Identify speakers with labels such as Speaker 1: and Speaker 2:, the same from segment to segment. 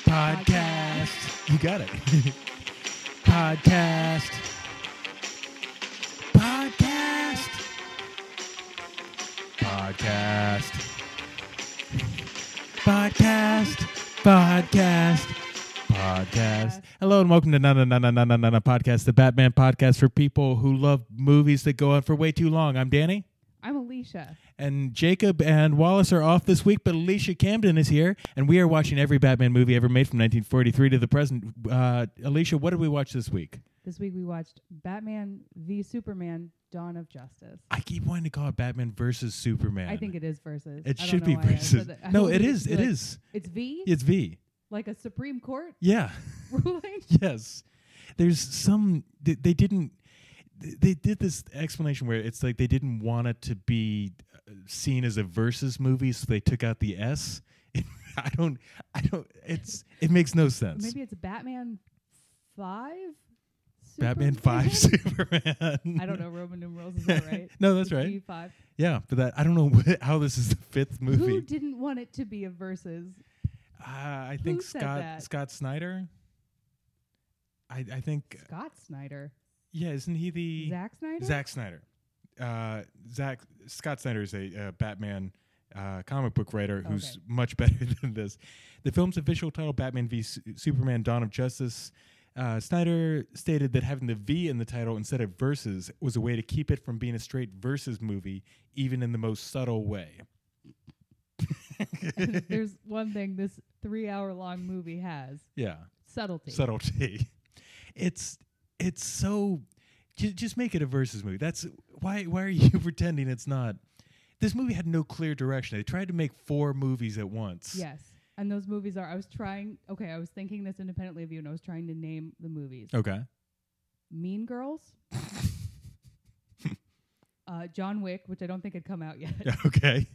Speaker 1: Podcast. You got it. Podcast. Podcast. Podcast. Podcast. Podcast. Podcast. Hello and welcome to Na Na Na Na Na Na Na Na Podcast, the Batman podcast for people who love movies that go on for way too long. I'm Danny.
Speaker 2: I'm Alicia.
Speaker 1: And Jacob and Wallace are off this week, but Alicia Camden is here, and we are watching every Batman movie ever made from 1943 to the present. Uh, Alicia, what did we watch this week?
Speaker 2: This week we watched Batman v Superman: Dawn of Justice.
Speaker 1: I keep wanting to call it Batman versus Superman.
Speaker 2: I think it is versus.
Speaker 1: it
Speaker 2: I don't
Speaker 1: should
Speaker 2: know
Speaker 1: be
Speaker 2: why I
Speaker 1: versus.
Speaker 2: said that. I
Speaker 1: No,
Speaker 2: always
Speaker 1: it is.
Speaker 2: do
Speaker 1: It is.
Speaker 2: It's V,
Speaker 1: It's V.
Speaker 2: like a Supreme Court
Speaker 1: Yeah.
Speaker 2: ruling.
Speaker 1: yes. There's some they, they didn't. th- They did this explanation where it's like they didn't want it to be uh, seen as a versus movie, so they took out the S. I don't. I don't. It's. It makes no sense.
Speaker 2: Maybe it's Batman Five.
Speaker 1: Batman Five
Speaker 2: Superman?
Speaker 1: Superman.
Speaker 2: I don't know Roman numerals. Is that right?
Speaker 1: No, that's right.
Speaker 2: V five.
Speaker 1: Yeah, but that I don't know wh- how this is the fifth
Speaker 2: Who
Speaker 1: movie.
Speaker 2: didn't want it to be a versus?
Speaker 1: Uh, I think
Speaker 2: who said
Speaker 1: Scott
Speaker 2: that?
Speaker 1: Scott Snyder. I I think
Speaker 2: Scott Snyder,
Speaker 1: yeah, isn't he the
Speaker 2: Zack Snyder.
Speaker 1: Zack Snyder. Uh, Zack Scott Snyder is a uh, Batman uh, comic book writer who's
Speaker 2: Okay.
Speaker 1: much better than this. The film's official title, Batman v Su- Superman: Dawn of Justice. Uh, Snyder stated that having the V in the title instead of verses was a way to keep it from being a straight verses movie, even in the most subtle way.
Speaker 2: If There's one thing this three-hour-long movie has:
Speaker 1: yeah.
Speaker 2: subtlety.
Speaker 1: subtlety. It's it's so ju- just make it a versus movie. That's why why are you pretending it's not? This movie had no clear direction. They tried to make four movies at once.
Speaker 2: Yes. And those movies are. I was trying. Okay, I was thinking this independently of you, and I was trying to name the movies.
Speaker 1: Okay.
Speaker 2: Mean Girls. uh, John Wick, which I don't think had come out yet,
Speaker 1: Okay.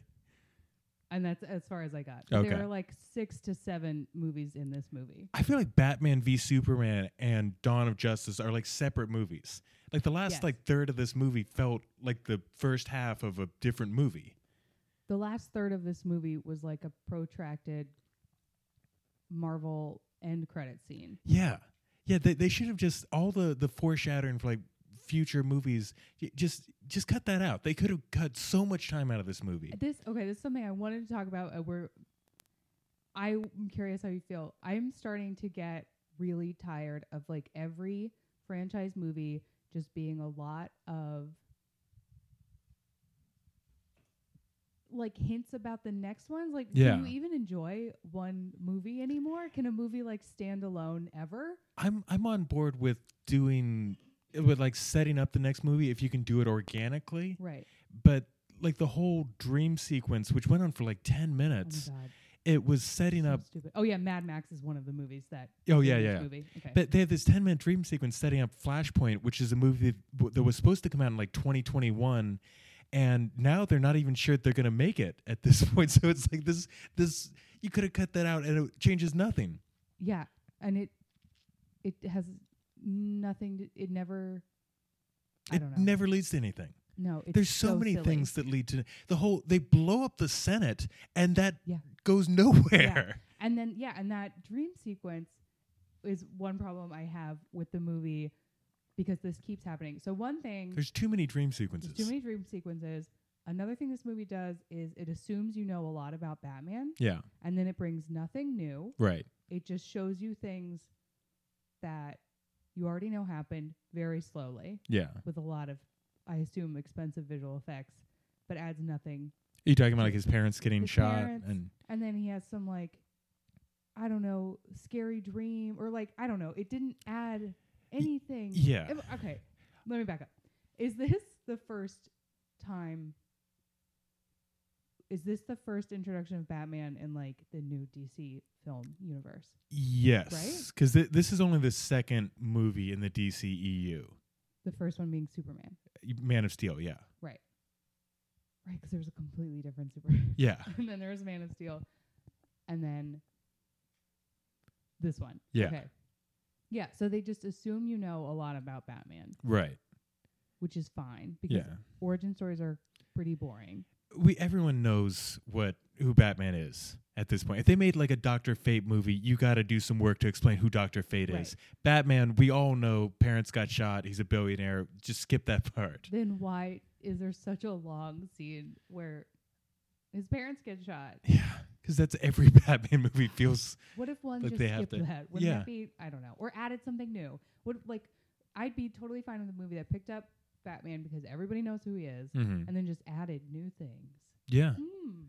Speaker 2: and that's as far as I got.
Speaker 1: Okay.
Speaker 2: There are like six to seven movies in this movie.
Speaker 1: I feel like Batman v Superman and Dawn of Justice are like separate movies. Like the last
Speaker 2: Yes.
Speaker 1: like third of this movie felt like the first half of a different movie.
Speaker 2: The last third of this movie was like a protracted Marvel end credit scene.
Speaker 1: Yeah. Yeah, they, they should have just all the the foreshadowing for like future movies y- just just cut that out. They could have cut so much time out of this movie.
Speaker 2: This okay. This is something I wanted to talk about. Uh, we're. I'm curious how you feel. I'm starting to get really tired of like every franchise movie just being a lot of like hints about the next ones. Like,
Speaker 1: Yeah.
Speaker 2: do you even enjoy one movie anymore? Can a movie like stand alone ever?
Speaker 1: I'm I'm on board with doing with like setting up the next movie if you can do it organically,
Speaker 2: Right.
Speaker 1: but like the whole dream sequence which went on for like 10 minutes,
Speaker 2: oh my god.
Speaker 1: it was setting
Speaker 2: so
Speaker 1: up
Speaker 2: stupid. Oh yeah, Mad Max is one of the movies that.
Speaker 1: Oh
Speaker 2: is
Speaker 1: yeah,
Speaker 2: in this
Speaker 1: yeah.
Speaker 2: Movie. Okay.
Speaker 1: But they have this 10 minute dream sequence setting up Flashpoint, which is a movie that, w- that was supposed to come out in like 2021. And now they're not even sure they're going to make it at this point. So it's like this, this, you could have cut that out and it changes nothing.
Speaker 2: Yeah, and it it has nothing. To, it never. I
Speaker 1: It
Speaker 2: don't know.
Speaker 1: never leads to anything.
Speaker 2: no, it's
Speaker 1: There's so, many
Speaker 2: silly.
Speaker 1: things that lead to the whole, they blow up the Senate and that
Speaker 2: Yeah.
Speaker 1: goes nowhere.
Speaker 2: And then yeah, and that dream sequence is one problem I have with the movie because this keeps happening. So one thing
Speaker 1: There's too many dream
Speaker 2: there's
Speaker 1: sequences.
Speaker 2: too many dream sequences. Another thing this movie does is it assumes you know a lot about Batman,
Speaker 1: yeah.
Speaker 2: and then it brings nothing new.
Speaker 1: Right.
Speaker 2: It just shows you things that you already know happened very slowly.
Speaker 1: Yeah.
Speaker 2: with a lot of, I assume, expensive visual effects, but adds nothing.
Speaker 1: Are you talking about like his parents getting
Speaker 2: His
Speaker 1: shot
Speaker 2: parents.
Speaker 1: and
Speaker 2: And then he has some like, I don't know, scary dream or like I don't know. It didn't add anything.
Speaker 1: yeah.
Speaker 2: Am- okay, let me back up. Is this the first time? Is this the first introduction of Batman in like the new DC film universe?
Speaker 1: Yes, because this is only the second movie in the DCEU.
Speaker 2: The first one being Superman,
Speaker 1: Man of Steel, yeah.
Speaker 2: right? Right, because there was a completely different Superman.
Speaker 1: Yeah.
Speaker 2: and then there was Man of Steel, and then this one.
Speaker 1: Yeah.
Speaker 2: Okay. Yeah. So they just assume you know a lot about Batman,
Speaker 1: Right.
Speaker 2: which is fine because
Speaker 1: Yeah.
Speaker 2: origin stories are pretty boring.
Speaker 1: We everyone knows what who Batman is at this point. If they made like a Doctor Fate movie, you got to do some work to explain who Doctor Fate
Speaker 2: Right.
Speaker 1: is. Batman, we all know parents got shot. He's a billionaire. Just skip that part.
Speaker 2: Then why is there such a long scene where his parents get shot?
Speaker 1: Yeah, because that's every Batman movie feels.
Speaker 2: What if one
Speaker 1: Like
Speaker 2: just
Speaker 1: they have
Speaker 2: skipped
Speaker 1: to-
Speaker 2: that? Wouldn't
Speaker 1: yeah.
Speaker 2: that be I don't know. Or added something new. Would like I'd be totally fine with a movie that picked up Batman because everybody knows who he is
Speaker 1: Mhm.
Speaker 2: and then just added new things.
Speaker 1: Yeah.
Speaker 2: Hmm.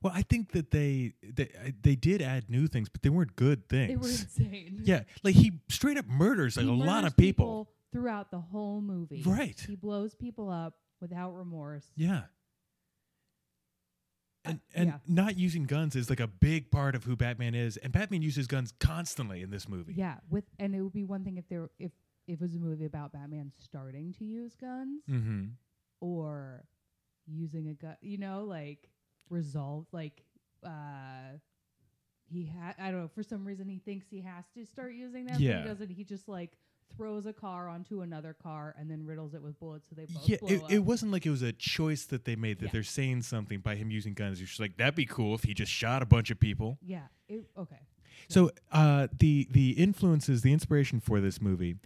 Speaker 1: Well, I think that they they uh, they did add new things, but they weren't good things.
Speaker 2: They were insane.
Speaker 1: yeah, like he straight up murders like
Speaker 2: He
Speaker 1: a lot
Speaker 2: murders
Speaker 1: of people.
Speaker 2: throughout the whole movie.
Speaker 1: Right.
Speaker 2: He blows people up without remorse.
Speaker 1: Yeah. And, and
Speaker 2: Uh, yeah.
Speaker 1: not using guns is like a big part of who Batman is, and Batman uses guns constantly in this movie.
Speaker 2: Yeah, with and it would be one thing if there if if it was a movie about Batman starting to use guns
Speaker 1: Mm-hmm.
Speaker 2: or using a gun, you know, like resolve like uh he ha I don't know, for some reason he thinks he has to start using them, but
Speaker 1: Yeah.
Speaker 2: he doesn't. He just like throws a car onto another car and then riddles it with bullets so they both
Speaker 1: Yeah,
Speaker 2: blow
Speaker 1: it,
Speaker 2: up.
Speaker 1: it wasn't like it was a choice that they made that
Speaker 2: Yeah.
Speaker 1: they're saying something by him using guns. You're just like, that'd be cool if he just shot a bunch of people.
Speaker 2: yeah, it, okay.
Speaker 1: So uh, the the influences, the inspiration for this movie.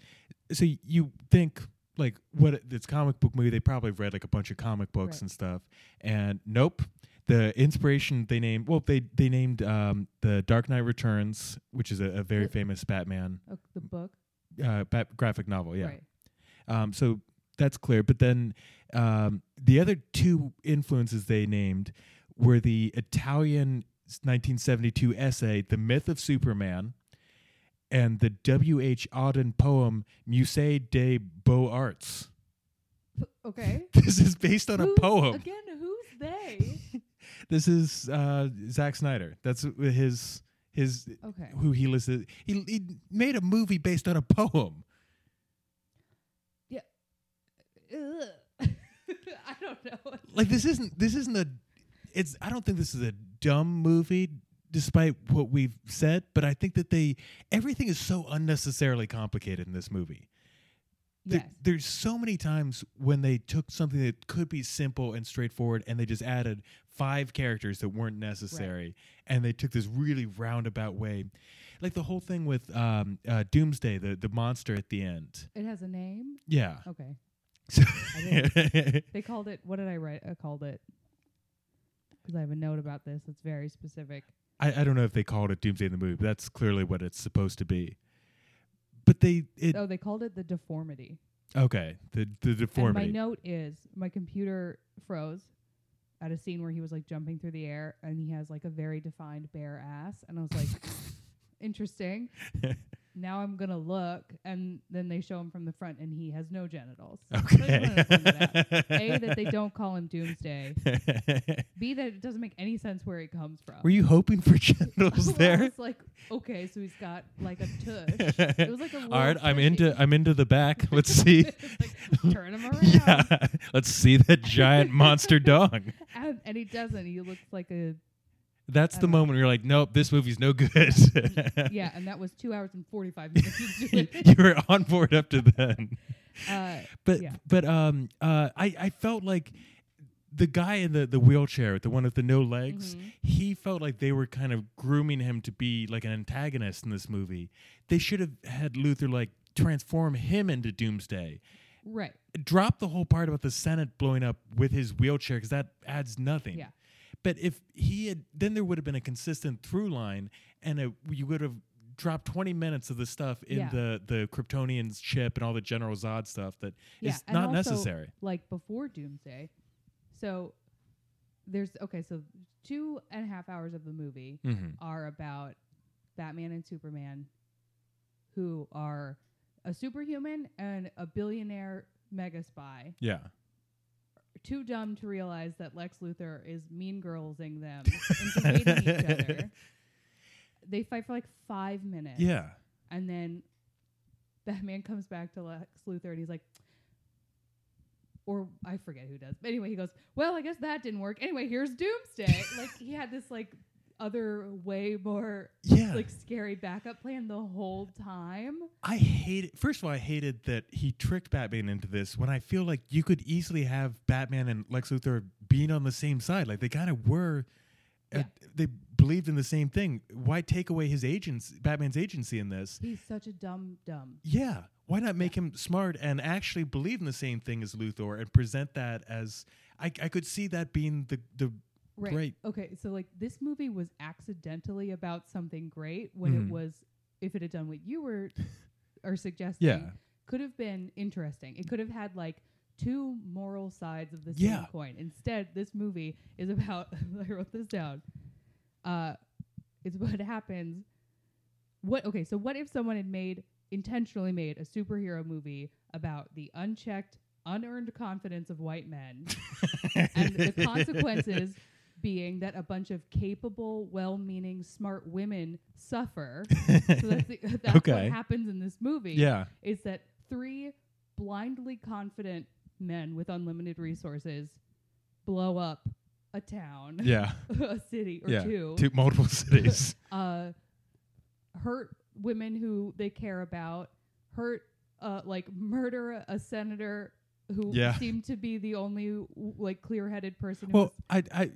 Speaker 1: So y- you think like what it's a comic book movie? They probably read like a bunch of comic books
Speaker 2: Right.
Speaker 1: and stuff. And nope, the inspiration they named well they they named um, the Dark Knight Returns, which is a, a very
Speaker 2: The-
Speaker 1: famous Batman
Speaker 2: Oh, the book,
Speaker 1: uh, bat- graphic novel. Yeah,
Speaker 2: right?
Speaker 1: um, so that's clear. But then um, the other two influences they named were the Italian 1972 essay, The Myth of Superman, and the W.H. Auden poem, Musée des Beaux Arts.
Speaker 2: P- Okay.
Speaker 1: This is based on
Speaker 2: Who's-
Speaker 1: a poem.
Speaker 2: Again, who's they?
Speaker 1: This is uh, Zack Snyder. That's his his
Speaker 2: Okay.
Speaker 1: who he listed. He, he made a movie based on a poem.
Speaker 2: Ugh. I don't know.
Speaker 1: like this isn't this isn't a it's i don't think this is a dumb movie despite what we've said but i think that they everything is so unnecessarily complicated in this movie There-
Speaker 2: Yes.
Speaker 1: there's so many times when they took something that could be simple and straightforward and they just added five characters that weren't necessary and they took this really roundabout way like the whole thing with um, uh, doomsday the, the monster at the end
Speaker 2: It has a name.
Speaker 1: yeah
Speaker 2: Okay.
Speaker 1: So-
Speaker 2: I didn't- they called it. What did I write? I called it. Because I have a note about this. It's very specific.
Speaker 1: I, I don't know if they called it Doomsday in the movie, but that's clearly what it's supposed to be. But they it
Speaker 2: oh, they called it the deformity.
Speaker 1: okay the the deformity.
Speaker 2: And my note is my computer froze at a scene where he was like jumping through the air and he has like a very defined bare ass, and I was like, interesting. Now I'm gonna look, and then they show him from the front, and he has no genitals. So I just wanted to point that out. a that they don't call him Doomsday.
Speaker 1: okay.
Speaker 2: B that it doesn't make any sense where it comes from.
Speaker 1: Were you hoping for genitals
Speaker 2: Well, I
Speaker 1: there?
Speaker 2: was like, okay, so he's got like a tush. It was like a
Speaker 1: All right,
Speaker 2: little
Speaker 1: I'm
Speaker 2: tushy.
Speaker 1: into I'm into the back. Let's see.
Speaker 2: Like, turn him around.
Speaker 1: yeah, let's see that giant monster dog.
Speaker 2: And, and he doesn't. He looks like a
Speaker 1: That's
Speaker 2: I
Speaker 1: the
Speaker 2: don't know.
Speaker 1: moment where you're like, nope, this movie's no good.
Speaker 2: yeah. And that was two hours and forty five minutes. of doing it.
Speaker 1: you were on board up to then.
Speaker 2: Uh,
Speaker 1: but
Speaker 2: Yeah.
Speaker 1: but um uh I I felt like the guy in the the wheelchair, the one with the no legs,
Speaker 2: Mhm.
Speaker 1: he felt like they were kind of grooming him to be like an antagonist in this movie. They should have had Luther like transform him into Doomsday.
Speaker 2: right.
Speaker 1: Drop the whole part about the Senate blowing up with his wheelchair because that adds nothing.
Speaker 2: Yeah.
Speaker 1: But if he had, then there would have been a consistent through line, and a, you would have dropped 20 minutes of the stuff in
Speaker 2: Yeah.
Speaker 1: the the Kryptonian's chip and all the General Zod stuff that
Speaker 2: Yeah.
Speaker 1: is
Speaker 2: and
Speaker 1: not
Speaker 2: also,
Speaker 1: necessary.
Speaker 2: Like before Doomsday. So there's okay, so two and a half hours of the movie
Speaker 1: Mm-hmm.
Speaker 2: are about Batman and Superman, who are a superhuman and a billionaire mega spy,
Speaker 1: Yeah.
Speaker 2: too dumb to realize that Lex Luthor is mean girlsing them into hating each other. They fight for like five minutes.
Speaker 1: Yeah.
Speaker 2: And then Batman comes back to Lex Luthor and he's like, or I forget who does. But anyway, he goes, Well, I guess that didn't work. Anyway, here's Doomsday. like, he had this, like, other way more
Speaker 1: Yeah.
Speaker 2: like scary backup plan the whole time.
Speaker 1: I hated first of all, I hated that he tricked Batman into this when I feel like you could easily have Batman and Lex Luthor being on the same side. Like they kind of were Uh, they believed in the same thing. Why take away his agency, Batman's agency in this?
Speaker 2: He's such a dumb dumb.
Speaker 1: Yeah. Why not make him smart and actually believe in the same thing as Luthor and present that as I, I could see that being the the
Speaker 2: Right.
Speaker 1: Great.
Speaker 2: Okay, so like this movie was accidentally about something great when
Speaker 1: Mhm.
Speaker 2: it was if it had done what you were are suggesting
Speaker 1: yeah
Speaker 2: could have been interesting. It could have had like two moral sides of the
Speaker 1: Yeah.
Speaker 2: same coin. Instead, this movie is about I wrote this down. Uh it's what happens what okay, so what if someone had made intentionally made a superhero movie about the unchecked, unearned confidence of white men and the consequences being that a bunch of capable, well-meaning, smart women suffer. So that's, the, that's
Speaker 1: Okay.
Speaker 2: what happens in this movie.
Speaker 1: yeah
Speaker 2: Is that three blindly confident men with unlimited resources blow up a town,
Speaker 1: yeah
Speaker 2: a city, or
Speaker 1: yeah
Speaker 2: two,
Speaker 1: two multiple cities.
Speaker 2: uh, hurt women who they care about, hurt uh, like murder a senator who
Speaker 1: Yeah.
Speaker 2: seemed to be the only w- like clear-headed person. who
Speaker 1: Well, I, I,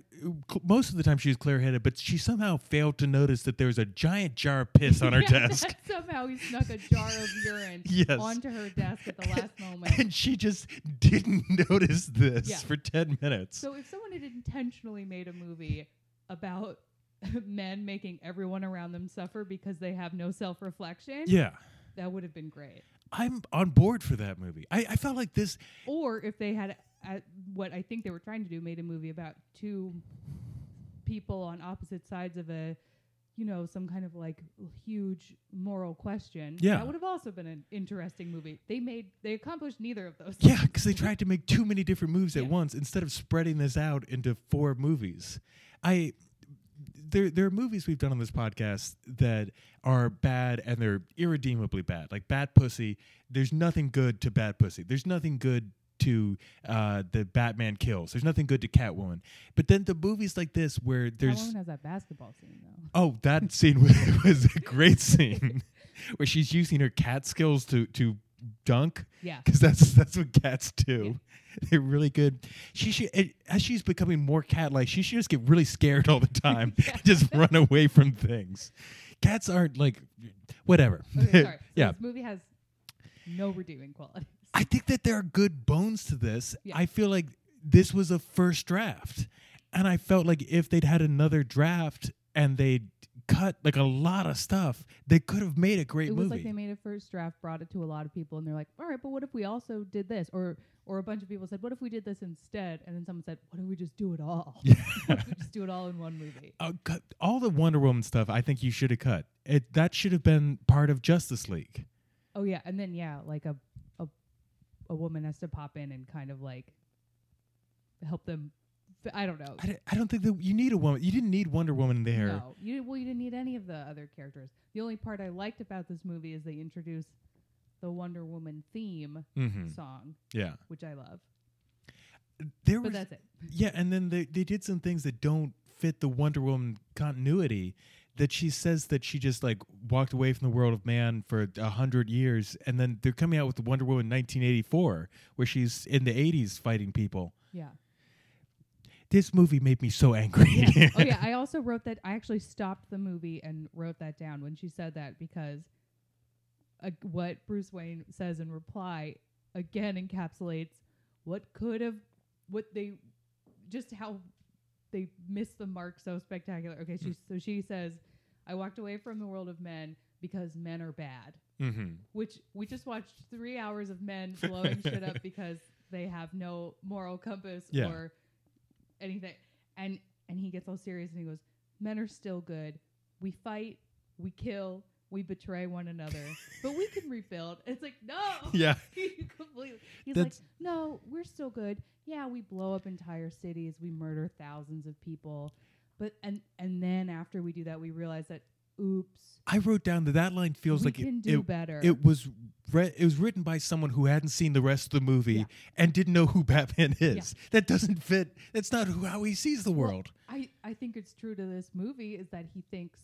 Speaker 1: cl- most of the time she was clear-headed, but she somehow failed to notice that there was a giant jar of piss on her
Speaker 2: Yeah,
Speaker 1: desk,
Speaker 2: that somehow he snuck a jar of urine
Speaker 1: Yes.
Speaker 2: onto her desk at the last moment.
Speaker 1: and she just didn't notice this
Speaker 2: Yeah.
Speaker 1: for ten minutes.
Speaker 2: so if someone had intentionally made a movie about men making everyone around them suffer because they have no self-reflection,
Speaker 1: yeah,
Speaker 2: that would have been great.
Speaker 1: I'm on board for that movie. I, I felt like this.
Speaker 2: Or if they had uh, what I think they were trying to do made a movie about two people on opposite sides of a you know some kind of like huge moral question
Speaker 1: Yeah.
Speaker 2: that would have also been an interesting movie they made they accomplished neither of those
Speaker 1: Yeah, because they tried to make too many different moves at
Speaker 2: Yeah.
Speaker 1: once instead of spreading this out into four movies. I there there are movies we've done on this podcast that are bad and they're irredeemably bad. Like Bat Pussy, there's nothing good to Bat Pussy. There's nothing good to uh, the Batman kills. There's nothing good to Catwoman. But then the movies like this where there's
Speaker 2: Catwoman has that basketball scene though.
Speaker 1: Oh, that scene was, was a great scene where she's using her cat skills to to dunk
Speaker 2: Yeah.
Speaker 1: because that's that's what cats do. They're really good. She should it, as she's becoming more cat-like, she should just get really scared all the time, and just run away from things. Cats aren't like whatever.
Speaker 2: Okay, sorry. So
Speaker 1: yeah,
Speaker 2: This movie has no redeeming qualities.
Speaker 1: I think that there are good bones to this.
Speaker 2: Yeah.
Speaker 1: I feel like this was a first draft. And I felt like if they'd had another draft and they'd cut like a lot of stuff, they could have made a great
Speaker 2: It was
Speaker 1: movie.
Speaker 2: like they made a first draft, brought it to a lot of people, and they're like, "All right, but what if we also did this?" Or, or a bunch of people said, "What if we did this instead?" And then someone said, "What if we just do it all? What if we just do it all in one movie?"
Speaker 1: Uh, cut- all the Wonder Woman stuff, I think you should have cut. It, that should have been part of Justice League.
Speaker 2: Oh yeah, and then yeah, like a, a, a woman has to pop in and kind of like help them. f- I don't know.
Speaker 1: I, d- I don't think that you need a woman. You didn't need Wonder Woman there.
Speaker 2: No, you well, you didn't need any of the other characters. The only part I liked about this movie is they introduced the Wonder Woman theme
Speaker 1: hmm
Speaker 2: song,
Speaker 1: Yeah,
Speaker 2: which I love.
Speaker 1: there
Speaker 2: But
Speaker 1: was
Speaker 2: that's it.
Speaker 1: Yeah, and then they, they did some things that don't fit the Wonder Woman continuity. That she says that she just like walked away from the world of man for a hundred years, and then they're coming out with the Wonder Woman 1984, where she's in the 80s fighting people.
Speaker 2: Yeah.
Speaker 1: This movie made me so angry.
Speaker 2: yeah. Oh yeah. I also wrote that. I actually stopped the movie and wrote that down when she said that because uh, what Bruce Wayne says in reply again encapsulates what could have, what they, just how they missed the mark so spectacular. Okay, she so she says, I walked away from the world of men because men are bad.
Speaker 1: Mhm.
Speaker 2: Which we just watched three hours of men blowing shit up because they have no moral compass
Speaker 1: Yeah.
Speaker 2: or anything. And and he gets all serious and he goes, Men are still good. We fight, we kill, we betray one another, but we can rebuild. It's like, no.
Speaker 1: Yeah.
Speaker 2: You completely He's
Speaker 1: That's-
Speaker 2: like, No, we're still good. Yeah, we blow up entire cities, we murder thousands of people. But and and then after we do that we realize that oops
Speaker 1: I wrote down that that line feels
Speaker 2: we
Speaker 1: like
Speaker 2: can
Speaker 1: it,
Speaker 2: do
Speaker 1: it,
Speaker 2: better.
Speaker 1: it was re- it was written by someone who hadn't seen the rest of the movie
Speaker 2: Yeah.
Speaker 1: and didn't know who Batman is. That doesn't fit. That's not who, how he sees the
Speaker 2: Well,
Speaker 1: world.
Speaker 2: I, I think it's true to this movie is that he thinks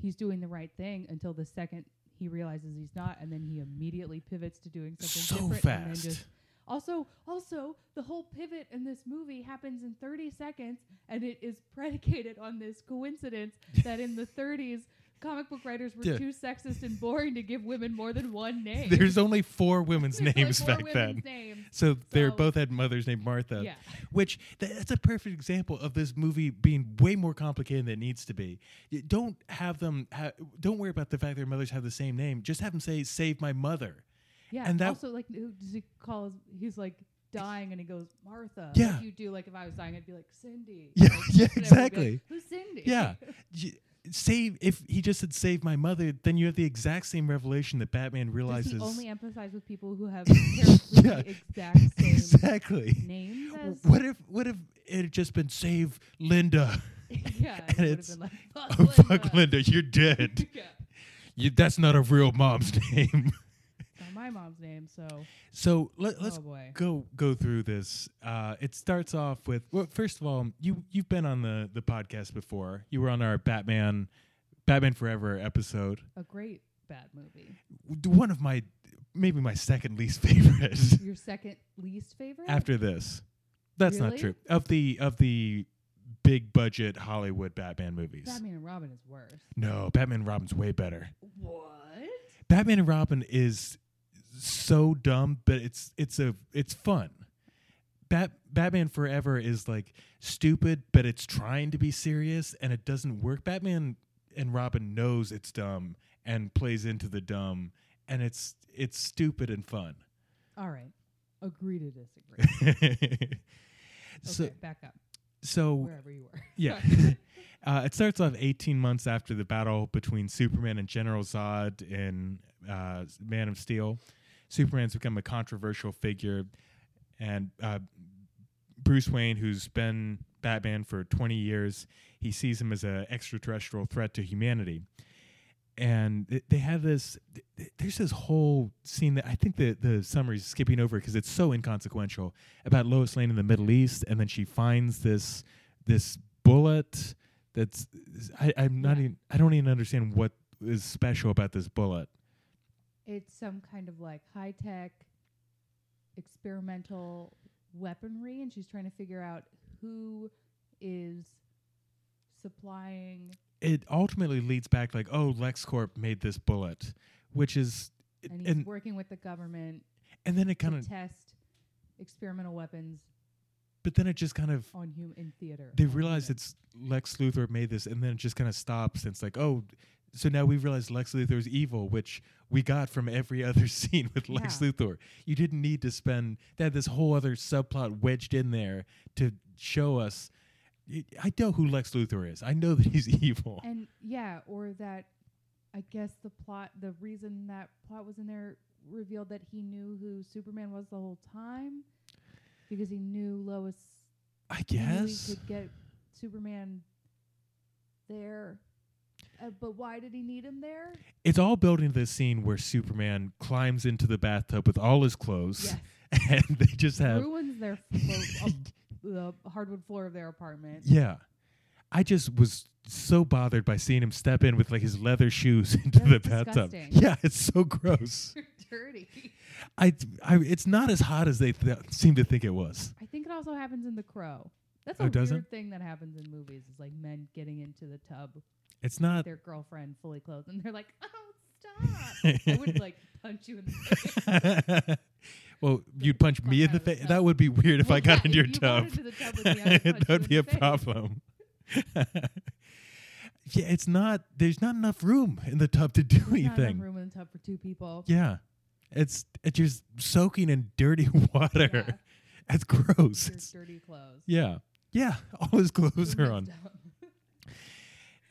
Speaker 2: he's doing the right thing until the second he realizes he's not, and then he immediately pivots to doing something
Speaker 1: so
Speaker 2: different. And then
Speaker 1: fast.
Speaker 2: just, Also, also the whole pivot in this movie happens in 30 seconds, and it is predicated on this coincidence that in the 30s, comic book writers were
Speaker 1: Yeah.
Speaker 2: too sexist and boring to give women more than one name.
Speaker 1: There's only four women's
Speaker 2: There's, like,
Speaker 1: names
Speaker 2: four
Speaker 1: back then.
Speaker 2: women's names.
Speaker 1: So, they're
Speaker 2: So-
Speaker 1: both had mothers named Martha,
Speaker 2: Yeah.
Speaker 1: which th- that's a perfect example of this movie being way more complicated than it needs to be. You don't have them. Ha- don't worry about the fact their mothers have the same name. Just have them say "Save my mother."
Speaker 2: Yeah.
Speaker 1: And that-
Speaker 2: also, like, who does he calls? He's like dying, and he goes Martha. like
Speaker 1: Yeah.
Speaker 2: you do like if I was dying, I'd be like Cindy.
Speaker 1: Yeah,
Speaker 2: Like,
Speaker 1: yeah,
Speaker 2: and everyone would be
Speaker 1: exactly.
Speaker 2: Like, Who's Cindy?
Speaker 1: Yeah. J- Save if he just had saved my mother, then you have the exact same revelation that Batman
Speaker 2: Does
Speaker 1: realizes.
Speaker 2: he only empathize with people who have terribly
Speaker 1: Yeah.
Speaker 2: the exact same
Speaker 1: exactly.
Speaker 2: names
Speaker 1: W-
Speaker 2: as?
Speaker 1: What if what if it had just been save Linda?
Speaker 2: yeah,
Speaker 1: and
Speaker 2: it would have
Speaker 1: it's-
Speaker 2: been like fuck
Speaker 1: Oh, fuck
Speaker 2: Linda.
Speaker 1: Linda, you're dead.
Speaker 2: yeah.
Speaker 1: You, that's not a real mom's name.
Speaker 2: It's not my mom's name, so
Speaker 1: so let, let's
Speaker 2: oh boy.
Speaker 1: go go through this. Uh, it starts off with well, first of all, you you've been on the the podcast before. You were on our Batman Batman Forever episode,
Speaker 2: A great bad movie.
Speaker 1: W- one of my maybe my second least favorite
Speaker 2: Your second least favorite?
Speaker 1: after this. That's not
Speaker 2: Really?
Speaker 1: true of the of the big budget Hollywood Batman movies.
Speaker 2: Batman and Robin is worse.
Speaker 1: No, Batman and Robin's way better.
Speaker 2: What?
Speaker 1: Batman and Robin is so dumb, but it's it's a it's fun. Bat Batman Forever is like stupid, but it's trying to be serious and it doesn't work. Batman and Robin knows it's dumb and plays into the dumb and it's it's stupid and fun.
Speaker 2: All right. Agree to disagree.
Speaker 1: so
Speaker 2: okay, back up
Speaker 1: so
Speaker 2: wherever you were.
Speaker 1: yeah. Uh, it starts off 18 months after the battle between Superman and General Zod in uh, Man of Steel. Superman's become a controversial figure, and uh, Bruce Wayne, who's been Batman for 20 years, he sees him as an extraterrestrial threat to humanity. And th- they have this. th- th- There's this whole scene that I think the the summary's skipping over because it's so inconsequential about Lois Lane in the Middle East, and then she finds this this bullet that's I, I'm not
Speaker 2: Yeah.
Speaker 1: even I don't even understand what is special about this bullet.
Speaker 2: it's some kind of like high tech experimental weaponry, and she's trying to figure out who is supplying.
Speaker 1: It ultimately leads back like, oh, LexCorp made this bullet, which is
Speaker 2: And he's
Speaker 1: and
Speaker 2: working with the government
Speaker 1: and then it kind
Speaker 2: to
Speaker 1: of
Speaker 2: test experimental weapons
Speaker 1: but then it just kind of
Speaker 2: on human in theater.
Speaker 1: they
Speaker 2: on
Speaker 1: realize
Speaker 2: humans.
Speaker 1: it's Lex Luthor made this, and then it just kind of stops. And it's like, oh, so now we realize Lex Luthor's evil, which we got from every other scene with Lex
Speaker 2: Yeah.
Speaker 1: Luthor. You didn't need to spend they had this whole other subplot wedged in there to show us. I- I know who Lex Luthor is. I know that he's evil.
Speaker 2: and yeah, or that I guess the plot, the reason that plot was in there revealed that he knew who Superman was the whole time because he knew Lois
Speaker 1: I
Speaker 2: He knew
Speaker 1: guess
Speaker 2: he could get Superman there. Uh, but why did he need him there?
Speaker 1: it's all building to this scene where Superman climbs into the bathtub with all his clothes, and they just have
Speaker 2: ruins their flo- um, the hardwood floor of their apartment.
Speaker 1: Yeah. I just was so bothered by seeing him step in with like his leather shoes into
Speaker 2: That's
Speaker 1: the bathtub.
Speaker 2: disgusting.
Speaker 1: Yeah, it's so gross.
Speaker 2: Dirty.
Speaker 1: I, I it's not as hot as they th- seem to think it was.
Speaker 2: I think it also happens in The Crow. That's
Speaker 1: Oh,
Speaker 2: a
Speaker 1: does
Speaker 2: weird thing that happens in movies. Is like men getting into the tub
Speaker 1: It's not
Speaker 2: with their girlfriend fully clothed, and they're like, "Oh, stop!" I would like punch you in the face.
Speaker 1: Well, you'd punch me in the
Speaker 2: fuck out of
Speaker 1: face.
Speaker 2: the
Speaker 1: That would be weird if I
Speaker 2: Well, yeah,
Speaker 1: got into your
Speaker 2: you
Speaker 1: tub.
Speaker 2: got into the tub with me, I would punch
Speaker 1: that
Speaker 2: you
Speaker 1: would
Speaker 2: in
Speaker 1: be
Speaker 2: the
Speaker 1: a
Speaker 2: face.
Speaker 1: problem. yeah, it's not there's not enough room in the tub to do
Speaker 2: There's not enough
Speaker 1: anything.
Speaker 2: room in the tub for two people.
Speaker 1: Yeah. It's it's just soaking in dirty water.
Speaker 2: Yeah.
Speaker 1: That's gross.
Speaker 2: Your
Speaker 1: It's,
Speaker 2: dirty clothes.
Speaker 1: yeah. Yeah. All his clothes
Speaker 2: You're
Speaker 1: are on.
Speaker 2: messed up.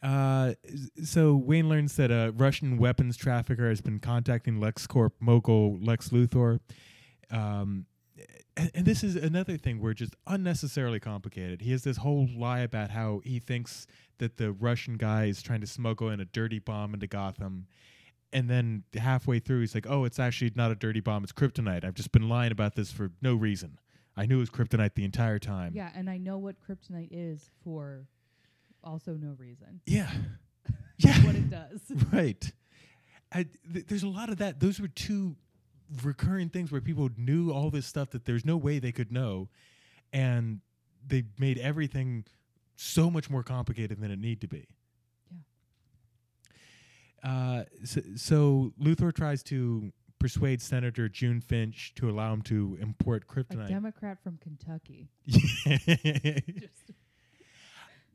Speaker 1: Uh, s- so Wayne learns that a Russian weapons trafficker has been contacting LexCorp mogul Lex Luthor. Um, and, and this is another thing where just unnecessarily complicated. He has this whole lie about how he thinks that the Russian guy is trying to smuggle in a dirty bomb into Gotham. And then halfway through, he's like, oh, it's actually not a dirty bomb, it's kryptonite. I've just been lying about this for no reason. I knew it was kryptonite the entire time.
Speaker 2: Yeah, and I know what kryptonite is for also no reason.
Speaker 1: Yeah. Yeah.
Speaker 2: what it does.
Speaker 1: right. I, th- there's a lot of that. Those were two recurring things where people knew all this stuff that there's no way they could know, and they made everything so much more complicated than it need to be. Uh, so, so Luthor tries to persuade Senator June Finch to allow him to import
Speaker 2: A
Speaker 1: kryptonite.
Speaker 2: Democrat from Kentucky. Just-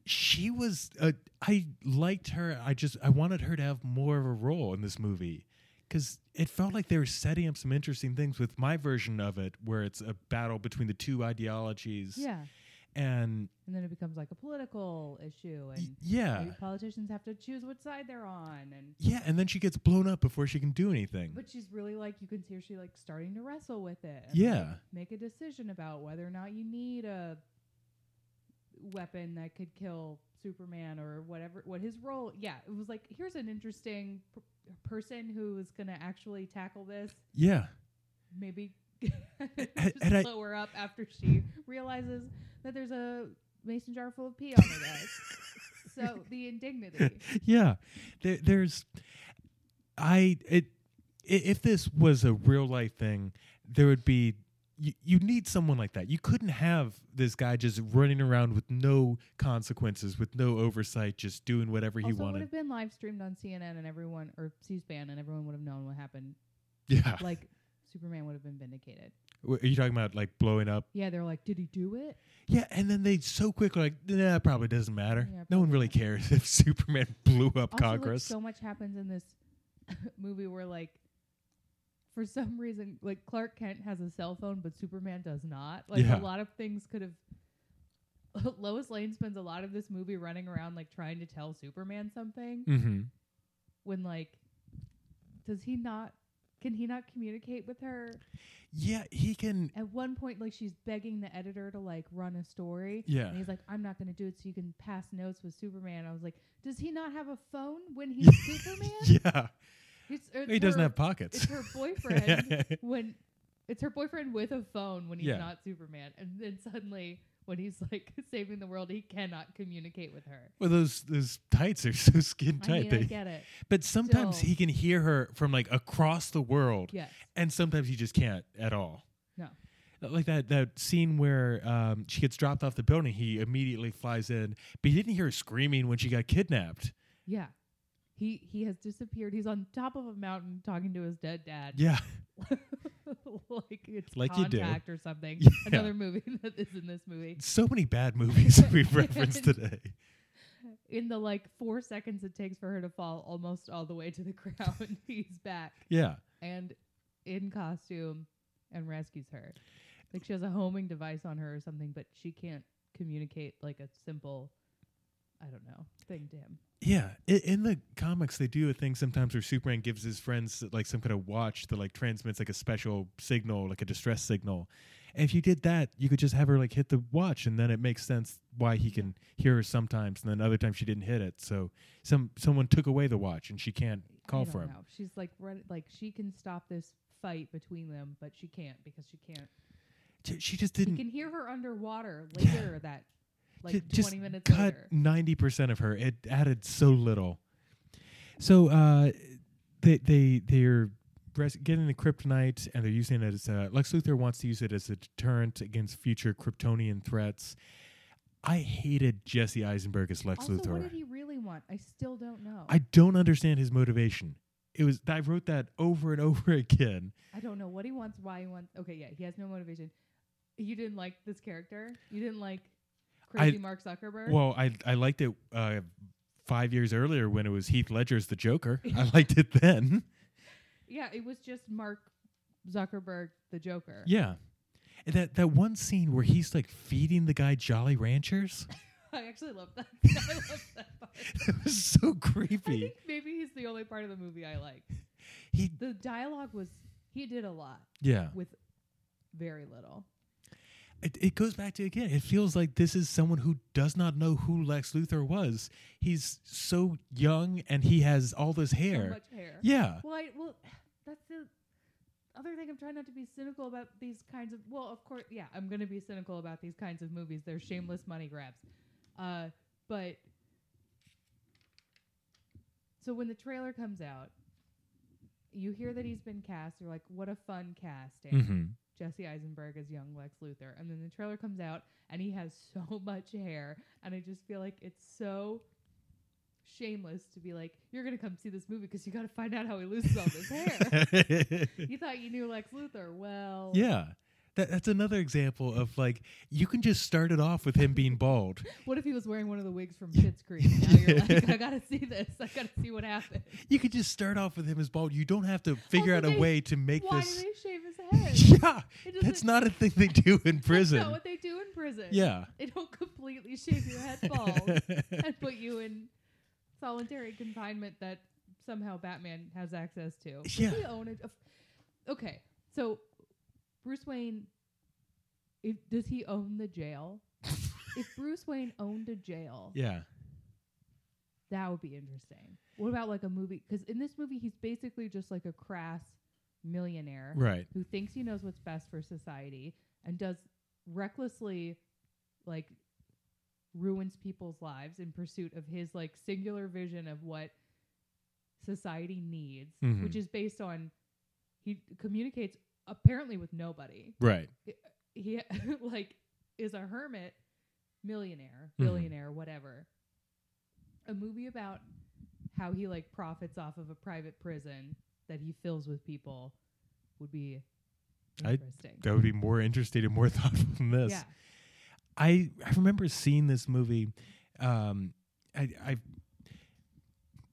Speaker 1: she was uh, I liked her. I just I wanted her to have more of a role in this movie cuz it felt like they were setting up some interesting things with my version of it where it's a battle between the two ideologies
Speaker 2: yeah.
Speaker 1: and
Speaker 2: And then it becomes like a political issue,
Speaker 1: y-
Speaker 2: and
Speaker 1: yeah.
Speaker 2: maybe politicians have to choose what side they're on. And
Speaker 1: Yeah, and then she gets blown up before she can do anything.
Speaker 2: but she's really like you can see her. She like starting to wrestle with it. and, like,
Speaker 1: yeah.
Speaker 2: make a decision about whether or not you need a weapon that could kill Superman or whatever what his role. Yeah, it was like here's an interesting p- person who is going to actually tackle this.
Speaker 1: Yeah.
Speaker 2: Maybe
Speaker 1: and
Speaker 2: just
Speaker 1: I-
Speaker 2: blow her up after she realizes that there's a mason jar full of pee on her desk. so the indignity.
Speaker 1: yeah there, there's i it i- if this was a real life thing there would be you, you need someone like that you couldn't have this guy just running around with no consequences with no oversight just doing whatever he
Speaker 2: also, it would
Speaker 1: wanted
Speaker 2: have been live streamed on CNN and everyone or C-SPAN and everyone would have known what happened.
Speaker 1: yeah
Speaker 2: Like Superman would have been vindicated.
Speaker 1: W- are you talking about like blowing up
Speaker 2: Yeah, they're like, did he do it?
Speaker 1: yeah and then they so quickly like nah it probably doesn't matter
Speaker 2: Yeah,
Speaker 1: no one
Speaker 2: probably
Speaker 1: really
Speaker 2: not.
Speaker 1: cares if superman blew up
Speaker 2: Also, like,
Speaker 1: congress
Speaker 2: so much happens in this movie where, like, for some reason, like Clark Kent has a cell phone, but Superman does not. Like,
Speaker 1: Yeah.
Speaker 2: a lot of things could have. Lois Lane spends a lot of this movie running around, like, trying to tell Superman something.
Speaker 1: mm-hmm.
Speaker 2: When, like, does he not? Can he not communicate with her?
Speaker 1: yeah he can
Speaker 2: At one point, like, she's begging the editor to like run a story.
Speaker 1: yeah
Speaker 2: And he's like, I'm not going to do it so you can pass notes with Superman. I was like, does he not have a phone when he's Superman?
Speaker 1: yeah
Speaker 2: It's, it's
Speaker 1: he doesn't
Speaker 2: her-
Speaker 1: have pockets
Speaker 2: It's her boyfriend when it's her boyfriend with a phone when he's
Speaker 1: Yeah.
Speaker 2: not Superman, and then suddenly when he's like saving the world, he cannot communicate with her.
Speaker 1: Well, those those tights are so skin
Speaker 2: I
Speaker 1: tight.
Speaker 2: mean, I
Speaker 1: they-
Speaker 2: get it.
Speaker 1: but sometimes
Speaker 2: Still.
Speaker 1: he can hear her from like across the world,
Speaker 2: Yes,
Speaker 1: and sometimes he just can't at all.
Speaker 2: No.
Speaker 1: Like that that scene where um, she gets dropped off the building, he immediately flies in, but he didn't hear her screaming when she got kidnapped.
Speaker 2: yeah. He he has disappeared. He's on top of a mountain talking to his dead dad.
Speaker 1: Yeah,
Speaker 2: like it's
Speaker 1: Like you do.
Speaker 2: contact or something.
Speaker 1: Yeah.
Speaker 2: Another movie that is in this movie.
Speaker 1: so many bad movies we've referenced today.
Speaker 2: In the like four seconds it takes for her to fall almost all the way to the ground, he's back.
Speaker 1: Yeah,
Speaker 2: and in costume and rescues her. Like she has a homing device on her or something, but she can't communicate like a simple, I don't know, thing to him.
Speaker 1: yeah. In, in the comics, they do a thing sometimes where Superman gives his friends like some kind of watch that like transmits like a special signal, like a distress signal. And if you did that, you could just have her like hit the watch, and then it makes sense why he can hear her sometimes, and then other times she didn't hit it. So some someone took away the watch, and she can't
Speaker 2: I
Speaker 1: call
Speaker 2: don't
Speaker 1: for him.
Speaker 2: know. She's like run, like she can stop this fight between them, but she can't because she can't.
Speaker 1: J- She just
Speaker 2: He
Speaker 1: didn't
Speaker 2: can hear her underwater
Speaker 1: Yeah.
Speaker 2: later. That like
Speaker 1: Ju- just
Speaker 2: twenty minutes
Speaker 1: cut
Speaker 2: later.
Speaker 1: ninety percent of her. It added so little. So uh, they they they're res- getting the kryptonite, and they're using it as a, Lex Luthor wants to use it as a deterrent against future Kryptonian threats. I hated Jesse Eisenberg as Lex
Speaker 2: Also, what
Speaker 1: Luthor.
Speaker 2: did he really want? I still don't know.
Speaker 1: I don't understand his motivation. It was I wrote that over and over again.
Speaker 2: I don't know what he wants, why he wants. Okay, yeah, he has no motivation. You didn't like this character. You didn't like
Speaker 1: I-
Speaker 2: crazy Mark Zuckerberg.
Speaker 1: Well, I I liked it uh, five years earlier when it was Heath Ledger as the Joker. I liked it then.
Speaker 2: yeah, it was just Mark Zuckerberg, the Joker.
Speaker 1: Yeah. And That that one scene where he's like feeding the guy Jolly Ranchers.
Speaker 2: I actually love that. I love that part.
Speaker 1: It was so
Speaker 2: I
Speaker 1: creepy.
Speaker 2: think maybe he's the only part of the movie I like.
Speaker 1: He
Speaker 2: The dialogue was he did a lot
Speaker 1: yeah.
Speaker 2: with very little.
Speaker 1: It, it goes back to again. It feels like this is someone who does not know who Lex Luthor was. He's so young and he has all this
Speaker 2: So
Speaker 1: hair.
Speaker 2: much hair.
Speaker 1: Yeah.
Speaker 2: Well, I, well, that's the other thing. I'm trying not to be cynical about these kinds of. Well, of course, yeah, I'm going to be cynical about these kinds of movies. They're shameless money grabs. Uh, but so when the trailer comes out, you hear that he's been cast. You're like, what a fun casting.
Speaker 1: hmm
Speaker 2: Jesse Eisenberg as young Lex Luthor. And then the trailer comes out and he has so much hair. And I just feel like it's so shameless to be like, you're going to come see this movie because you got to find out how he loses all this hair. you thought you knew Lex Luthor. Well,
Speaker 1: yeah. That, that's another example of like you can just start it off with him being bald.
Speaker 2: what if he was wearing one of the wigs from Schitt's Creek? Now you're like, I got to see this. I got to see what happens.
Speaker 1: You could just start off with him as bald. You don't have to figure
Speaker 2: Also,
Speaker 1: out a
Speaker 2: they-
Speaker 1: way to make
Speaker 2: Why
Speaker 1: this.
Speaker 2: do they shave his head?
Speaker 1: yeah,
Speaker 2: It
Speaker 1: that's
Speaker 2: doesn't-
Speaker 1: not a thing they do in
Speaker 2: That's not
Speaker 1: prison.
Speaker 2: what they do in prison.
Speaker 1: Yeah.
Speaker 2: They don't completely shave your head bald. and put you in solitary confinement that somehow Batman has access to. Does
Speaker 1: Yeah.
Speaker 2: he own it? Okay, so Bruce Wayne, if, does he own the jail? if Bruce Wayne owned a jail,
Speaker 1: yeah.
Speaker 2: that would be interesting. What about like a movie? Because in this movie, he's basically just like a crass millionaire
Speaker 1: Right.
Speaker 2: who thinks he knows what's best for society and does recklessly like ruins people's lives in pursuit of his like singular vision of what society needs
Speaker 1: Mhm.
Speaker 2: which is based on he communicates apparently with nobody
Speaker 1: Right.
Speaker 2: he like is a hermit millionaire
Speaker 1: Mhm.
Speaker 2: billionaire whatever a movie about how he like profits off of a private prison that he fills with people would be
Speaker 1: I-
Speaker 2: interesting
Speaker 1: That would be more interesting and more thoughtful than this.
Speaker 2: yeah
Speaker 1: I I remember seeing this movie. Um, I, I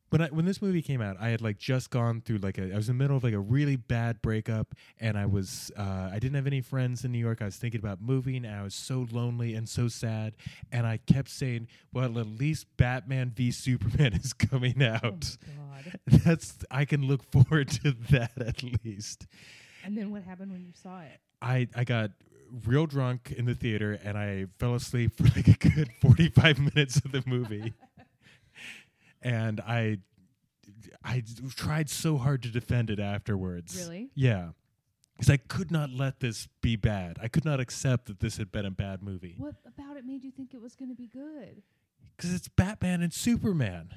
Speaker 1: when I when this movie came out, I had like just gone through like a I was in the middle of like a really bad breakup, and I was uh, I didn't have any friends in New York. I was thinking about moving, and I was so lonely and so sad. And I kept saying, "Well, at least Batman v Superman is coming
Speaker 2: oh
Speaker 1: out.
Speaker 2: my god
Speaker 1: That's I can look forward to that at least."
Speaker 2: and then what happened when you saw it
Speaker 1: I I got real drunk in the theater and I fell asleep for like a good 45 minutes of the movie. and I I tried so hard to defend it afterwards.
Speaker 2: Really?
Speaker 1: Yeah. Cuz I could not let this be bad. I could not accept that this had been a bad movie.
Speaker 2: what about it made you think it was going to be good
Speaker 1: Cuz it's Batman and Superman.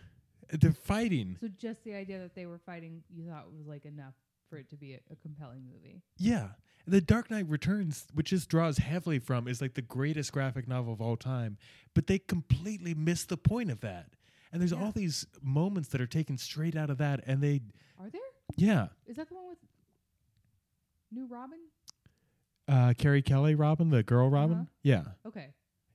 Speaker 1: They're fighting.
Speaker 2: so just the idea that they were fighting you thought was like enough for it to be a, a compelling movie
Speaker 1: Yeah. The Dark Knight Returns, which this draws heavily from, is like the greatest graphic novel of all time, but they completely miss the point of that. And there's
Speaker 2: Yeah.
Speaker 1: all these moments that are taken straight out of that, and they,
Speaker 2: are there
Speaker 1: yeah.
Speaker 2: is that the one with new robin
Speaker 1: Uh, Carrie Kelly Robin, the girl Robin?
Speaker 2: Uh-huh.
Speaker 1: Yeah.
Speaker 2: Okay.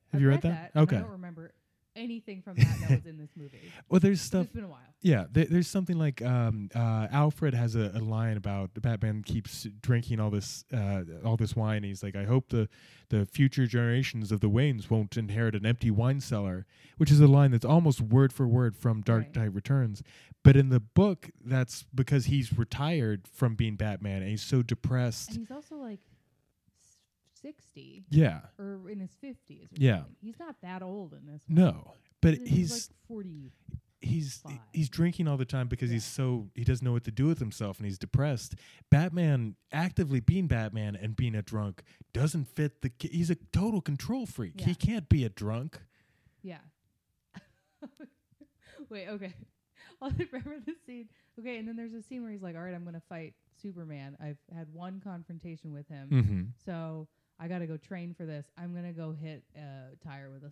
Speaker 1: Have
Speaker 2: I've
Speaker 1: you read that?
Speaker 2: and I
Speaker 1: Okay.
Speaker 2: don't remember anything from that that was in this movie.
Speaker 1: Well, there's stuff.
Speaker 2: It's been a while.
Speaker 1: Yeah, there, there's something like um, uh, Alfred has a, a line about Batman keeps drinking all this uh, all this wine. He's like, I hope the the future generations of the Waynes won't inherit an empty wine cellar, which is a line that's almost word for word from Dark
Speaker 2: Right.
Speaker 1: Knight Returns. But in the book, that's because he's retired from being Batman and he's so depressed.
Speaker 2: And he's also like s- 60
Speaker 1: yeah,
Speaker 2: or in his 50s. Or
Speaker 1: Yeah.
Speaker 2: Something. He's not that old in this. one.
Speaker 1: no, but
Speaker 2: This is,
Speaker 1: he's
Speaker 2: like 40.
Speaker 1: he's
Speaker 2: Five.
Speaker 1: he's drinking all the time because
Speaker 2: Yeah.
Speaker 1: he's so he doesn't know what to do with himself and he's depressed. Batman actively being Batman and being a drunk doesn't fit the. ca- He's a total control freak.
Speaker 2: Yeah.
Speaker 1: He can't be a drunk.
Speaker 2: Yeah. Wait, okay. I'll remember the scene. Okay, and then there's a scene where he's like, all right, I'm going to fight Superman. I've had one confrontation with him.
Speaker 1: Mm-hmm.
Speaker 2: So I got to go train for this. I'm going to go hit a tire with a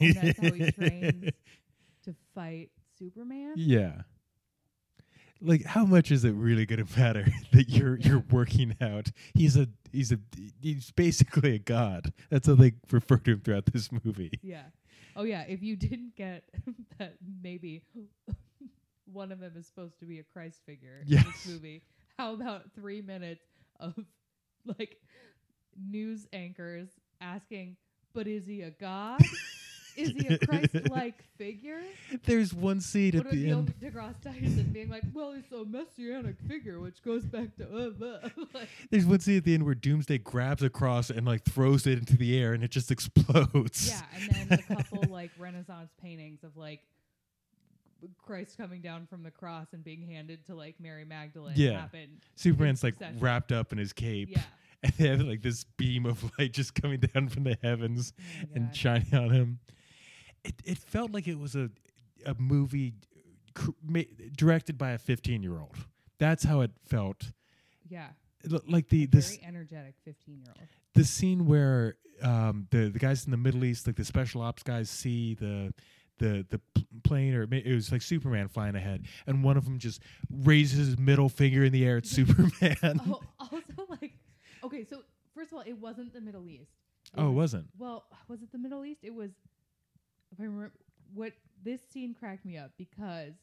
Speaker 2: and that's how he trains to fight Superman.
Speaker 1: yeah. Like how much is it really going to matter that you're
Speaker 2: Yeah.
Speaker 1: you're working out? He's a he's a he's basically a god. That's how they refer to him throughout this movie.
Speaker 2: Yeah. Oh yeah. If you didn't get that, maybe one of them is supposed to be a Christ figure in
Speaker 1: Yes.
Speaker 2: this movie. How about three minutes of like news anchors asking, "But is he a god? is he a Christ-like figure?"
Speaker 1: There's one scene
Speaker 2: What
Speaker 1: at
Speaker 2: about
Speaker 1: the
Speaker 2: Neil
Speaker 1: end.
Speaker 2: deGrasse Tyson being like, "Well, it's a messianic figure, which goes back to uh, blah." like,
Speaker 1: There's one scene at the end where Doomsday grabs a cross and like throws it into the air and it just explodes.
Speaker 2: Yeah, and then a couple like Renaissance paintings of like Christ coming down from the cross and being handed to like Mary Magdalene
Speaker 1: Yeah.
Speaker 2: happen.
Speaker 1: Superman's like
Speaker 2: Succession.
Speaker 1: wrapped up in his cape.
Speaker 2: Yeah.
Speaker 1: And they have like this beam of light just coming down from the heavens
Speaker 2: Oh my
Speaker 1: and
Speaker 2: God.
Speaker 1: shining on him. It, it felt like it was a a movie cr- ma- directed by a 15 year old. That's how it felt.
Speaker 2: Yeah.
Speaker 1: L- like the
Speaker 2: a
Speaker 1: this
Speaker 2: very energetic 15 year old.
Speaker 1: the scene where um, the the guys in the Middle East, like the special ops guys, see the the the p- plane or ma- it was like Superman flying ahead, and one of them just raises his middle finger in the air at Superman.
Speaker 2: Oh, also like, okay, so first of all, it wasn't the Middle East.
Speaker 1: oh, it wasn't.
Speaker 2: Well, was it the Middle East? It was. If I remember, what this scene cracked me up because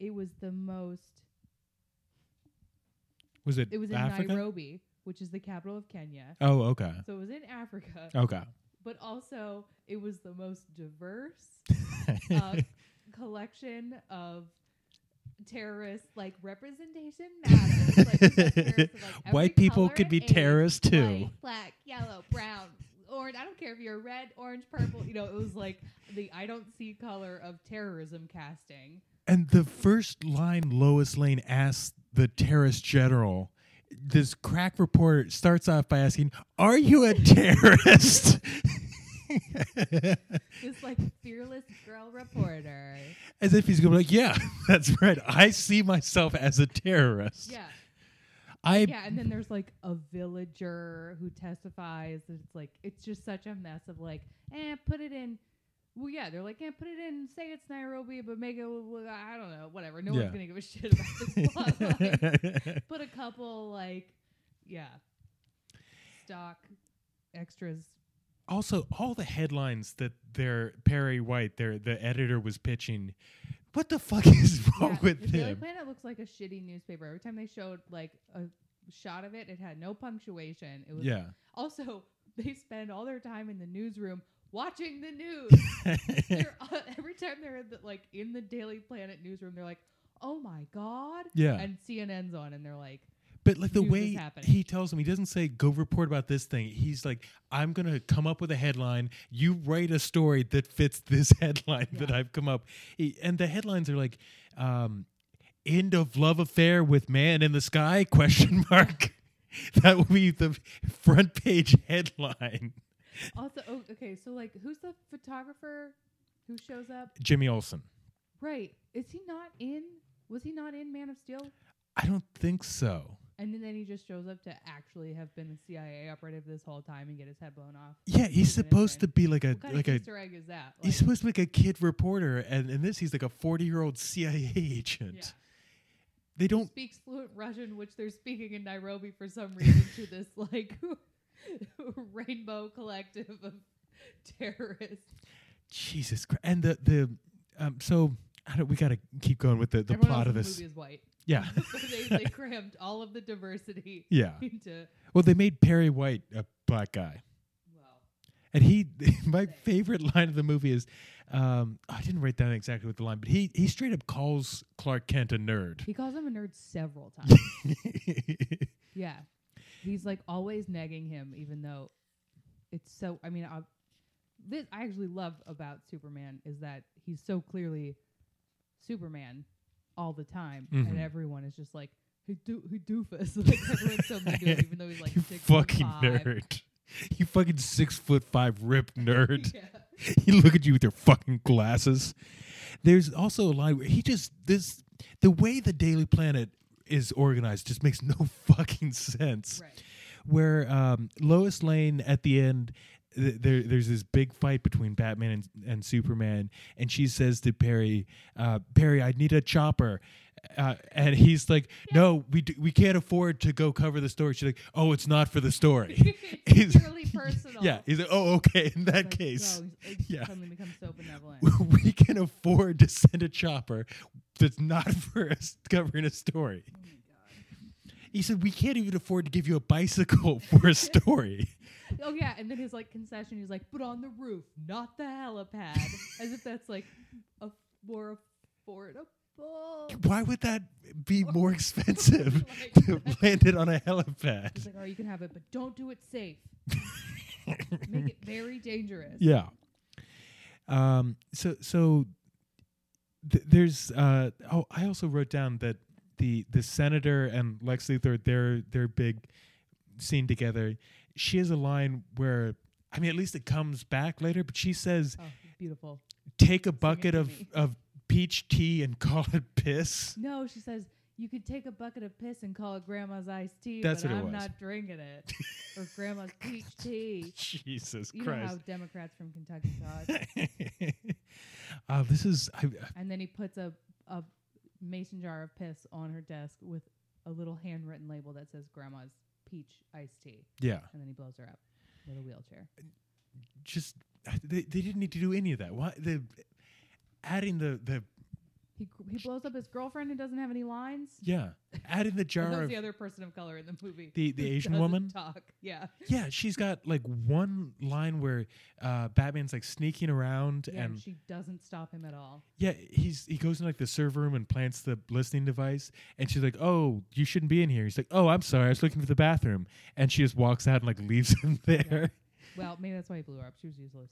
Speaker 2: it was the most.
Speaker 1: Was it?
Speaker 2: It was in
Speaker 1: Africa?
Speaker 2: Nairobi, which is the capital of Kenya.
Speaker 1: Oh, okay,
Speaker 2: So it was in Africa,
Speaker 1: okay.
Speaker 2: but also it was the most diverse uh, collection of terrorists. Like representation matters. like, we got terrorists of, like, every
Speaker 1: White people
Speaker 2: color
Speaker 1: could
Speaker 2: and
Speaker 1: be
Speaker 2: age,
Speaker 1: terrorists too.
Speaker 2: White, black, yellow, brown, orange. I don't care if you're red, orange, purple. You know, it was like the I don't see color of terrorism casting.
Speaker 1: And the first line Lois Lane asks the terrorist general, this crack reporter starts off by asking, Are you a terrorist?
Speaker 2: This like fearless girl reporter.
Speaker 1: as if he's going to be like, Yeah, that's right. I see myself as a terrorist.
Speaker 2: Yeah.
Speaker 1: I
Speaker 2: Yeah, and then there's like a villager who testifies. and It's like it's just such a mess of like, eh, put it in. Well, yeah, they're like, eh, put it in. Say it's Nairobi, but make it. I don't know, whatever. No
Speaker 1: Yeah.
Speaker 2: one's gonna give a shit about this plot. line. put a couple like, yeah, stock extras.
Speaker 1: also all the headlines that their Perry White, their the editor was pitching, what the fuck is wrong
Speaker 2: Yeah,
Speaker 1: with
Speaker 2: the Daily
Speaker 1: them?
Speaker 2: Planet looks like a shitty newspaper. Every time they showed like a shot of it, it had no punctuation. It was
Speaker 1: Yeah.
Speaker 2: Also, they spend all their time in the newsroom watching the news. they're, uh, every time they're in the, like in the Daily Planet newsroom, they're like, "Oh my god!"
Speaker 1: yeah.
Speaker 2: And CNN's on, and they're like,
Speaker 1: But like the
Speaker 2: news is
Speaker 1: way
Speaker 2: happening.
Speaker 1: he tells him, he doesn't say go report about this thing. He's like, I'm gonna come up with a headline. You write a story that fits this headline that
Speaker 2: Yeah.
Speaker 1: I've come up. He- And the headlines are like, um, "End of love affair with man in the sky?" Question mark. that would be the front page headline.
Speaker 2: "Also, oh, okay, so like, who's the photographer who shows up?
Speaker 1: Jimmy Olsen.
Speaker 2: Right? Is he not in? Was he not in Man of Steel?"
Speaker 1: I don't think so.
Speaker 2: And then, then he just shows up to actually have been a CIA operative this whole time and get his head blown off.
Speaker 1: Yeah, he's
Speaker 2: Isn't it
Speaker 1: supposed
Speaker 2: right?
Speaker 1: to be like a
Speaker 2: What kind
Speaker 1: like
Speaker 2: of
Speaker 1: a
Speaker 2: Easter egg is that?
Speaker 1: he's
Speaker 2: Like,
Speaker 1: supposed to be like a kid reporter, and in this he's like a forty year old CIA agent.
Speaker 2: yeah.
Speaker 1: They don't
Speaker 2: speaks fluent Russian, which they're speaking in Nairobi for some reason to this like rainbow collective of terrorists.
Speaker 1: Jesus Christ! And the the um, so I don't, we got to keep going with the, the
Speaker 2: Everyone
Speaker 1: plot
Speaker 2: else
Speaker 1: of
Speaker 2: in the
Speaker 1: this.
Speaker 2: movie is white.
Speaker 1: Yeah,
Speaker 2: So they, they crammed all of the diversity
Speaker 1: yeah.
Speaker 2: into
Speaker 1: Well, they made Perry White a black guy,
Speaker 2: well,
Speaker 1: and he. My favorite line of the movie is, um, I didn't write down exactly what the line, but he he straight up calls Clark Kent a nerd.
Speaker 2: he calls him a nerd several times. yeah, he's like always nagging him, even though it's so. I mean, I, this I actually love about Superman is that he's so clearly Superman all the time,
Speaker 1: Mhm.
Speaker 2: and everyone is just like, "Hey, do, hey doofus!" Like everyone's so mean to him, even though he's like
Speaker 1: you
Speaker 2: six foot
Speaker 1: fucking
Speaker 2: five.
Speaker 1: nerd. You fucking six foot five ripped nerd.
Speaker 2: Yeah.
Speaker 1: he look at you with your fucking glasses. There's also a line where he just this the way the Daily Planet is organized just makes no fucking sense.
Speaker 2: Right.
Speaker 1: Where um, Lois Lane at the end. th- There, there's this big fight between Batman and, and Superman, and she says to Perry, uh, "Perry, I need a chopper," uh, and he's like, "No, we d we can't afford to go cover the story." She's like, "Oh, it's not for the story." He's-
Speaker 2: it's purely personal.
Speaker 1: yeah, he's like, "Oh, okay." In that
Speaker 2: Like,
Speaker 1: case,
Speaker 2: no, he's- like,
Speaker 1: Yeah.
Speaker 2: Suddenly becomes so benevolent. Oh
Speaker 1: we can afford to send a chopper that's not for us covering a story.
Speaker 2: Oh my God.
Speaker 1: He said, We can't even afford to give you a bicycle for a story.
Speaker 2: Oh yeah, and then his like concession, he's like, "But on the roof, not the helipad," as if that's like a more affordable.
Speaker 1: Why would that be more expensive
Speaker 2: Like
Speaker 1: to
Speaker 2: that.
Speaker 1: land it on a
Speaker 2: He's
Speaker 1: helipad?
Speaker 2: like, "Oh, you can have it, but don't do it safe. Make it very dangerous."
Speaker 1: Yeah. Um, so, so th- there's, uh, oh, I also wrote down that the, the senator and Lex Luthor, their, their big scene together, she has a line where, I mean, at least it comes back later, but she says,
Speaker 2: Oh, beautiful.
Speaker 1: take a bucket
Speaker 2: to
Speaker 1: of
Speaker 2: me.
Speaker 1: of peach tea and call it piss.
Speaker 2: No, she says, you could take a bucket of piss and call it grandma's iced tea,
Speaker 1: That's
Speaker 2: but
Speaker 1: what it
Speaker 2: I'm
Speaker 1: was.
Speaker 2: not drinking it. or grandma's peach tea.
Speaker 1: Jesus
Speaker 2: You know how
Speaker 1: Christ.
Speaker 2: Democrats from Kentucky talk.
Speaker 1: uh, this is I,
Speaker 2: and then he puts a, a mason jar of piss on her desk with a little handwritten label that says grandma's peach iced tea.
Speaker 1: yeah.
Speaker 2: And then he blows her up with a wheelchair.
Speaker 1: Just uh, they, they didn't need to do any of that. Why the adding the the
Speaker 2: He, gr- he blows up his girlfriend who doesn't have any lines.
Speaker 1: yeah adding the
Speaker 2: And
Speaker 1: jar
Speaker 2: that's
Speaker 1: of
Speaker 2: the other person of color in the movie.
Speaker 1: The- the
Speaker 2: who
Speaker 1: Asian
Speaker 2: doesn't
Speaker 1: woman?
Speaker 2: Talk. Yeah.
Speaker 1: yeah she's got like one line where uh, Batman's like sneaking around
Speaker 2: yeah.
Speaker 1: and
Speaker 2: And she doesn't stop him at all.
Speaker 1: Yeah, he's he goes in like the server room and plants the listening device, and she's like, "Oh, you shouldn't be in here." He's like, "Oh, I'm sorry, I was looking for the bathroom," and she just walks out and like leaves him there.
Speaker 2: Well, maybe that's why he blew her up. She was useless.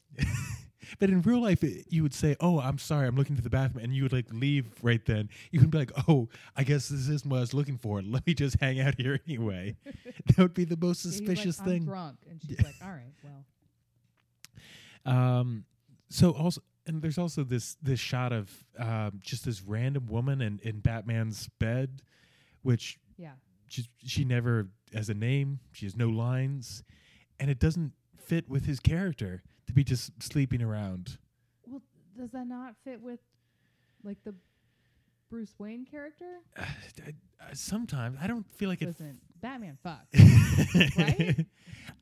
Speaker 1: But in real life, it, you would say, "Oh, I'm sorry, I'm looking for the bathroom," and you would like leave right then. You would be like, "Oh, I guess this isn't what I was looking for. Let me just hang out here anyway." that would be the most
Speaker 2: Yeah, he's like,
Speaker 1: suspicious
Speaker 2: "I'm
Speaker 1: thing.
Speaker 2: drunk. And she's like, all right, well.
Speaker 1: Um, so also, and there's also this this shot of um, just this random woman in in Batman's bed, which
Speaker 2: Yeah.
Speaker 1: she, she never has a name. She has no lines, and it doesn't fit with his character to be just sleeping around.
Speaker 2: Well, does that not fit with like the Bruce Wayne character?
Speaker 1: Uh, sometimes I don't feel like it.
Speaker 2: Listen, Batman fuck.
Speaker 1: right?
Speaker 2: Right?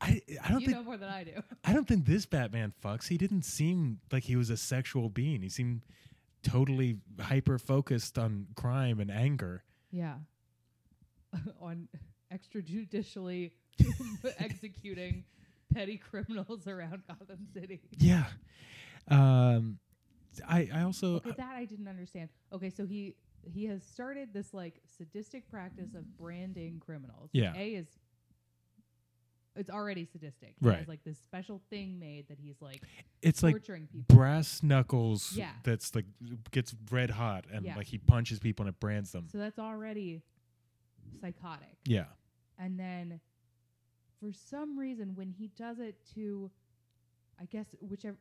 Speaker 1: I I don't
Speaker 2: you
Speaker 1: think
Speaker 2: know more than I do.
Speaker 1: I don't think this Batman fucks. He didn't seem like he was a sexual being. He seemed totally hyper focused on crime and anger.
Speaker 2: Yeah. On extrajudicially executing petty criminals around Gotham City.
Speaker 1: Yeah. Um. I I also uh,
Speaker 2: Okay, that I didn't understand. Okay, so he he has started this like sadistic practice of branding criminals.
Speaker 1: Yeah.
Speaker 2: A is it's already sadistic. He
Speaker 1: Right.
Speaker 2: Has, like this special thing made that he's like
Speaker 1: it's like
Speaker 2: torturing people.
Speaker 1: brass knuckles
Speaker 2: Yeah.
Speaker 1: that's like gets red hot and
Speaker 2: Yeah.
Speaker 1: like he punches people and it brands them.
Speaker 2: So that's already psychotic.
Speaker 1: yeah.
Speaker 2: And then for some reason, when he does it to, I guess, whichever,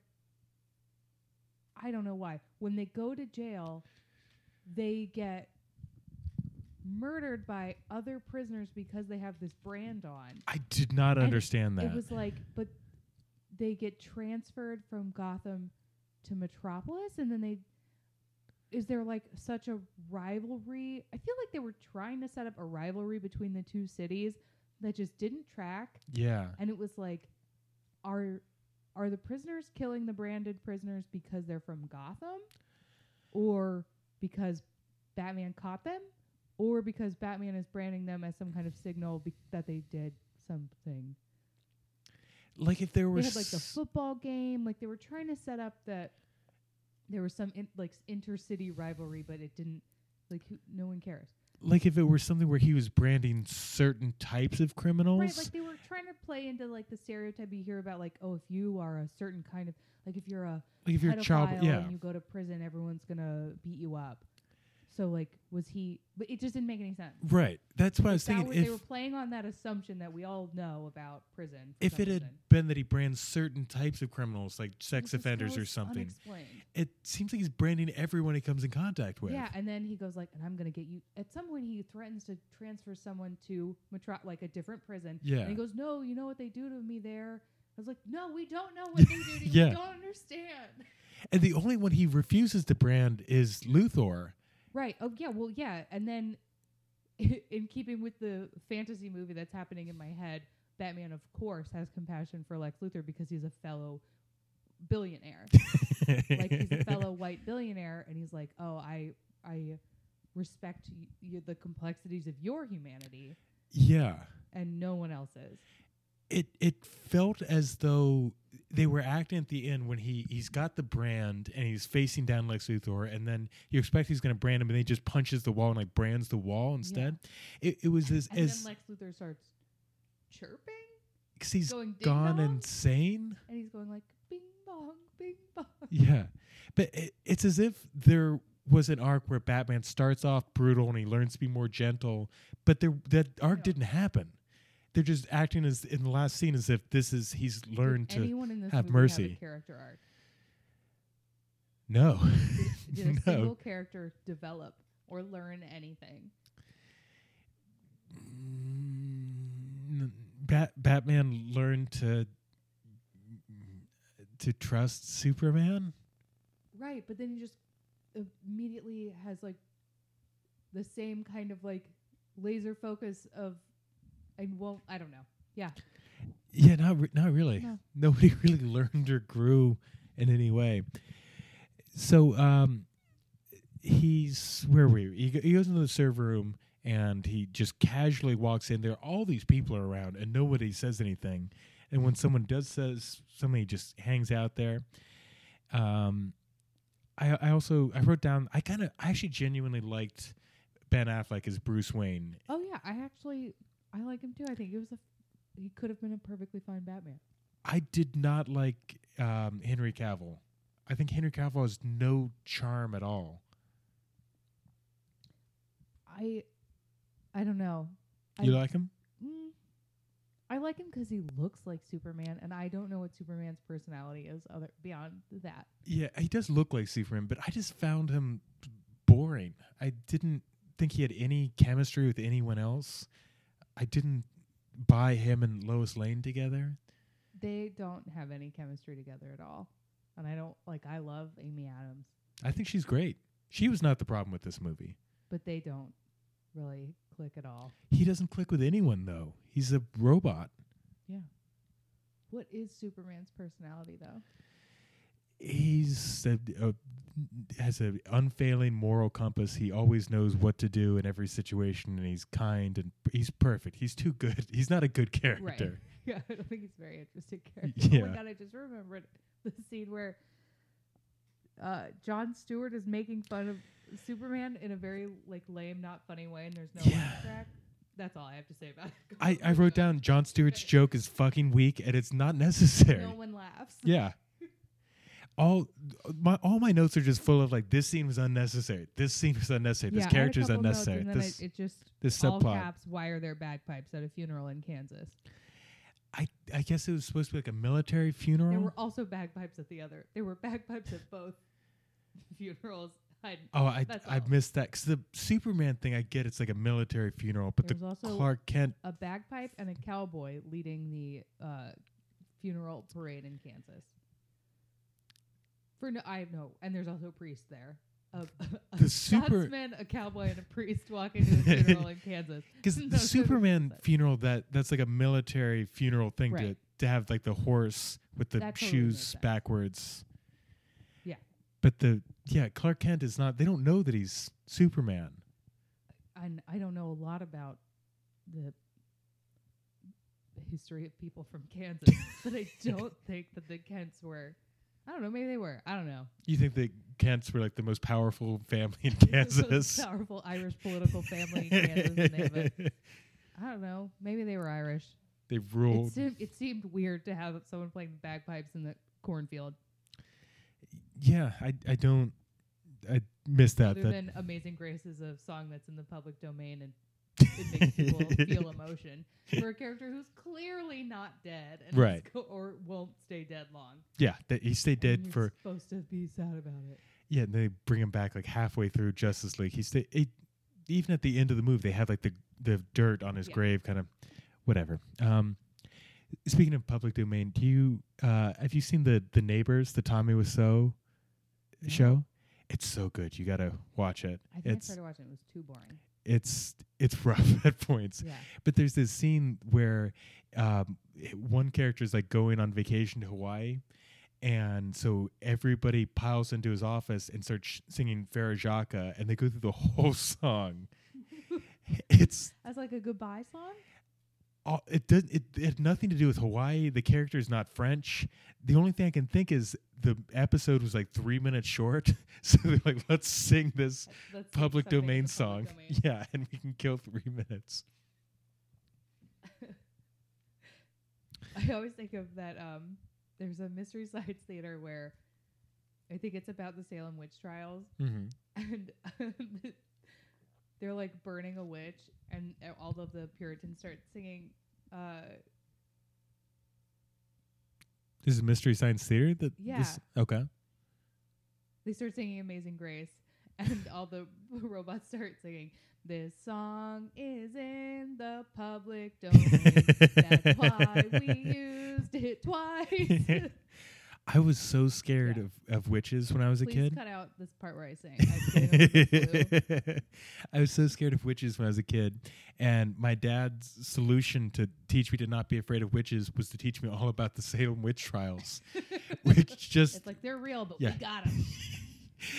Speaker 2: I don't know why, when they go to jail, they get murdered by other prisoners because they have this brand on.
Speaker 1: I did not
Speaker 2: And
Speaker 1: understand that.
Speaker 2: It was like, but they get transferred from Gotham to Metropolis, and then they. Is there like such a rivalry? I feel like they were trying to set up a rivalry between the two cities that just didn't track,
Speaker 1: yeah.
Speaker 2: and it was like, are are the prisoners killing the branded prisoners because they're from Gotham, or because Batman caught them, or because Batman is branding them as some kind of signal be- that they did something
Speaker 1: Like if there
Speaker 2: they
Speaker 1: was
Speaker 2: had like the football game like they were trying to set up that there was some in, like intercity rivalry but it didn't like who, no one cares
Speaker 1: like if it were something where he was branding certain types of criminals.
Speaker 2: right like they were trying to play into like the stereotype you hear about like oh if you are a certain kind of like if you're a
Speaker 1: Like if you're a child
Speaker 2: pedophile
Speaker 1: yeah.
Speaker 2: and you go to prison everyone's gonna beat you up so like was he but it just didn't make any sense
Speaker 1: Right. That's what I
Speaker 2: Like,
Speaker 1: was
Speaker 2: that
Speaker 1: thinking.
Speaker 2: was-
Speaker 1: if
Speaker 2: they were playing on that assumption that we all know about prison for
Speaker 1: if
Speaker 2: some
Speaker 1: it had
Speaker 2: reason.
Speaker 1: been that he brands certain types of criminals, like
Speaker 2: It
Speaker 1: sex
Speaker 2: just
Speaker 1: offenders or
Speaker 2: goes
Speaker 1: something,
Speaker 2: unexplained.
Speaker 1: it seems like he's branding everyone he comes in contact with.
Speaker 2: Yeah, and then he goes like, "And I'm gonna get you." At some point, he threatens to transfer someone to metro- like a different prison.
Speaker 1: Yeah.
Speaker 2: and he goes, "No, you know what they do to me there." I was like, "No, we don't know what they do to you.
Speaker 1: Yeah.
Speaker 2: We don't understand."
Speaker 1: And the only one he refuses to brand is Luthor.
Speaker 2: Right? Oh yeah. Well, yeah. And then, in keeping with the fantasy movie that's happening in my head, Batman, of course, has compassion for Lex Luthor because he's a fellow billionaire. like he's a fellow white billionaire and he's like oh i i respect y- y- the complexities of your humanity
Speaker 1: yeah.
Speaker 2: and no one else's
Speaker 1: it it felt as though they were acting at the end when he he's got the brand and he's facing down Lex Luthor and then you expect he's going to brand him and then he just punches the wall and like brands the wall instead. It, it was as
Speaker 2: and
Speaker 1: as
Speaker 2: then lex luthor starts chirping
Speaker 1: 'cause he's
Speaker 2: going ding
Speaker 1: gone
Speaker 2: dong,
Speaker 1: insane.
Speaker 2: and he's going like bing bong bing bong
Speaker 1: Yeah, but it, it's as if there was an arc where Batman starts off brutal and he learns to be more gentle, but there that arc
Speaker 2: Yeah.
Speaker 1: didn't happen. They're just acting as in the last scene as if this is he's
Speaker 2: Did
Speaker 1: learned to
Speaker 2: anyone in this
Speaker 1: have
Speaker 2: movie
Speaker 1: mercy.
Speaker 2: a character arc
Speaker 1: no.
Speaker 2: did, did a
Speaker 1: No.
Speaker 2: single character develop or learn anything
Speaker 1: Mm, Bat- Batman learned to to trust Superman.
Speaker 2: Right, but then he just immediately has like the same kind of like laser focus of and won't I don't know. Yeah.
Speaker 1: Yeah, not re- not really.
Speaker 2: No.
Speaker 1: Nobody really learned or grew in any way. So um, he's where were you? He, go- he goes into the server room and he just casually walks in there. All these people are around and nobody says anything. And when someone does says something, he just hangs out there. Um, I I also I wrote down I kind of I actually genuinely liked Ben Affleck as Bruce Wayne.
Speaker 2: Oh yeah, I actually I like him too. I think it was a he could have been a perfectly fine Batman.
Speaker 1: I did not like um, Henry Cavill. I think Henry Cavill has no charm at all.
Speaker 2: I I don't know.
Speaker 1: you
Speaker 2: I,
Speaker 1: like him?
Speaker 2: Mm, I like him 'cause he looks like Superman, and I don't know what Superman's personality is other beyond that.
Speaker 1: Yeah, he does look like Superman, but I just found him boring. I didn't think he had any chemistry with anyone else. I didn't buy him and Lois Lane together.
Speaker 2: They don't have any chemistry together at all, and I don't like. I love Amy Adams,
Speaker 1: I think she's great. She was not the problem with this movie.
Speaker 2: but they don't really click at all.
Speaker 1: He doesn't click with anyone though. He's a robot.
Speaker 2: What is Superman's personality though?
Speaker 1: he's a, a, has an unfailing moral compass. He always knows what to do in every situation, and he's kind and p- he's perfect. He's too good. He's not a good character.
Speaker 2: Yeah, I don't think he's a very interesting character. Oh
Speaker 1: yeah.
Speaker 2: my god, I just remembered the scene where uh John Stewart is making fun of Superman in a very like lame, not funny way, and there's no
Speaker 1: Yeah.
Speaker 2: laugh track. That's all I have to say about it.
Speaker 1: I, I wrote down John Stewart's joke is fucking weak, and it's not necessary.
Speaker 2: No one laughs.
Speaker 1: Yeah. All my all my notes are just full of like this scene was unnecessary. This scene was unnecessary.
Speaker 2: I
Speaker 1: this
Speaker 2: had a
Speaker 1: character is
Speaker 2: couple notes,
Speaker 1: unnecessary.
Speaker 2: and then I-
Speaker 1: This
Speaker 2: it just
Speaker 1: this
Speaker 2: all
Speaker 1: subplot.
Speaker 2: caps. Why are there bagpipes at a funeral in Kansas?
Speaker 1: I I guess it was supposed to be like a military funeral.
Speaker 2: There were also bagpipes at the other. There were bagpipes at both funerals. I,
Speaker 1: Oh, I
Speaker 2: That's
Speaker 1: I
Speaker 2: all.
Speaker 1: missed that 'cause the Superman thing I get it's like a military funeral, but
Speaker 2: there
Speaker 1: the
Speaker 2: was also
Speaker 1: Clark Kent
Speaker 2: a bagpipe and a cowboy leading the uh, funeral parade in Kansas. For no, I know, and there's also a priest there. A, a
Speaker 1: The super-
Speaker 2: Scotsman, a cowboy, and a priest walk into a funeral in Kansas.
Speaker 1: because
Speaker 2: No,
Speaker 1: the
Speaker 2: it's totally
Speaker 1: Superman
Speaker 2: different.
Speaker 1: funeral that that's like a military funeral thing to
Speaker 2: Right.
Speaker 1: to have like the horse with the
Speaker 2: That totally
Speaker 1: shoes
Speaker 2: makes sense.
Speaker 1: backwards.
Speaker 2: Yeah.
Speaker 1: but the yeah Clark Kent is not. They don't know that he's Superman.
Speaker 2: And I don't know a lot about the history of people from Kansas, but I don't think that the Kents were. I don't know. Maybe they were. I don't know.
Speaker 1: You think the Kents were like the most powerful family in
Speaker 2: This was a
Speaker 1: Kansas?
Speaker 2: powerful Irish political family in Kansas. And they have a, I don't know. Maybe they were Irish.
Speaker 1: they
Speaker 2: It,
Speaker 1: ruled.
Speaker 2: seem, it seemed weird to have someone playing the bagpipes in the cornfield,
Speaker 1: yeah, I I don't I missed that.
Speaker 2: other
Speaker 1: that
Speaker 2: than "Amazing Grace" is a song that's in the public domain and it makes people feel emotion for a character who's clearly not dead, and is
Speaker 1: Right.
Speaker 2: co- or won't stay dead long.
Speaker 1: yeah, that he stayed dead
Speaker 2: and you're
Speaker 1: for
Speaker 2: supposed to be sad about it.
Speaker 1: Yeah, and they bring him back like halfway through Justice League. He's the, it, even at the end of the movie, they have like the the dirt on his
Speaker 2: Yeah.
Speaker 1: grave, kind of whatever. Um, speaking of public domain, do you uh, have you seen the the neighbors, the Tommy Wiseau
Speaker 2: No.
Speaker 1: show? It's so good. You gotta watch it.
Speaker 2: I think
Speaker 1: It's
Speaker 2: I tried to watch it; it was too boring.
Speaker 1: it's it's rough at points.
Speaker 2: Yeah,
Speaker 1: But there's this scene where um, h- one character is like going on vacation to Hawaii, and so everybody piles into his office and starts sh- singing Farajaka, and they go through the whole song. it's
Speaker 2: as like a goodbye song.
Speaker 1: all, it does it, it had nothing to do with Hawaii. The character is not French. The only thing I can think is the episode was like three minutes short, so they're like, let's sing this
Speaker 2: That's like
Speaker 1: public
Speaker 2: something in
Speaker 1: domain
Speaker 2: the
Speaker 1: song,
Speaker 2: public domain.
Speaker 1: yeah, and we can kill three minutes.
Speaker 2: I always think of that. Um, there's a Mystery Science Theater where I think it's about the Salem witch trials,
Speaker 1: Mm-hmm.
Speaker 2: and um, they're like burning a witch, and uh, all of the Puritans start singing. Uh,
Speaker 1: This is Mystery Science Theater. That
Speaker 2: Yeah.
Speaker 1: This, okay.
Speaker 2: they start singing "Amazing Grace," and all the robots start singing. This song is in the public domain. That's why we used it twice.
Speaker 1: I was so scared
Speaker 2: Yeah.
Speaker 1: of, of witches when I was a
Speaker 2: Please
Speaker 1: kid.
Speaker 2: cut out this part where I sing. I don't have a clue.
Speaker 1: I was so scared of witches when I was a kid, and my dad's solution to teach me to not be afraid of witches was to teach me all about the Salem witch trials, which just
Speaker 2: it's like they're real, but
Speaker 1: Yeah.
Speaker 2: we got them.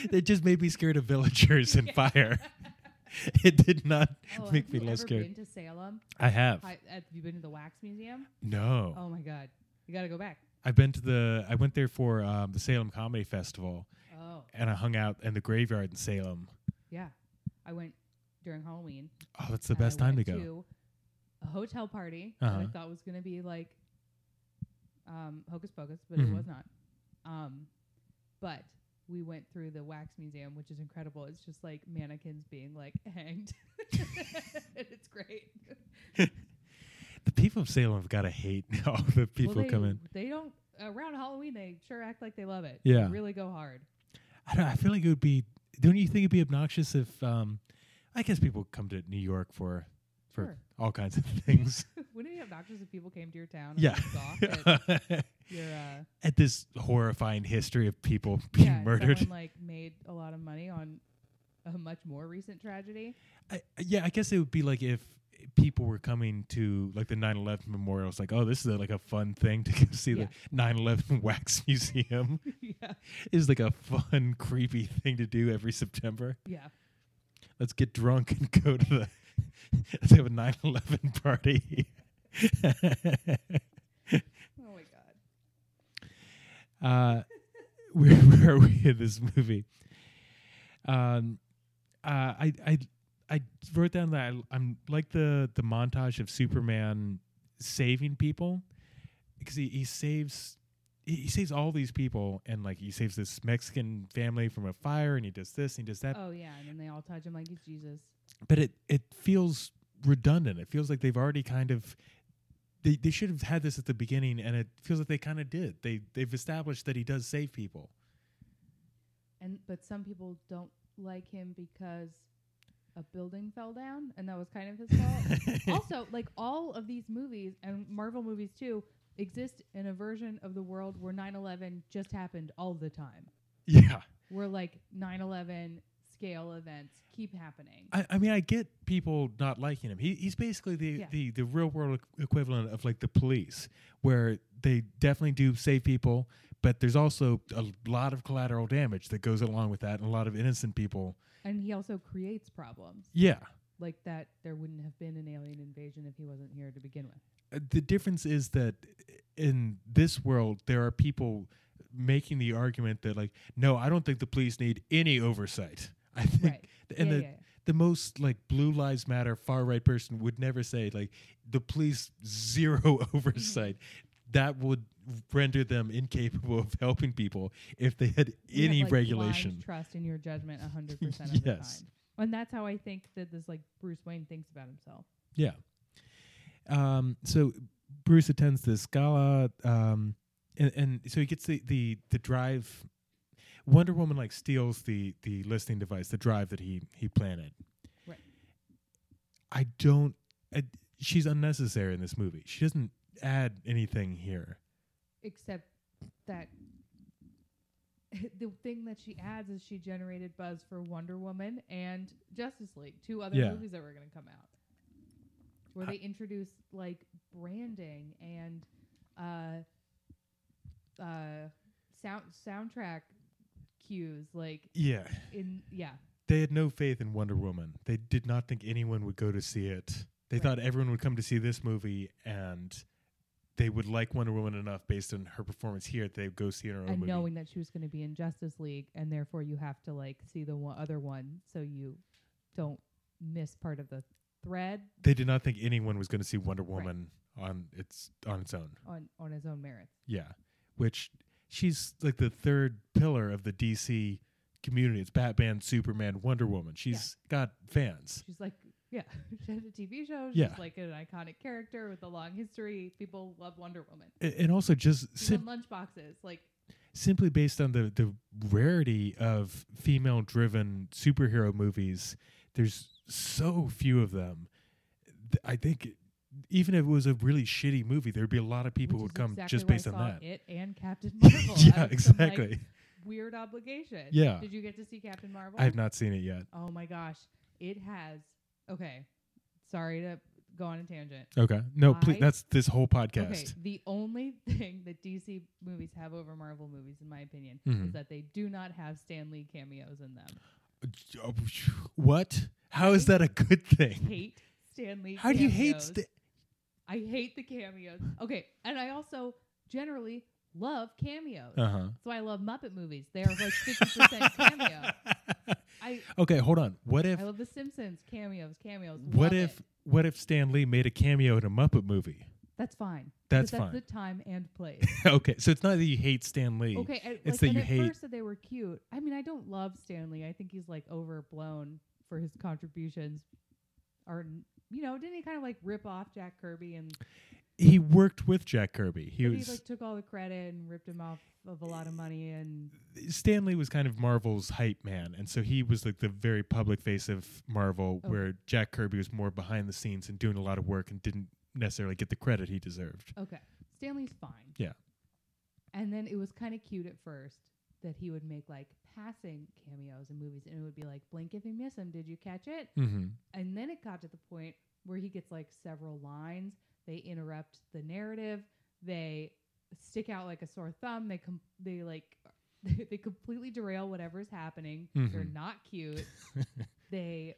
Speaker 1: they just made me scared of villagers and fire. It did not make me
Speaker 2: Oh, have you
Speaker 1: less
Speaker 2: ever
Speaker 1: scared.
Speaker 2: Been to Salem?
Speaker 1: I have
Speaker 2: Hi, have you been to the wax museum?
Speaker 1: no.
Speaker 2: Oh my god, you got to go back.
Speaker 1: I've been to the I went there for um, the Salem Comedy Festival,
Speaker 2: Oh
Speaker 1: and I hung out in the graveyard in Salem.
Speaker 2: yeah, I went during Halloween.
Speaker 1: Oh, that's the
Speaker 2: and I
Speaker 1: best time to
Speaker 2: went
Speaker 1: go.
Speaker 2: a hotel party that
Speaker 1: Uh-huh.
Speaker 2: I thought was going to be like um, hocus pocus, but
Speaker 1: Mhm.
Speaker 2: it was not. Um, but we went through the wax museum, which is incredible. It's just like mannequins being like hanged. it's great.
Speaker 1: The people of Salem have got to hate all the people
Speaker 2: well,
Speaker 1: who
Speaker 2: they,
Speaker 1: come in.
Speaker 2: They don't around Halloween. They sure act like they love it.
Speaker 1: Yeah.
Speaker 2: they really go hard.
Speaker 1: I don't. I feel like it would be. Don't you think it'd be obnoxious if? Um, I guess people come to New York for for
Speaker 2: Sure.
Speaker 1: all kinds of things.
Speaker 2: Wouldn't it be obnoxious if people came to your town? and
Speaker 1: yeah.
Speaker 2: scoffed at your, uh,
Speaker 1: At this horrifying history of people being
Speaker 2: yeah,
Speaker 1: murdered.
Speaker 2: Someone, like made a lot of money on a much more recent tragedy.
Speaker 1: I, yeah, I guess it would be like if people were coming to like the 9/11 memorial. It's like, oh, this is a, like a fun thing to go see
Speaker 2: Yeah.
Speaker 1: the 9/11 wax museum.
Speaker 2: yeah.
Speaker 1: is like a fun, creepy thing to do every September.
Speaker 2: Yeah.
Speaker 1: Let's get drunk and go to the. Let's have a 9/11 party.
Speaker 2: Oh my god.
Speaker 1: uh, where, where are we in this movie? Um, uh, I I I wrote down that I, I'm like the the montage of Superman saving people because he, he saves he he saves all these people and like he saves this Mexican family from a fire and he does this and he does that
Speaker 2: Oh yeah, and then they all touch him like he's Jesus.
Speaker 1: but it it feels redundant. It feels like they've already kind of they they should have had this at the beginning, and it feels like they kind of did. They they've established that he does save people.
Speaker 2: And but some people don't like him because a building fell down and that was kind of his fault. also, like all of these movies and Marvel movies too exist in a version of the world where 9/11 just happened all the time.
Speaker 1: yeah,
Speaker 2: Where like 9/11 scale events keep happening.
Speaker 1: I, I mean, I get people not liking him. He he's basically the
Speaker 2: Yeah.
Speaker 1: the the real world equ- equivalent of like the police, where they definitely do save people, but there's also a lot of collateral damage that goes along with that, and a lot of innocent people.
Speaker 2: and he also creates problems.
Speaker 1: Yeah.
Speaker 2: Like that there wouldn't have been an alien invasion if he wasn't here to begin with.
Speaker 1: Uh, the difference is that in this world there are people making the argument that like no i don't think the police need any oversight i think
Speaker 2: Right.
Speaker 1: and
Speaker 2: yeah,
Speaker 1: the,
Speaker 2: yeah, yeah.
Speaker 1: the most like blue lives matter far right person would never say like the police zero oversight that would render them incapable of helping people if they had
Speaker 2: You have,
Speaker 1: any
Speaker 2: like, blind
Speaker 1: regulation
Speaker 2: trust in your judgment a 100% of the
Speaker 1: Yes.
Speaker 2: time and that's how i think that this like bruce wayne thinks about himself
Speaker 1: Yeah. Um, so Bruce attends this gala, um, and, and so he gets the, the, the drive. Wonder Woman like steals the the listening device, the drive that he he planted.
Speaker 2: Right.
Speaker 1: I don't. I, she's unnecessary in this movie. She doesn't add anything here.
Speaker 2: except that the thing that she adds is she generated buzz for wonder woman and justice league two other
Speaker 1: Yeah.
Speaker 2: movies that were going to come out where
Speaker 1: I-
Speaker 2: they introduce like branding and uh uh sound soundtrack cues like
Speaker 1: Yeah,
Speaker 2: in yeah
Speaker 1: they had no faith in Wonder Woman. They did not think anyone would go to see it. They
Speaker 2: Right.
Speaker 1: thought everyone would come to see this movie and. They would like Wonder Woman enough based on her performance here that they would go see her own
Speaker 2: and
Speaker 1: movie.
Speaker 2: knowing that she was going to be in Justice League, and therefore you have to like see the one other one so you don't miss part of the thread
Speaker 1: they did not think anyone was going to see Wonder Woman on its on its own.
Speaker 2: on on his own merits.
Speaker 1: Yeah, which she's like the third pillar of the DC community. It's Batman, Superman, Wonder Woman. She's got fans.
Speaker 2: She's like, yeah, she has a TV show. She's
Speaker 1: Yeah.
Speaker 2: like an iconic character with a long history. People love Wonder Woman.
Speaker 1: A- And also just
Speaker 2: She's
Speaker 1: Sid
Speaker 2: on lunchboxes. Like
Speaker 1: simply based on the the rarity of female driven superhero movies. There's so few of them. Th- I think even if it was a really shitty movie, there'd be a lot of people who
Speaker 2: which
Speaker 1: would
Speaker 2: is
Speaker 1: come
Speaker 2: exactly
Speaker 1: just
Speaker 2: why I
Speaker 1: based on
Speaker 2: saw
Speaker 1: that.
Speaker 2: It and Captain Marvel. I
Speaker 1: yeah,
Speaker 2: was- I'm like,
Speaker 1: exactly.
Speaker 2: weird obligation.
Speaker 1: Yeah.
Speaker 2: Did you get to see Captain Marvel?
Speaker 1: I have not seen it yet.
Speaker 2: oh my gosh, it has. Okay, sorry to go on a tangent.
Speaker 1: Okay. No, please.
Speaker 2: I-
Speaker 1: That's this whole
Speaker 2: Okay,
Speaker 1: podcast.
Speaker 2: the only thing that DC movies have over Marvel movies, in my opinion,
Speaker 1: Mhm.
Speaker 2: is that they do not have Stan Lee cameos in them.
Speaker 1: oh, What? How is that a good thing?
Speaker 2: Hate Stan Lee.
Speaker 1: How do you hate?
Speaker 2: cameos.
Speaker 1: St-
Speaker 2: I hate the cameos. Okay, and I also generally love cameos.
Speaker 1: uh huh.
Speaker 2: That's why I love Muppet movies. They are like fifty percent cameo. I
Speaker 1: okay, hold on. What if
Speaker 2: I love The Simpsons cameos, cameos.
Speaker 1: what
Speaker 2: Love
Speaker 1: if
Speaker 2: it.
Speaker 1: what if Stan Lee made a cameo in a Muppet movie?
Speaker 2: that's fine?
Speaker 1: That's
Speaker 2: but
Speaker 1: fine.
Speaker 2: That's the time and place.
Speaker 1: okay, so it's not that you hate Stan Lee.
Speaker 2: okay, I,
Speaker 1: It's
Speaker 2: like,
Speaker 1: that
Speaker 2: and
Speaker 1: you
Speaker 2: at
Speaker 1: hate-
Speaker 2: first that they were cute. I mean, I don't love Stanley. I think he's like overblown for his contributions. Or you know, didn't he kind of like rip off Jack Kirby and
Speaker 1: He worked with Jack Kirby. He
Speaker 2: but
Speaker 1: was
Speaker 2: he like took all the credit and ripped him off of a lot of money and
Speaker 1: Stan Lee was kind of Marvel's hype man, and so he was like the very public face of Marvel,
Speaker 2: Okay.
Speaker 1: where Jack Kirby was more behind the scenes and doing a lot of work and didn't necessarily get the credit he deserved.
Speaker 2: Okay. Stanley's fine.
Speaker 1: Yeah.
Speaker 2: And then it was kind of cute at first that he would make like passing cameos in movies and it would be like, blink if you miss him, did you catch it?
Speaker 1: Mm-hmm.
Speaker 2: And then it got to the point where he gets like several lines. They interrupt the narrative. They stick out like a sore thumb. They com- they like they completely derail whatever's happening. They're
Speaker 1: Mhm.
Speaker 2: not cute. they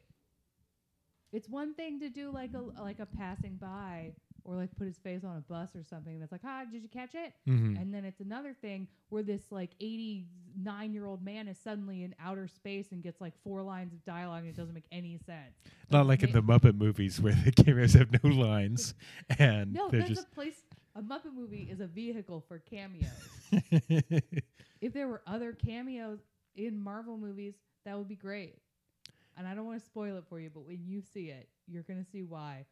Speaker 2: It's one thing to do like a like a passing by or like put his face on a bus or something that's like, "Ah, did you catch it?"
Speaker 1: Mm-hmm.
Speaker 2: And then it's another thing where this like 89 year old man is suddenly in outer space and gets like four lines of dialogue and it doesn't make any sense.
Speaker 1: Not like in the Muppet movies where the cameos have no lines and
Speaker 2: No,
Speaker 1: they're
Speaker 2: there's
Speaker 1: just.
Speaker 2: a place. A Muppet movie is a vehicle for cameos. if there were other cameos in Marvel movies, that would be great. And I don't want to spoil it for you, but when you see it, you're going to see why.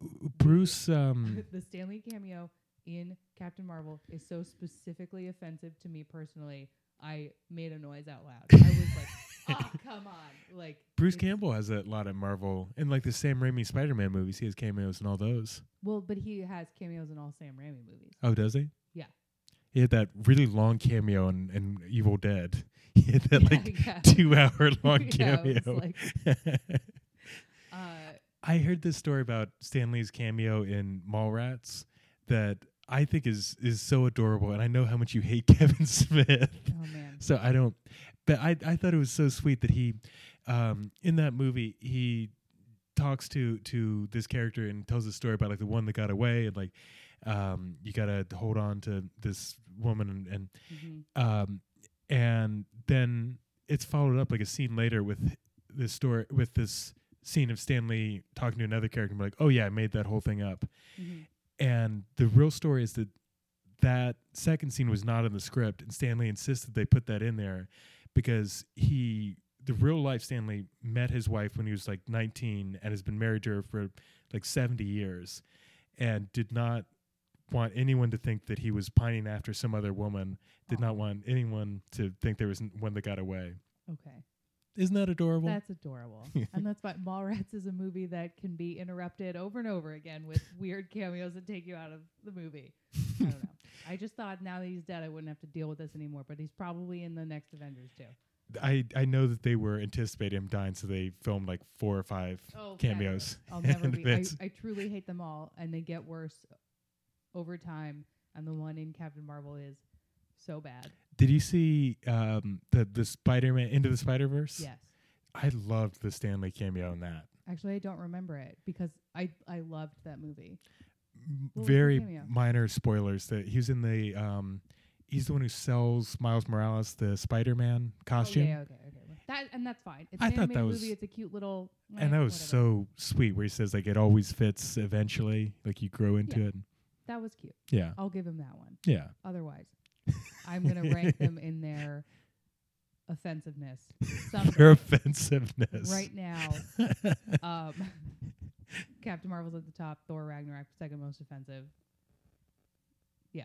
Speaker 1: Bruce. Um,
Speaker 2: the Stanley cameo in Captain Marvel is so specifically offensive to me personally. I made a noise out loud. I was like, "Oh, come on!" Like
Speaker 1: Bruce
Speaker 2: it's-
Speaker 1: Campbell has a lot in Marvel, and like the Sam Raimi Spider-Man movies, he has cameos in all those.
Speaker 2: Well, but he has cameos in all Sam Raimi movies.
Speaker 1: Oh, does he?
Speaker 2: Yeah.
Speaker 1: He had that really long cameo in, in Evil Dead. He had that
Speaker 2: Yeah,
Speaker 1: like
Speaker 2: yeah.
Speaker 1: two-hour long
Speaker 2: Yeah, it was
Speaker 1: cameo.
Speaker 2: Uh,
Speaker 1: I heard this story about Stanley's cameo in Mallrats that I think is is so adorable, and I know how much you hate Kevin Smith.
Speaker 2: oh man,
Speaker 1: So I don't, but I I thought it was so sweet that he, um, in that movie he talks to to this character and tells a story about like the one that got away and like, um, you gotta hold on to this woman and, and
Speaker 2: Mhm.
Speaker 1: um, and then it's followed up like a scene later with this story with this scene of Stanley talking to another character and be like, oh yeah, I made that whole thing up.
Speaker 2: Mhm.
Speaker 1: And the real story is that that second scene was not in the script, and Stanley insisted they put that in there because he, the real life Stanley, met his wife when he was like 19 and has been married to her for like 70 years and did not want anyone to think that he was pining after some other woman, did
Speaker 2: Aw.
Speaker 1: not want anyone to think there was n- one that got away.
Speaker 2: okay,
Speaker 1: Isn't that adorable?
Speaker 2: that's adorable, and that's why Mallrats is a movie that can be interrupted over and over again with weird cameos that take you out of the movie. I don't know. I just thought now that he's dead, I wouldn't have to deal with this anymore. But he's probably in the next Avengers too.
Speaker 1: I, I know that they were anticipating him dying, so they filmed like four or five
Speaker 2: Oh,
Speaker 1: cameos.
Speaker 2: I'll never
Speaker 1: and
Speaker 2: be. I,
Speaker 1: that's-
Speaker 2: I truly hate them all, and they get worse over time. And the one in Captain Marvel is so bad.
Speaker 1: Did you see um, the the Spider Man Into the Spider Verse?
Speaker 2: Yes,
Speaker 1: I loved the Stanley cameo in that.
Speaker 2: actually, I don't remember it because I I loved that movie.
Speaker 1: M-
Speaker 2: What was the
Speaker 1: Very
Speaker 2: cameo?
Speaker 1: minor spoilers that he was in the um, he's the one who sells Miles Morales the Spider Man costume,
Speaker 2: Oh, yeah, okay, okay. well, That and that's fine. It's
Speaker 1: I
Speaker 2: an
Speaker 1: thought that
Speaker 2: animated
Speaker 1: was-
Speaker 2: movie. It's a cute little. eh,
Speaker 1: and that was
Speaker 2: whatever.
Speaker 1: so sweet. Where he says like it always fits eventually, like you grow into
Speaker 2: Yeah.
Speaker 1: it.
Speaker 2: That was cute.
Speaker 1: Yeah,
Speaker 2: I'll give him that one.
Speaker 1: yeah.
Speaker 2: Otherwise, I'm gonna rank them in their offensiveness.
Speaker 1: Their
Speaker 2: Someday,
Speaker 1: offensiveness.
Speaker 2: right now, um, Captain Marvel's at the top. Thor Ragnarok second most offensive. Yeah,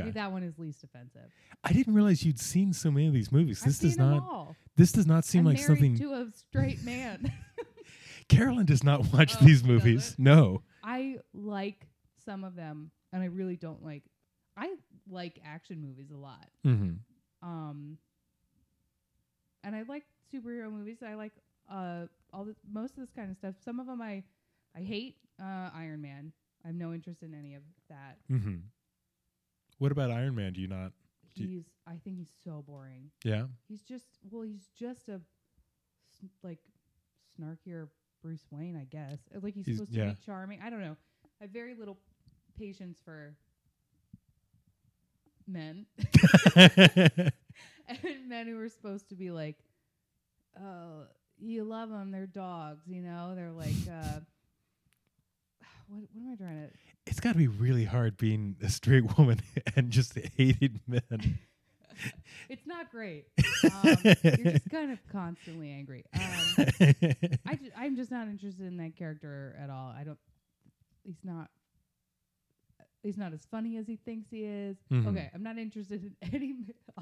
Speaker 1: Okay.
Speaker 2: that one is least offensive.
Speaker 1: I didn't realize you'd seen so many of these movies.
Speaker 2: I've
Speaker 1: This
Speaker 2: seen
Speaker 1: does
Speaker 2: them
Speaker 1: not
Speaker 2: all.
Speaker 1: this does not seem
Speaker 2: I'm
Speaker 1: like
Speaker 2: married
Speaker 1: something
Speaker 2: to a straight man.
Speaker 1: Carolyn does not watch
Speaker 2: Oh,
Speaker 1: these
Speaker 2: she
Speaker 1: movies.
Speaker 2: doesn't?
Speaker 1: No.
Speaker 2: I like some of them, and I really don't like. I like action movies a lot.
Speaker 1: Mhm.
Speaker 2: um and i like superhero movies i like uh all the most of this kind of stuff some of them i i hate uh iron man i have no interest in any of that
Speaker 1: Mhm. What about Iron Man? Do you not? Do-
Speaker 2: he's i think he's so boring
Speaker 1: Yeah.
Speaker 2: he's just well he's just a s- like snarkier bruce wayne i guess Uh, like he's,
Speaker 1: He's-
Speaker 2: supposed
Speaker 1: yeah.
Speaker 2: to be charming i don't know i have very little patience for men and men who were supposed to be like, oh, you love them, they're dogs, you know, they're like, uh, what, what am I trying to?
Speaker 1: it's got to be really hard being a straight woman and just hated men.
Speaker 2: It's not great. Um, you're just kind of constantly angry. Um, I ju- I'm just not interested in that character at all. I don't. He's not. He's not as funny as he thinks he is.
Speaker 1: Mhm.
Speaker 2: Okay, I'm not interested in any.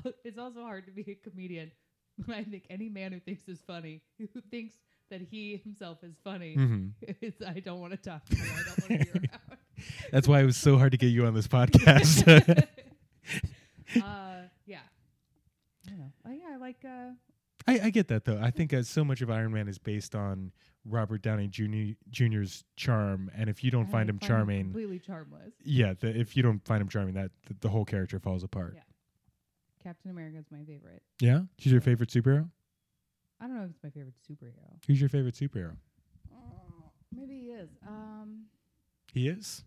Speaker 2: ma- It's also hard to be a comedian. I think any man who thinks is funny, who thinks that he himself is funny,
Speaker 1: hmm
Speaker 2: is I don't want to talk to you. I don't want to be around.
Speaker 1: That's why it was so hard to get you on this podcast.
Speaker 2: uh, yeah. I don't know. Oh yeah, I like. Uh,
Speaker 1: I, I get that though. I think uh, so much of Iron Man is based on Robert Downey Jr. Jr.'s charm, and if you don't
Speaker 2: I
Speaker 1: find him charming,
Speaker 2: Completely charmless.
Speaker 1: yeah, the, if you don't find him charming, that the, the whole character falls apart.
Speaker 2: Yeah. Captain America's my favorite.
Speaker 1: Yeah. she's your favorite superhero.
Speaker 2: I don't know if it's my favorite superhero.
Speaker 1: Who's your favorite superhero?
Speaker 2: Oh, maybe he is. Um,
Speaker 1: He is.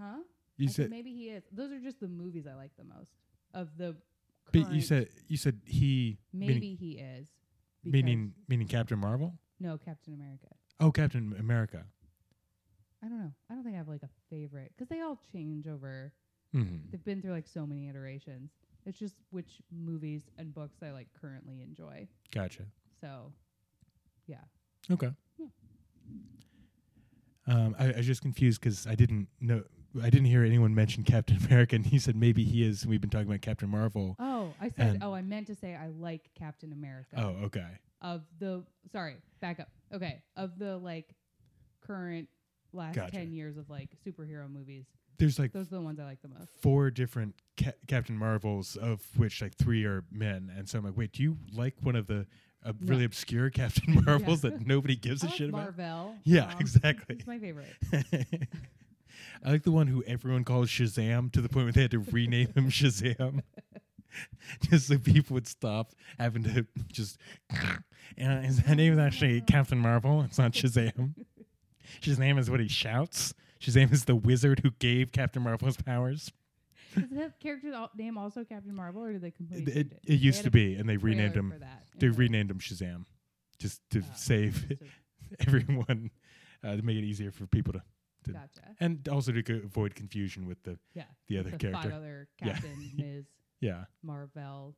Speaker 2: huh? I
Speaker 1: You
Speaker 2: think
Speaker 1: said.
Speaker 2: maybe he is. Those are just the movies I like the most of the.
Speaker 1: But you
Speaker 2: current-
Speaker 1: said you said he
Speaker 2: maybe
Speaker 1: meaning
Speaker 2: he is. because-
Speaker 1: meaning, meaning Captain Marvel.
Speaker 2: no, Captain America.
Speaker 1: Oh, Captain America.
Speaker 2: I don't know. I don't think I have like a favorite because they all change over.
Speaker 1: Mm-hmm.
Speaker 2: They've been through like so many iterations. It's just which movies and books I like currently enjoy.
Speaker 1: Gotcha.
Speaker 2: So, yeah.
Speaker 1: Okay.
Speaker 2: Yeah.
Speaker 1: Um, I, I was just confused because I didn't know. I didn't hear anyone mention Captain America, and he said maybe he is. We've been talking about Captain Marvel.
Speaker 2: Oh, I said.
Speaker 1: And-
Speaker 2: oh, I meant to say I like Captain America.
Speaker 1: Oh, okay.
Speaker 2: of the sorry, back up. Okay, of the like current last
Speaker 1: Gotcha.
Speaker 2: ten years of like superhero movies,
Speaker 1: There's like
Speaker 2: those are the ones I like the most.
Speaker 1: four different ca- Captain Marvels, of which like three are men, and so I'm like, wait, do you like one of the uh,
Speaker 2: No.
Speaker 1: really obscure Captain Marvels that nobody gives
Speaker 2: I
Speaker 1: a
Speaker 2: like
Speaker 1: shit about?
Speaker 2: Marvel.
Speaker 1: Yeah,
Speaker 2: um,
Speaker 1: exactly.
Speaker 2: It's my favorite.
Speaker 1: I like the one who everyone calls Shazam to the point where they had to rename him Shazam. just so people would stop having to just. And his name is actually Captain Marvel. It's not Shazam. Shazam is what he shouts. Shazam is the wizard who gave Captain Marvel his powers.
Speaker 2: Is that character al- name also Captain Marvel, or did they
Speaker 1: It,
Speaker 2: completely?
Speaker 1: it,
Speaker 2: change
Speaker 1: it used
Speaker 2: They had
Speaker 1: to
Speaker 2: a
Speaker 1: be, and they renamed
Speaker 2: trailer for
Speaker 1: him.
Speaker 2: that.
Speaker 1: They
Speaker 2: Okay.
Speaker 1: renamed him Shazam, just to
Speaker 2: Oh,
Speaker 1: save
Speaker 2: so-
Speaker 1: everyone, uh, to make it easier for people to, to
Speaker 2: Gotcha.
Speaker 1: and also to co- avoid confusion with the
Speaker 2: Yeah.
Speaker 1: the other
Speaker 2: the
Speaker 1: character.
Speaker 2: five other
Speaker 1: Yeah.
Speaker 2: Captain Ms.
Speaker 1: Yeah.
Speaker 2: Marvel.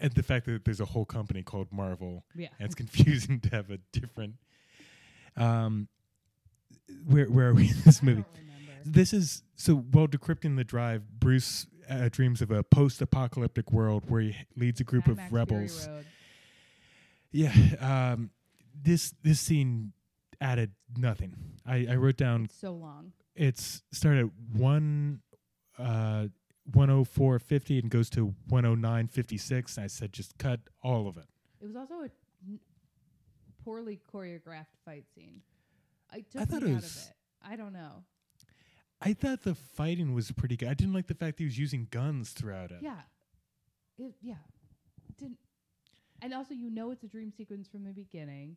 Speaker 1: And the fact that there's a whole company called Marvel,
Speaker 2: Yeah.
Speaker 1: and it's confusing to have a different. Um, where where are we in this
Speaker 2: I
Speaker 1: movie?
Speaker 2: don't remember.
Speaker 1: This is so while decrypting the drive, Bruce uh, dreams of a post-apocalyptic world where he leads a group
Speaker 2: Mad
Speaker 1: of
Speaker 2: Max Fury
Speaker 1: rebels.
Speaker 2: Road.
Speaker 1: Yeah. Um, this this scene added nothing. I, I wrote down
Speaker 2: It's so long.
Speaker 1: it's started at one uh one oh four fifty and goes to one oh nine fifty six. I said just cut all of it.
Speaker 2: It was also a n- poorly choreographed fight scene. I took
Speaker 1: thought
Speaker 2: me
Speaker 1: it
Speaker 2: out
Speaker 1: was-
Speaker 2: of it. I don't know.
Speaker 1: I thought the fighting was pretty good. I didn't like the fact he was using guns throughout it.
Speaker 2: Yeah. It, yeah. Didn't. And also, you know, it's a dream sequence from the beginning.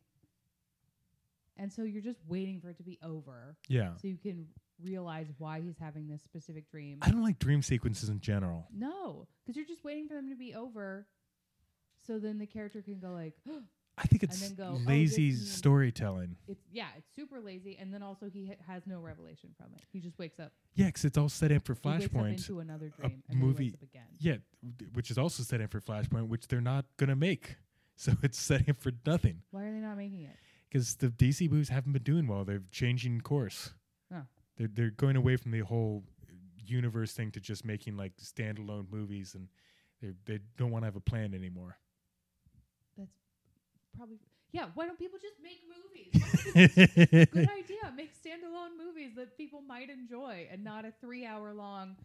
Speaker 2: And so you're just waiting for it to be over
Speaker 1: Yeah.
Speaker 2: so you can realize why he's having this specific dream.
Speaker 1: I don't like dream sequences in general.
Speaker 2: No, because you're just waiting for them to be over. So then the character can go like,
Speaker 1: I think it's
Speaker 2: then go, "Oh, this
Speaker 1: lazy
Speaker 2: means-"
Speaker 1: storytelling.
Speaker 2: it's yeah, it's super lazy, and then also he ha- has no revelation from it. He just wakes up
Speaker 1: Yeah, 'cause it's all set up for
Speaker 2: He wakes up
Speaker 1: Flashpoint.
Speaker 2: into another
Speaker 1: a
Speaker 2: dream and
Speaker 1: movie-
Speaker 2: movie wakes up again.
Speaker 1: Yeah, d- which is also set up for Flashpoint, which they're not gonna make. So it's set up for nothing.
Speaker 2: Why are they not making it?
Speaker 1: 'Cause the DC movies haven't been doing well. They're changing course.
Speaker 2: Oh.
Speaker 1: They're they're going away from the whole universe thing to just making like standalone movies, and they they don't want to have a plan anymore.
Speaker 2: That's probably yeah. Why don't people just make movies? Good idea. Make standalone movies that people might enjoy, and not a three-hour-long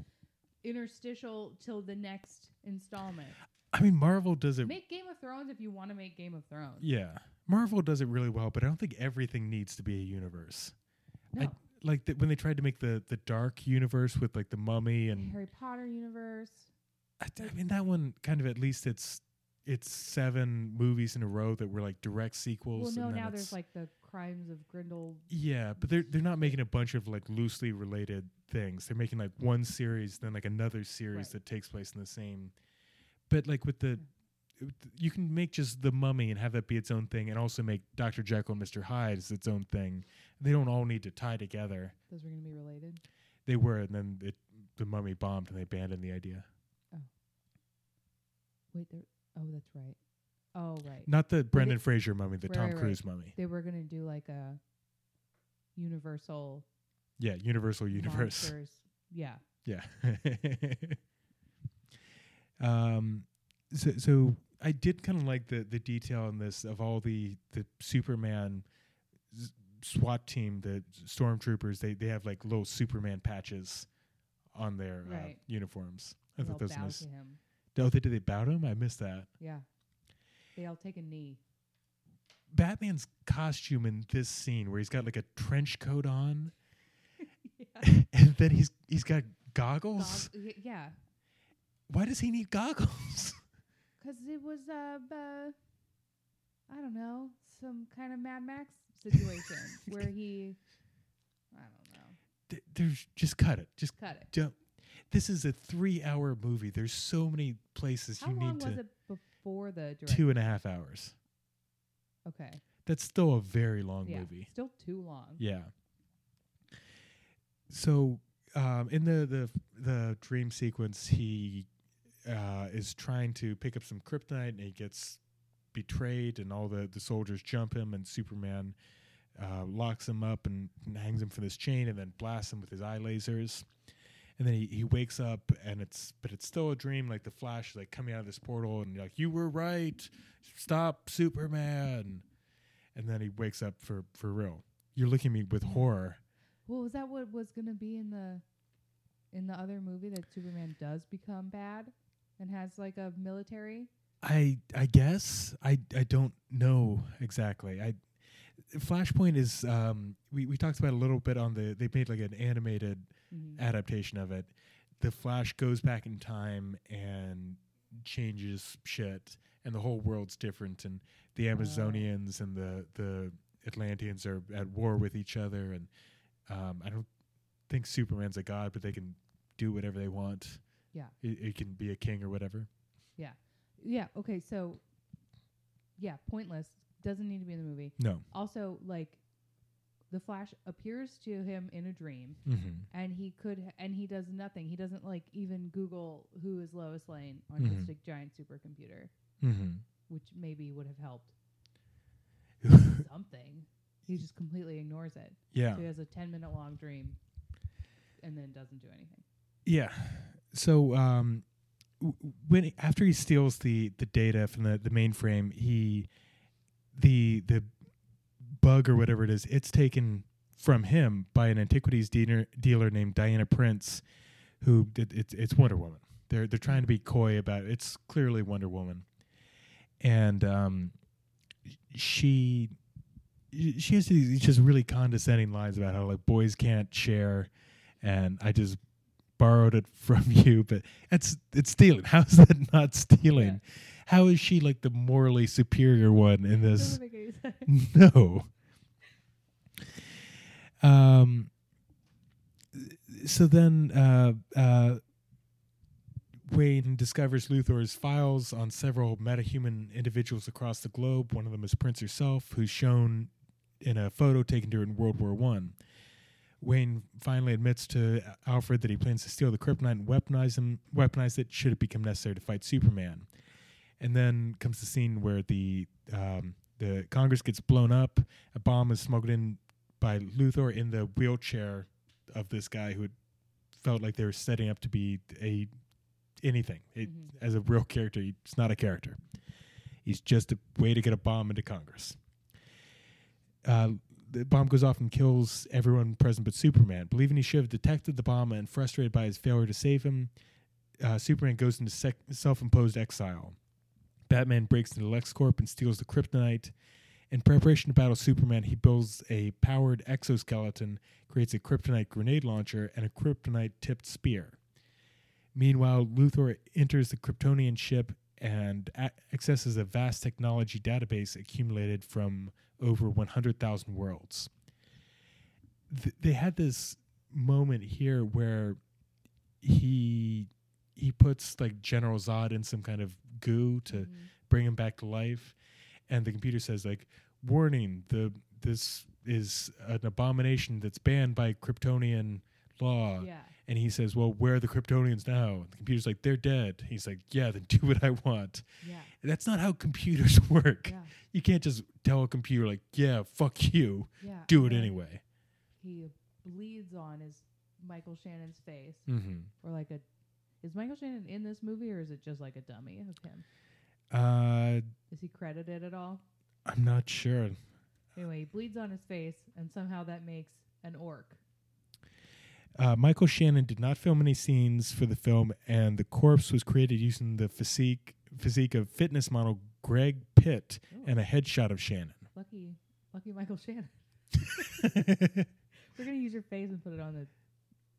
Speaker 2: interstitial till the next installment.
Speaker 1: I mean, Marvel does it.
Speaker 2: Make Game of Thrones if you want to make Game of Thrones.
Speaker 1: Yeah, Marvel does it really well, but I don't think everything needs to be a universe.
Speaker 2: No,
Speaker 1: I- Like th- when they tried to make the the Dark universe with like the Mummy and
Speaker 2: Harry Potter universe.
Speaker 1: I, th- I mean that one kind of at least it's it's seven movies in a row that were like direct
Speaker 2: Well,
Speaker 1: sequels.
Speaker 2: no,
Speaker 1: and then
Speaker 2: now
Speaker 1: it's-
Speaker 2: there's like the Crimes of Grindel.
Speaker 1: yeah, but they're they're not making a bunch of like loosely related things. They're making like one series, then like another series
Speaker 2: Right.
Speaker 1: that takes place in the same. But like with the, with the- you can make just the Mummy and have that be its own thing, and also make Doctor Jekyll and Mister Hyde as its own thing. They don't all need to tie together.
Speaker 2: Those were going to be related.
Speaker 1: They were, and then it, the Mummy bombed, and they abandoned the idea.
Speaker 2: Wait, there. Oh, that's right. Oh, right.
Speaker 1: Not the Brendan Fraser Mummy, the
Speaker 2: Right,
Speaker 1: Tom
Speaker 2: right, right.
Speaker 1: Cruise Mummy.
Speaker 2: They were going to do like a universal
Speaker 1: Yeah, Universal Universe.
Speaker 2: monsters. Yeah.
Speaker 1: Yeah. um, so, so I did kind of like the the detail in this of all the the Superman s- SWAT team, the stormtroopers. They they have like little Superman patches on their uh,
Speaker 2: Right.
Speaker 1: uniforms. I
Speaker 2: they all
Speaker 1: thought that was
Speaker 2: bow
Speaker 1: nice.
Speaker 2: to him.
Speaker 1: Oh, they did they bow to him? I missed that.
Speaker 2: Yeah. They all take a knee.
Speaker 1: Batman's costume in this scene where he's got like a trench coat on,
Speaker 2: yeah.
Speaker 1: and then he's he's got goggles.
Speaker 2: Gog- y- yeah.
Speaker 1: Why does he need goggles?
Speaker 2: 'Cause it was, uh, b- uh, I don't know, some kind of Mad Max situation where he, I don't know,
Speaker 1: Th- There's just cut it. Just
Speaker 2: cut it.
Speaker 1: don't. This is a three-hour movie. There's so many places
Speaker 2: How
Speaker 1: you
Speaker 2: long
Speaker 1: need
Speaker 2: was
Speaker 1: to.
Speaker 2: it before the direct?
Speaker 1: Two and a half hours.
Speaker 2: Okay.
Speaker 1: That's still a very long
Speaker 2: yeah.
Speaker 1: movie.
Speaker 2: Still too long.
Speaker 1: Yeah. So um, in the the the dream sequence, he uh, is trying to pick up some kryptonite, and he gets betrayed, and all the the soldiers jump him, and Superman uh, locks him up and, and hangs him from this chain, and then blasts him with his eye lasers. And then he, he wakes up and it's but it's still a dream like the flash is like coming out of this portal and you're like you were right stop Superman and then he wakes up for for real you're looking at me with horror.
Speaker 2: Well, was that what was gonna be in the in the other movie that Superman does become bad and has like a military?
Speaker 1: I I guess I I don't know exactly. I Flashpoint is um we we talked about it a little bit on the they made like an animated
Speaker 2: Mm-hmm.
Speaker 1: adaptation of it. The Flash goes back in time and changes shit and the whole world's different and the
Speaker 2: Oh.
Speaker 1: Amazonians and the the Atlanteans are at war with each other and um I don't think Superman's a god but they can do whatever they want.
Speaker 2: Yeah.
Speaker 1: It, it can be a king or whatever.
Speaker 2: Yeah. Okay. So, yeah, pointless. Doesn't need to be in the movie.
Speaker 1: No.
Speaker 2: Also, like, the Flash appears to him in a dream,
Speaker 1: Mm-hmm.
Speaker 2: and he could, h- and he does nothing. He doesn't like even Google who is Lois Lane on
Speaker 1: Mhm.
Speaker 2: his like, giant supercomputer,
Speaker 1: Mm-hmm.
Speaker 2: which maybe would have helped something. He just completely ignores it.
Speaker 1: yeah.
Speaker 2: So he has a ten minute long dream, and then doesn't do anything.
Speaker 1: Yeah. So um, w- w- when after he steals the the data from the the mainframe, he the the bug or whatever it is, it's taken from him by an antiquities dealer dealer named Diana Prince, who did, it's it's Wonder Woman. They're they're trying to be coy about it. it's clearly Wonder Woman, and um, she she has these just really condescending lines about how like boys can't share, and I just borrowed it from you, but it's it's stealing. How is that not stealing? How is she like the morally superior one in this?
Speaker 2: Doesn't make any sense.
Speaker 1: no. Um. So then, uh, uh, Wayne discovers Luthor's files on several metahuman individuals across the globe. One of them is Prince herself, who's shown in a photo taken during World War One. Wayne finally admits to Alfred that he plans to steal the kryptonite and weaponize him, weaponize it should it become necessary to fight Superman. And then comes the scene where the um, the Congress gets blown up. A bomb is smuggled in by Luthor in the wheelchair of this guy who had felt like they were setting up to be a anything it,
Speaker 2: Mhm.
Speaker 1: as a real character. It's not a character. He's just a way to get a bomb into Congress. Uh, the bomb goes off and kills everyone present but Superman. Believing he should have detected the bomb and frustrated by his failure to save him, uh, Superman goes into sec- self-imposed exile. Batman breaks into LexCorp and steals the kryptonite. In preparation to battle Superman, he builds a powered exoskeleton, creates a kryptonite grenade launcher, and a kryptonite tipped spear. Meanwhile, Luthor enters the Kryptonian ship and a- accesses a vast technology database accumulated from over 100,000 worlds. Th- they had this moment here where he he puts like General Zod in some kind of goo to uh,
Speaker 2: Mhm.
Speaker 1: bring him back to life and the computer says like warning the this is an abomination that's banned by kryptonian law
Speaker 2: Mm-hmm. yeah.
Speaker 1: and he says well where are the kryptonians now the computer's like they're dead he's like yeah then do what i want
Speaker 2: Yeah.
Speaker 1: that's not how computers work
Speaker 2: Yeah.
Speaker 1: you can't just tell a computer like yeah fuck you
Speaker 2: Yeah.
Speaker 1: do it
Speaker 2: and
Speaker 1: anyway
Speaker 2: He bleeds on his Michael Shannon's face,
Speaker 1: mm-hmm.
Speaker 2: or like a. Is Michael Shannon in this movie, or is it just like a dummy of him?
Speaker 1: uh,
Speaker 2: Is he credited at all?
Speaker 1: i'm not sure
Speaker 2: Anyway, he bleeds on his face, and somehow that makes an orc.
Speaker 1: Uh, Michael Shannon did not film any scenes for the film, and the corpse was created using the physique physique of fitness model Greg Pitt
Speaker 2: Oh.
Speaker 1: and a headshot of Shannon.
Speaker 2: Lucky, lucky Michael Shannon. We're gonna use your face and put it on the,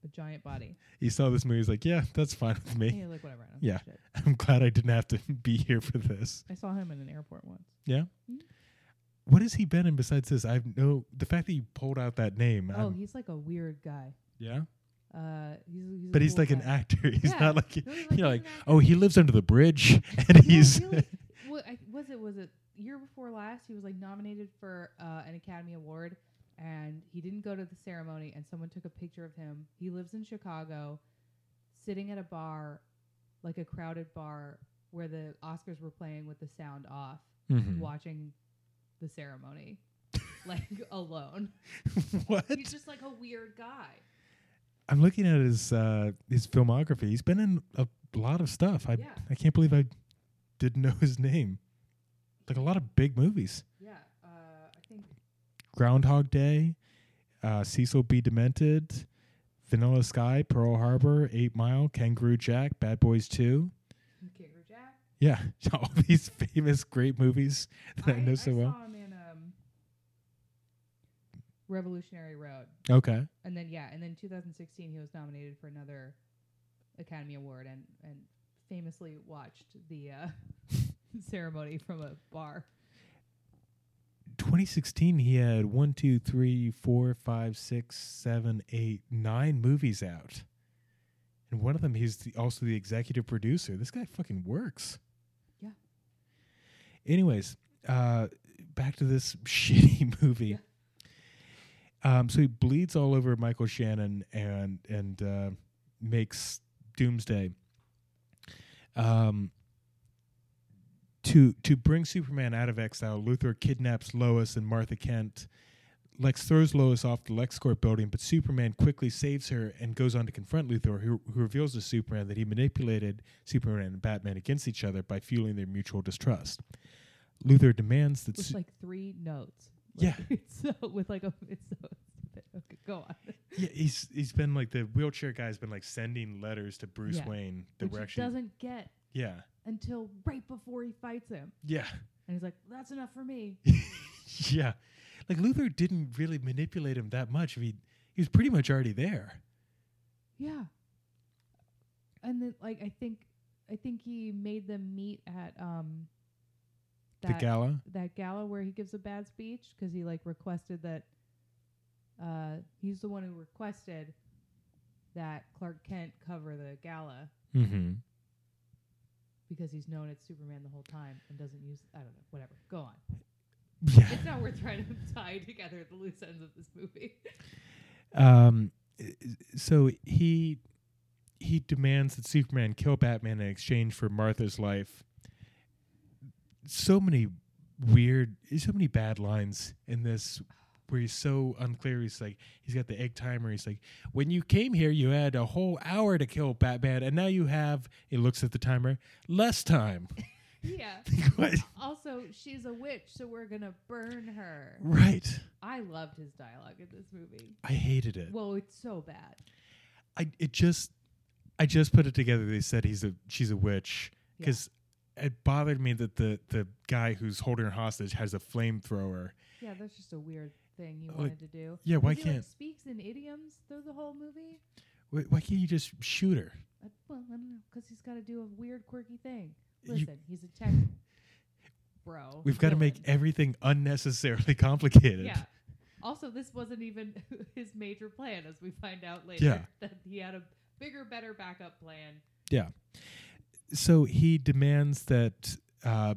Speaker 2: the giant body.
Speaker 1: he saw this movie, he's like, "Yeah, that's fine with me.
Speaker 2: Yeah, like whatever. I don't
Speaker 1: Yeah.
Speaker 2: give a shit.
Speaker 1: I'm glad I didn't have to be here for this."
Speaker 2: I saw him in an airport once.
Speaker 1: What has he been in besides this? I've no the fact that you pulled out that name.
Speaker 2: Oh,
Speaker 1: I'm-
Speaker 2: he's like a weird guy.
Speaker 1: yeah,
Speaker 2: Uh, he's, he's a
Speaker 1: but he's
Speaker 2: cool
Speaker 1: like an
Speaker 2: guy.
Speaker 1: actor. He's
Speaker 2: Yeah.
Speaker 1: not like
Speaker 2: No, he's
Speaker 1: you know,
Speaker 2: he's
Speaker 1: like
Speaker 2: an actor.
Speaker 1: oh, he lives under the bridge, and
Speaker 2: No,
Speaker 1: he's
Speaker 2: really. What I, was it? Was it year before last? He was like nominated for uh, an Academy Award, and he didn't go to the ceremony. And someone took a picture of him. He lives in Chicago, sitting at a bar, like a crowded bar where the Oscars were playing with the sound off,
Speaker 1: Mhm.
Speaker 2: watching the ceremony, like alone.
Speaker 1: what?
Speaker 2: He's just like a weird guy.
Speaker 1: I'm looking at his uh, his filmography. He's been in a lot of stuff. I
Speaker 2: Yeah.
Speaker 1: I can't believe I didn't know his name. Like a lot of big movies:
Speaker 2: Yeah, uh, I think
Speaker 1: Groundhog Day, uh, Cecil B. Demented, Vanilla Sky, Pearl Harbor, Eight Mile, Kangaroo Jack, Bad Boys Two.
Speaker 2: Kangaroo Jack.
Speaker 1: Yeah, all these famous great movies
Speaker 2: Oh,
Speaker 1: that I, know so well.
Speaker 2: saw him in um, Revolutionary Road,
Speaker 1: Okay,
Speaker 2: and then yeah, and then 2016 he was nominated for another Academy Award, and and famously watched the uh, ceremony from a bar.
Speaker 1: 2016 he had one, two, three, four, five, six, seven, eight, nine movies out, and one of them he's the, also the executive producer. This guy fucking works.
Speaker 2: Yeah.
Speaker 1: Anyways, uh, back to this shitty movie. Um, so he bleeds all over Michael Shannon and and uh, makes Doomsday. Um, to to bring Superman out of exile, Luthor kidnaps Lois and Martha Kent. Lex throws Lois off the LexCorp building, but Superman quickly saves her and goes on to confront Luthor, who, who reveals to Superman that he manipulated Superman and Batman against each other by fueling their mutual distrust. Luthor demands that.
Speaker 2: With
Speaker 1: Su-
Speaker 2: like three notes.
Speaker 1: Yeah.
Speaker 2: Like, It's so with like a it's so stupid. okay, go on.
Speaker 1: yeah, he's he's been like the wheelchair guy's been like sending letters to Bruce
Speaker 2: Yeah.
Speaker 1: Wayne that
Speaker 2: Which
Speaker 1: were
Speaker 2: he
Speaker 1: actually
Speaker 2: doesn't get
Speaker 1: yeah
Speaker 2: until right before he fights him,
Speaker 1: yeah
Speaker 2: and he's like, "That's enough for me."
Speaker 1: yeah like Luthor didn't really manipulate him that much. If he he was pretty much already there.
Speaker 2: Yeah. And then like I think I think he made them meet at um that
Speaker 1: the gala.
Speaker 2: that gala where he gives a bad speech cuz he like requested that uh he's the one who requested that Clark Kent cover the gala
Speaker 1: Mm-hmm.
Speaker 2: because he's known it's Superman the whole time and doesn't use I don't know whatever go on
Speaker 1: Yeah.
Speaker 2: it's not worth trying to tie together the loose ends of this movie
Speaker 1: Um, i- so he he demands that Superman kill Batman in exchange for Martha's life. So many weird, so many bad lines in this where he's so unclear. He's like, he's got the egg timer. He's like, when you came here, you had a whole hour to kill Batman, and now you have. He looks at the timer. Less time.
Speaker 2: Yeah.
Speaker 1: What?
Speaker 2: also, she's a witch, so we're gonna burn her.
Speaker 1: Right.
Speaker 2: I loved his dialogue in this movie.
Speaker 1: I hated it.
Speaker 2: Well, it's so bad.
Speaker 1: I it just I just put it together. They said he's a she's a witch
Speaker 2: Yeah.
Speaker 1: because it bothered me that the the guy who's holding her hostage has a flamethrower.
Speaker 2: Yeah, that's just a weird thing he
Speaker 1: Oh,
Speaker 2: wanted to do.
Speaker 1: Yeah,
Speaker 2: 'Cause
Speaker 1: why
Speaker 2: he, like,
Speaker 1: can't
Speaker 2: speaks in idioms through the whole movie?
Speaker 1: why, why can't you just shoot her?
Speaker 2: I, well, I don't know, 'cause he's got to do a weird, quirky thing.
Speaker 1: You-
Speaker 2: Listen, he's a tech bro.
Speaker 1: We've got to make
Speaker 2: villain.
Speaker 1: everything unnecessarily complicated.
Speaker 2: Yeah. Also, this wasn't even his major plan, as we find out later.
Speaker 1: Yeah.
Speaker 2: That he had a bigger, better backup plan.
Speaker 1: So he demands that uh,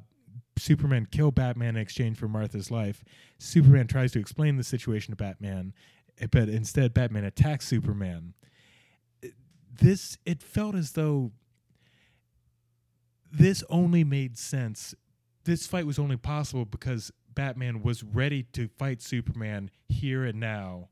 Speaker 1: Superman kill Batman in exchange for Martha's life. Superman tries to explain the situation to Batman, eh, but instead Batman attacks Superman. Eh, This it felt as though this only made sense. This fight was only possible because Batman was ready to fight Superman here and now.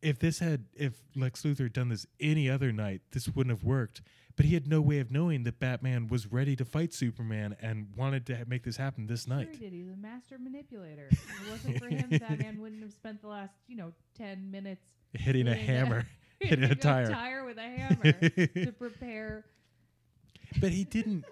Speaker 1: If this had if Lex Luthor had done this any other night, this wouldn't have worked. But he had no way of knowing that Batman was ready to fight Superman and wanted to ha- make this happen this night.
Speaker 2: Sure he did. He's a master manipulator. if it wasn't for him, Batman wouldn't have spent the last, you know, ten minutes
Speaker 1: hitting a
Speaker 2: hitting a-
Speaker 1: hammer. Hit
Speaker 2: hitting
Speaker 1: a tire.
Speaker 2: with a hammer to prepare.
Speaker 1: but he didn't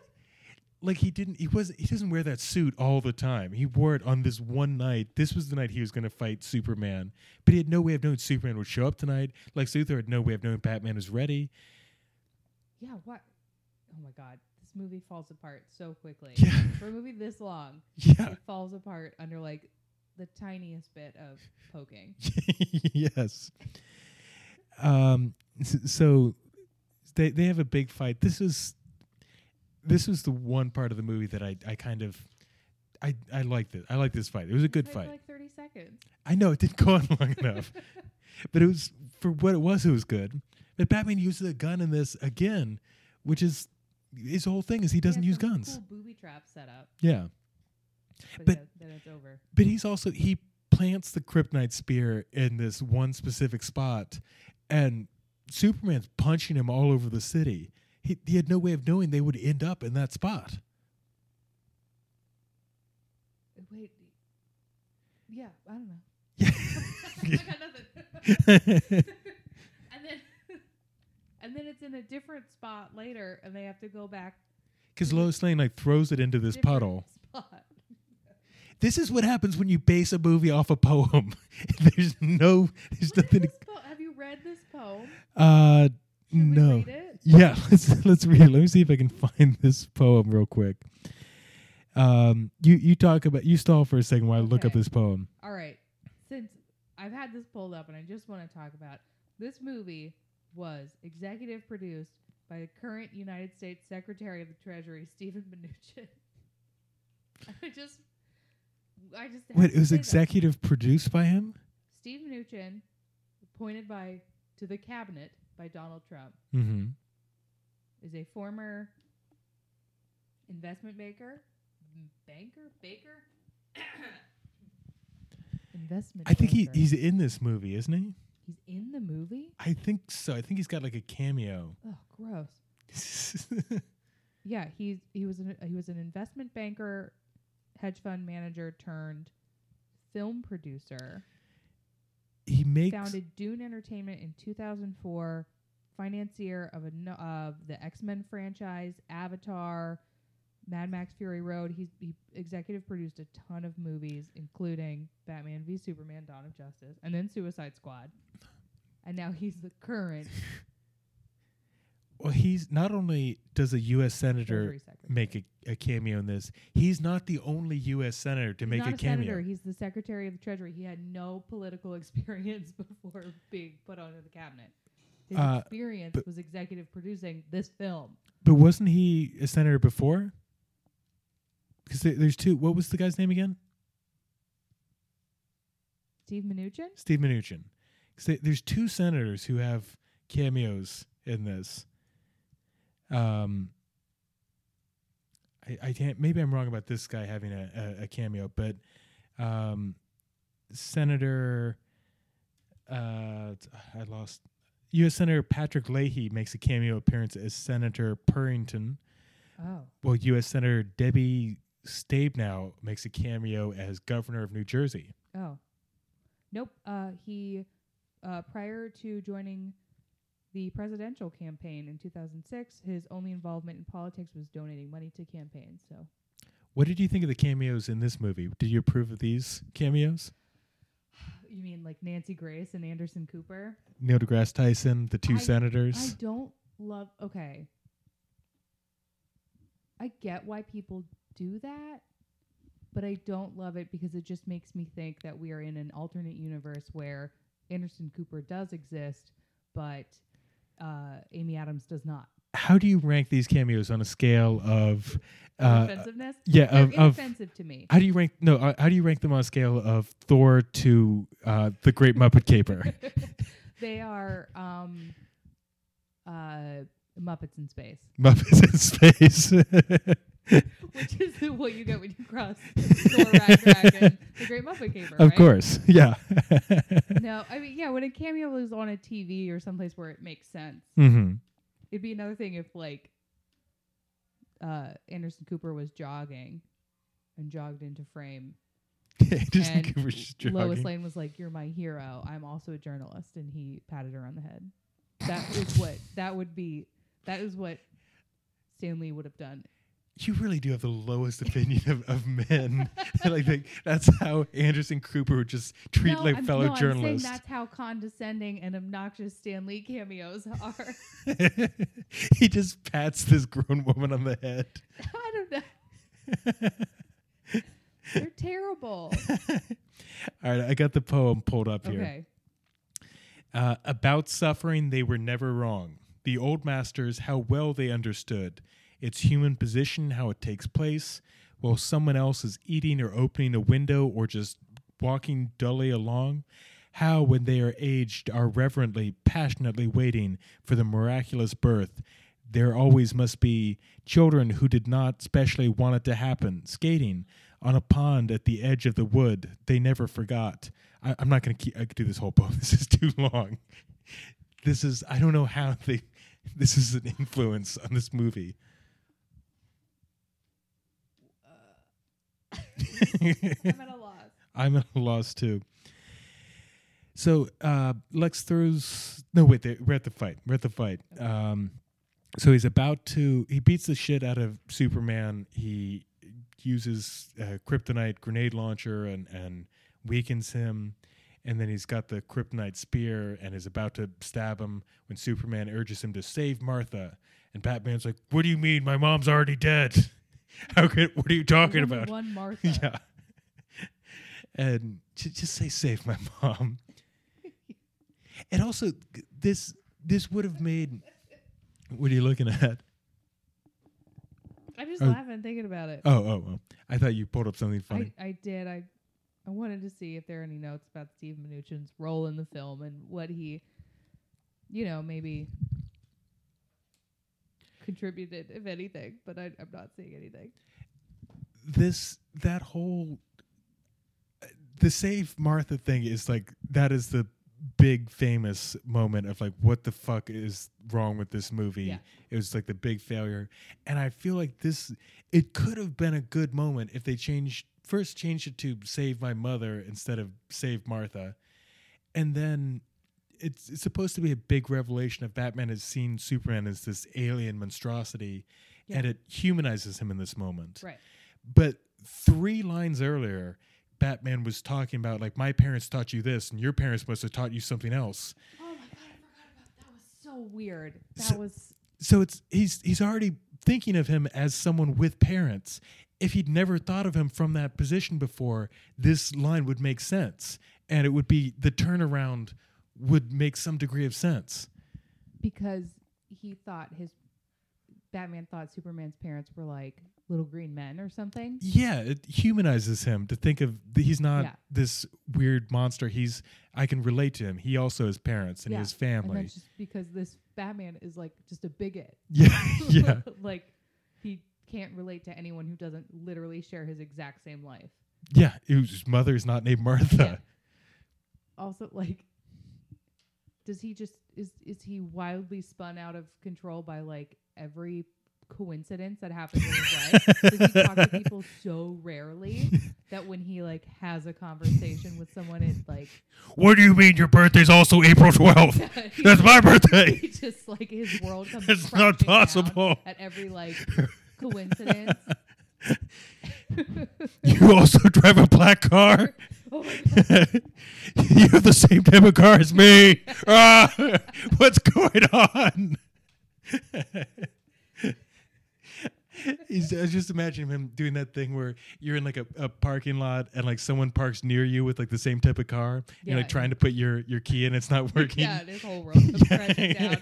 Speaker 1: like he didn't he was he doesn't wear that suit all the time. He wore it on this one night. This was the night he was going to fight Superman. But he had no way of knowing Superman would show up tonight. Lex Luthor had no way of knowing Batman was ready.
Speaker 2: Yeah. What? Oh my God! This movie falls apart so quickly.
Speaker 1: Yeah.
Speaker 2: For a movie this long,
Speaker 1: Yeah.
Speaker 2: it falls apart under like the tiniest bit of poking.
Speaker 1: yes. Um. s- So they they have a big fight. This is this was the one part of the movie that I I kind of I I liked it. I liked this fight. It was a good
Speaker 2: It
Speaker 1: fight.
Speaker 2: for like thirty seconds.
Speaker 1: I know it didn't go on long enough, but it was for what it was. It was good. But Batman uses a gun in this again, which is his whole thing is he doesn't
Speaker 2: Yeah,
Speaker 1: use
Speaker 2: some
Speaker 1: guns.
Speaker 2: Cool booby trap setup,
Speaker 1: Yeah,
Speaker 2: but,
Speaker 1: But-
Speaker 2: yeah, then it's over.
Speaker 1: but he's also he plants the kryptonite spear in this one specific spot, and Superman's punching him all over the city. He he had no way of knowing they would end up in that spot.
Speaker 2: Uh, Wait. Yeah, I don't know.
Speaker 1: Yeah.
Speaker 2: I got nothing. and then, and then it's in a different spot later, and they have to go back.
Speaker 1: Because
Speaker 2: Mm-hmm.
Speaker 1: Lois Lane like throws it into this
Speaker 2: different
Speaker 1: puddle.
Speaker 2: Spot.
Speaker 1: This is what happens when you base a movie off a poem. there's no, there's
Speaker 2: What is
Speaker 1: nothing. To,
Speaker 2: this po- have you read this poem?
Speaker 1: uh,
Speaker 2: Should
Speaker 1: no.
Speaker 2: We read it?
Speaker 1: Yeah, let's let's read. it. Let me see if I can find this poem real quick. Um, you you talk about you stall for a second while I look up
Speaker 2: Okay.
Speaker 1: this poem.
Speaker 2: All right. Since I've had this pulled up, and I just want to talk about this movie was executive produced by the current United States Secretary of the Treasury, Stephen Mnuchin. I just, I just. have
Speaker 1: Wait,
Speaker 2: to
Speaker 1: it was
Speaker 2: say that.
Speaker 1: executive produced by him.
Speaker 2: Steve Mnuchin, appointed by to the cabinet by Donald Trump,
Speaker 1: Mm-hmm.
Speaker 2: is a former investment maker, m- banker, baker. investment.
Speaker 1: I think he,
Speaker 2: banker.
Speaker 1: he's in this movie, isn't he?
Speaker 2: he's in the movie.
Speaker 1: I think so. I think he's got like a cameo.
Speaker 2: Oh, gross. Yeah, he's he was an, he was an investment banker, hedge fund manager turned film producer.
Speaker 1: he makes
Speaker 2: founded Dune Entertainment in 2004, financier of a no- of the X-Men franchise, Avatar, Mad Max Fury Road. He's he executive produced a ton of movies including Batman v Superman: Dawn of Justice and then Suicide Squad. And now he's the current
Speaker 1: well. He's not only does a U.S. senator
Speaker 2: Treasury Secretary.
Speaker 1: make a, a cameo in this. He's not the only U.S. senator to
Speaker 2: He's
Speaker 1: make
Speaker 2: not
Speaker 1: a, cameo.
Speaker 2: senator. He's the Secretary of the Treasury. He had no political experience before being put onto the cabinet. His
Speaker 1: Uh,
Speaker 2: experience
Speaker 1: but-
Speaker 2: was executive producing this film.
Speaker 1: But wasn't he a senator before? Because there's two. What was the guy's name again?
Speaker 2: Steve Mnuchin?
Speaker 1: Steve Mnuchin. Because there's two senators who have cameos in this. Um, I, I can't. Maybe I'm wrong about this guy having a, a, a cameo, but um, Senator, uh, t- I lost. U.S. Senator Patrick Leahy makes a cameo appearance as Senator Purrington.
Speaker 2: Oh,
Speaker 1: Well, U.S. Senator Debbie Stabenow makes a cameo as Governor of New Jersey.
Speaker 2: oh. Nope. Uh, he, uh, prior to joining the presidential campaign in 2006, his only involvement in politics was donating money to campaigns. So
Speaker 1: What did you think of the cameos in this movie? Did you approve of these cameos?
Speaker 2: you mean like Nancy Grace and Anderson Cooper?
Speaker 1: Neil deGrasse Tyson, the two
Speaker 2: I- I
Speaker 1: senators.
Speaker 2: don't love. Okay. I get why people do that, but I don't love it because it just makes me think that we are in an alternate universe where Anderson Cooper does exist, but uh, Amy Adams does not.
Speaker 1: How do you rank these cameos on a scale of, uh,
Speaker 2: Offensiveness?
Speaker 1: yeah,
Speaker 2: They're
Speaker 1: of, of
Speaker 2: inoffensive to me.
Speaker 1: how do you rank? No, uh, how do you rank them on a scale of Thor to uh, the Great Muppet Caper?
Speaker 2: they are um, uh, Muppets in Space,
Speaker 1: Muppets in space.
Speaker 2: which is what you get when you cross Thor Ragnarok and the Great Muppet Caper.
Speaker 1: of
Speaker 2: right?
Speaker 1: course, yeah.
Speaker 2: no, I mean, yeah, when a cameo was on a TV or someplace where it makes sense,
Speaker 1: hmm
Speaker 2: it'd be another thing if like uh, Anderson Cooper was jogging and jogged into frame.
Speaker 1: Anderson
Speaker 2: and
Speaker 1: Cooper's just
Speaker 2: Lois
Speaker 1: jogging.
Speaker 2: Lane was like, "You're my hero. I'm also a journalist," and he patted her on the head. That is what that would be. That is what Stanley would have done.
Speaker 1: You really do have the lowest opinion of, of men. like they, that's how Anderson Cooper would just treat
Speaker 2: No,
Speaker 1: like
Speaker 2: I'm-
Speaker 1: fellow
Speaker 2: no, I'm saying
Speaker 1: journalists.
Speaker 2: that's how condescending and obnoxious Stanley cameos are.
Speaker 1: he just pats this grown woman on the head.
Speaker 2: I don't know. They're terrible.
Speaker 1: All right, I got the poem pulled up here.
Speaker 2: Okay.
Speaker 1: Uh, about suffering, they were never wrong. The old masters, how well they understood its human position, how it takes place, while someone else is eating or opening a window or just walking dully along. How, when they are aged, are reverently, passionately waiting for the miraculous birth. There always must be children who did not specially want it to happen, skating on a pond at the edge of the wood. They never forgot. I, I'm not going to keep. I could do this whole poem. This is too long. This is. I don't know how they. This is an influence on this movie.
Speaker 2: I'm at a loss.
Speaker 1: I'm at a loss too. So uh, Lex throws. No, wait. They, we're at the fight. We're at the fight. Um, so he's about to. He beats the shit out of Superman. He uses uh, kryptonite grenade launcher and and weakens him. And then he's got the kryptonite spear and is about to stab him when Superman urges him to save Martha. And Batman's like, "What do you mean? My mom's already dead. How could? What are you talking
Speaker 2: There's only
Speaker 1: about?
Speaker 2: one Martha.
Speaker 1: yeah. And ju- just say save my mom. and also g- this this would have made what are you looking at?
Speaker 2: I'm just
Speaker 1: Oh.
Speaker 2: laughing thinking about it.
Speaker 1: Oh, oh, oh. I thought you pulled up something funny.
Speaker 2: I, I did. I I wanted to see if there are any notes about Steve Mnuchin's role in the film and what he, you know, maybe contributed, if anything. But I, I'm not seeing anything.
Speaker 1: this that whole the save Martha thing is like that is the big famous moment of like what the fuck is wrong with this movie.
Speaker 2: Yeah.
Speaker 1: It was like the big failure. And I feel like this it could have been a good moment if they changed first changed it to save my mother instead of save Martha. And then it's, it's supposed to be a big revelation of Batman has seen Superman as this alien monstrosity
Speaker 2: Yeah.
Speaker 1: and it humanizes him in this moment.
Speaker 2: Right.
Speaker 1: But three lines earlier, Batman was talking about like my parents taught you this, and your parents must have taught you something else.
Speaker 2: Oh my god, I forgot about that. Was so weird. That
Speaker 1: So-
Speaker 2: was
Speaker 1: So it's he's he's already thinking of him as someone with parents. If he'd never thought of him from that position before, this line would make sense, and it would be the turnaround would make some degree of sense.
Speaker 2: because he thought his Batman thought Superman's parents were like little green men or something.
Speaker 1: Yeah, it humanizes him to think of th- he's not
Speaker 2: Yeah.
Speaker 1: this weird monster. He's I can relate to him. He also has parents and
Speaker 2: Yeah,
Speaker 1: his
Speaker 2: And
Speaker 1: family.
Speaker 2: that's just because this Batman is like just a bigot.
Speaker 1: yeah, yeah.
Speaker 2: like he can't relate to anyone who doesn't literally share his exact same life.
Speaker 1: Yeah, whose mother is not named Martha.
Speaker 2: also like does he just is is he wildly spun out of control by like every coincidence that happens in his life? Does he talk to people so rarely that when he like has a conversation with someone it like
Speaker 1: What do you mean your birthday's also April 12th?
Speaker 2: he
Speaker 1: That's my birthday.
Speaker 2: he just like his world comes
Speaker 1: It's not
Speaker 2: crashing down
Speaker 1: possible.
Speaker 2: at every like coincidence.
Speaker 1: You also drive a black car.
Speaker 2: oh my
Speaker 1: you have the same type of car as me. Ah, what's going on? He's, I was just imagining him doing that thing where you're in like a, a parking lot and like someone parks near you with like the same type of car. You're like
Speaker 2: Yeah.
Speaker 1: trying to put your, your key in, it's not
Speaker 2: God,
Speaker 1: working.
Speaker 2: yeah, his whole world comes crashing down.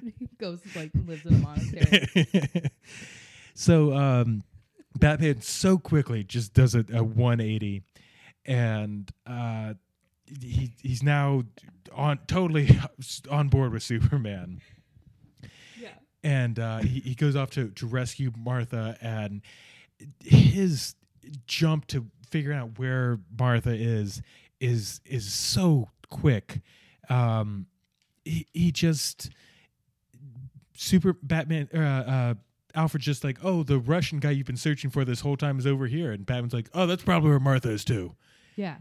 Speaker 2: he goes like lives in a monastery.
Speaker 1: so um, Batman so quickly just does a, a 180, and uh, he he's now on totally on board with Superman,
Speaker 2: yeah.
Speaker 1: and uh, he, he goes off to to rescue Martha, and his jump to figuring out where Martha is is is so quick. Um, he, he just super Batman uh, uh, Alfred just like, oh, the Russian guy you've been searching for this whole time is over here, and Batman's like, oh, that's probably where Martha is too.
Speaker 2: Yeah.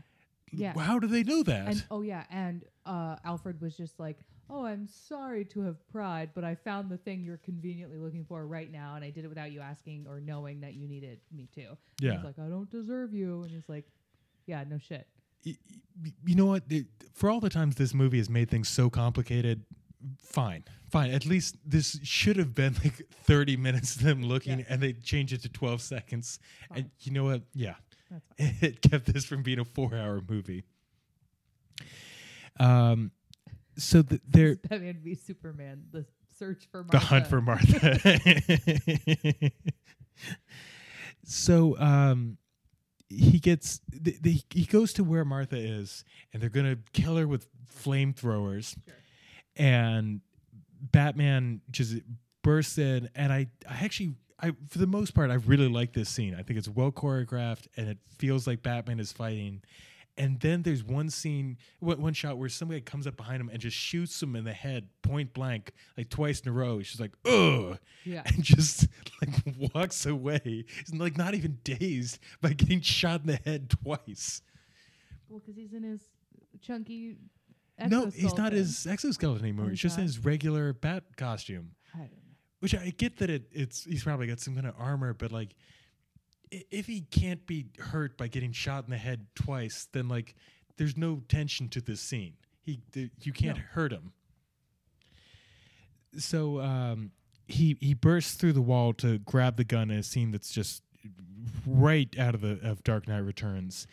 Speaker 2: Yeah.
Speaker 1: How do they know that?
Speaker 2: And oh yeah, and uh, Alfred was just like, "Oh, I'm sorry to have pried, but I found the thing you're conveniently looking for right now, and I did it without you asking or knowing that you needed me to." And
Speaker 1: yeah.
Speaker 2: He's like, "I don't deserve you," and he's like, "Yeah, no shit."
Speaker 1: Y- y- you know what? It- For all the times this movie has made things so complicated, fine, fine. At least this should have been like 30 minutes of them looking,
Speaker 2: Yeah.
Speaker 1: and they changed it to 12 seconds. And
Speaker 2: Fine.
Speaker 1: you know what? Yeah,
Speaker 2: That's fine.
Speaker 1: it kept this from being a four-hour movie. Um, so th- there.
Speaker 2: Batman v Superman: The Search for Martha.
Speaker 1: The Hunt for Martha. so um, he gets th- th- he goes to where Martha is, and they're gonna kill her with flamethrowers.
Speaker 2: Sure.
Speaker 1: And Batman just bursts in, and I I actually. I, for the most part, I really like this scene. I think it's well choreographed, and it feels like Batman is fighting. And then there's one scene, one, one shot where somebody comes up behind him and just shoots him in the head point blank, like twice in a row. She's like, ugh,
Speaker 2: Yeah.
Speaker 1: and just like walks away. He's like not even dazed by getting shot in the head twice.
Speaker 2: Well, because he's in his chunky.
Speaker 1: No, he's not
Speaker 2: exoskeleton.
Speaker 1: his exoskeleton anymore.
Speaker 2: Oh,
Speaker 1: He's just in
Speaker 2: God.
Speaker 1: his regular bat costume.
Speaker 2: I don't know.
Speaker 1: Which I get that it, it's he's probably got some kind of armor, but like i- if he can't be hurt by getting shot in the head twice, then like there's no tension to this scene. He th- you can't
Speaker 2: No.
Speaker 1: hurt him. So um, he he bursts through the wall to grab the gun in a scene that's just right out of the of Dark Knight Returns,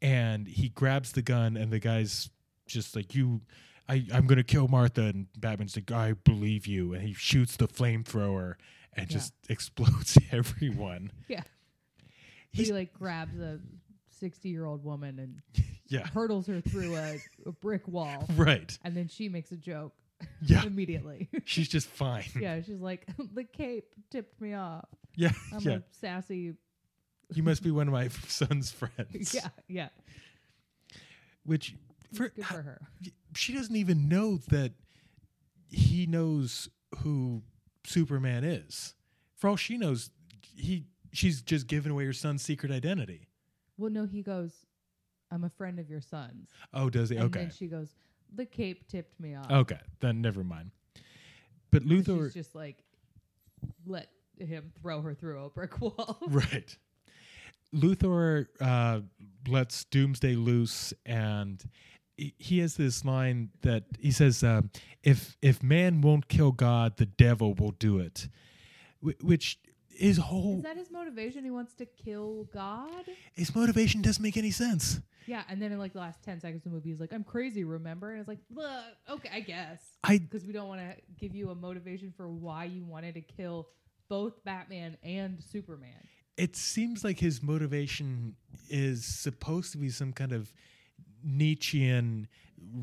Speaker 1: and he grabs the gun and the guy's just like you I, I'm gonna kill Martha and Batman's like, I believe you and he shoots the flamethrower and
Speaker 2: Yeah.
Speaker 1: just explodes everyone.
Speaker 2: Yeah.
Speaker 1: He's-
Speaker 2: he like grabs a sixty-year-old woman and
Speaker 1: Yeah.
Speaker 2: hurdles her through a, a brick wall,
Speaker 1: Right.
Speaker 2: and then she makes a joke
Speaker 1: Yeah.
Speaker 2: immediately.
Speaker 1: She's just fine.
Speaker 2: yeah, she's like, "The cape tipped me off.
Speaker 1: Yeah.
Speaker 2: I'm
Speaker 1: yeah.
Speaker 2: a sassy."
Speaker 1: you must be one of my son's friends.
Speaker 2: Yeah, yeah.
Speaker 1: Which for,
Speaker 2: Good for her.
Speaker 1: she doesn't even know that he knows who Superman is. For all she knows, he she's just given away her son's secret identity.
Speaker 2: Well, no, he goes, "I'm a friend of your son's,"
Speaker 1: Oh, does he?
Speaker 2: and
Speaker 1: Okay. Oh,
Speaker 2: then she goes, "The cape tipped me off."
Speaker 1: okay. Then never mind. But
Speaker 2: And
Speaker 1: Luthor
Speaker 2: she's just like, let him throw her through a brick wall.
Speaker 1: Right. Luthor uh, lets Doomsday loose, and he- he has this line that he says, uh, "If if man won't kill God, the devil will do it," Wh- which his whole
Speaker 2: Is that his motivation? He wants to kill God.
Speaker 1: his motivation doesn't make any sense.
Speaker 2: Yeah, and then in like the last ten seconds of the movie, he's like, "I'm crazy, remember?" And it's like, "Ugh, okay, I guess."
Speaker 1: I
Speaker 2: because we don't want to give you a motivation for why you wanted to kill both Batman and Superman.
Speaker 1: it seems like his motivation is supposed to be some kind of Nietzschean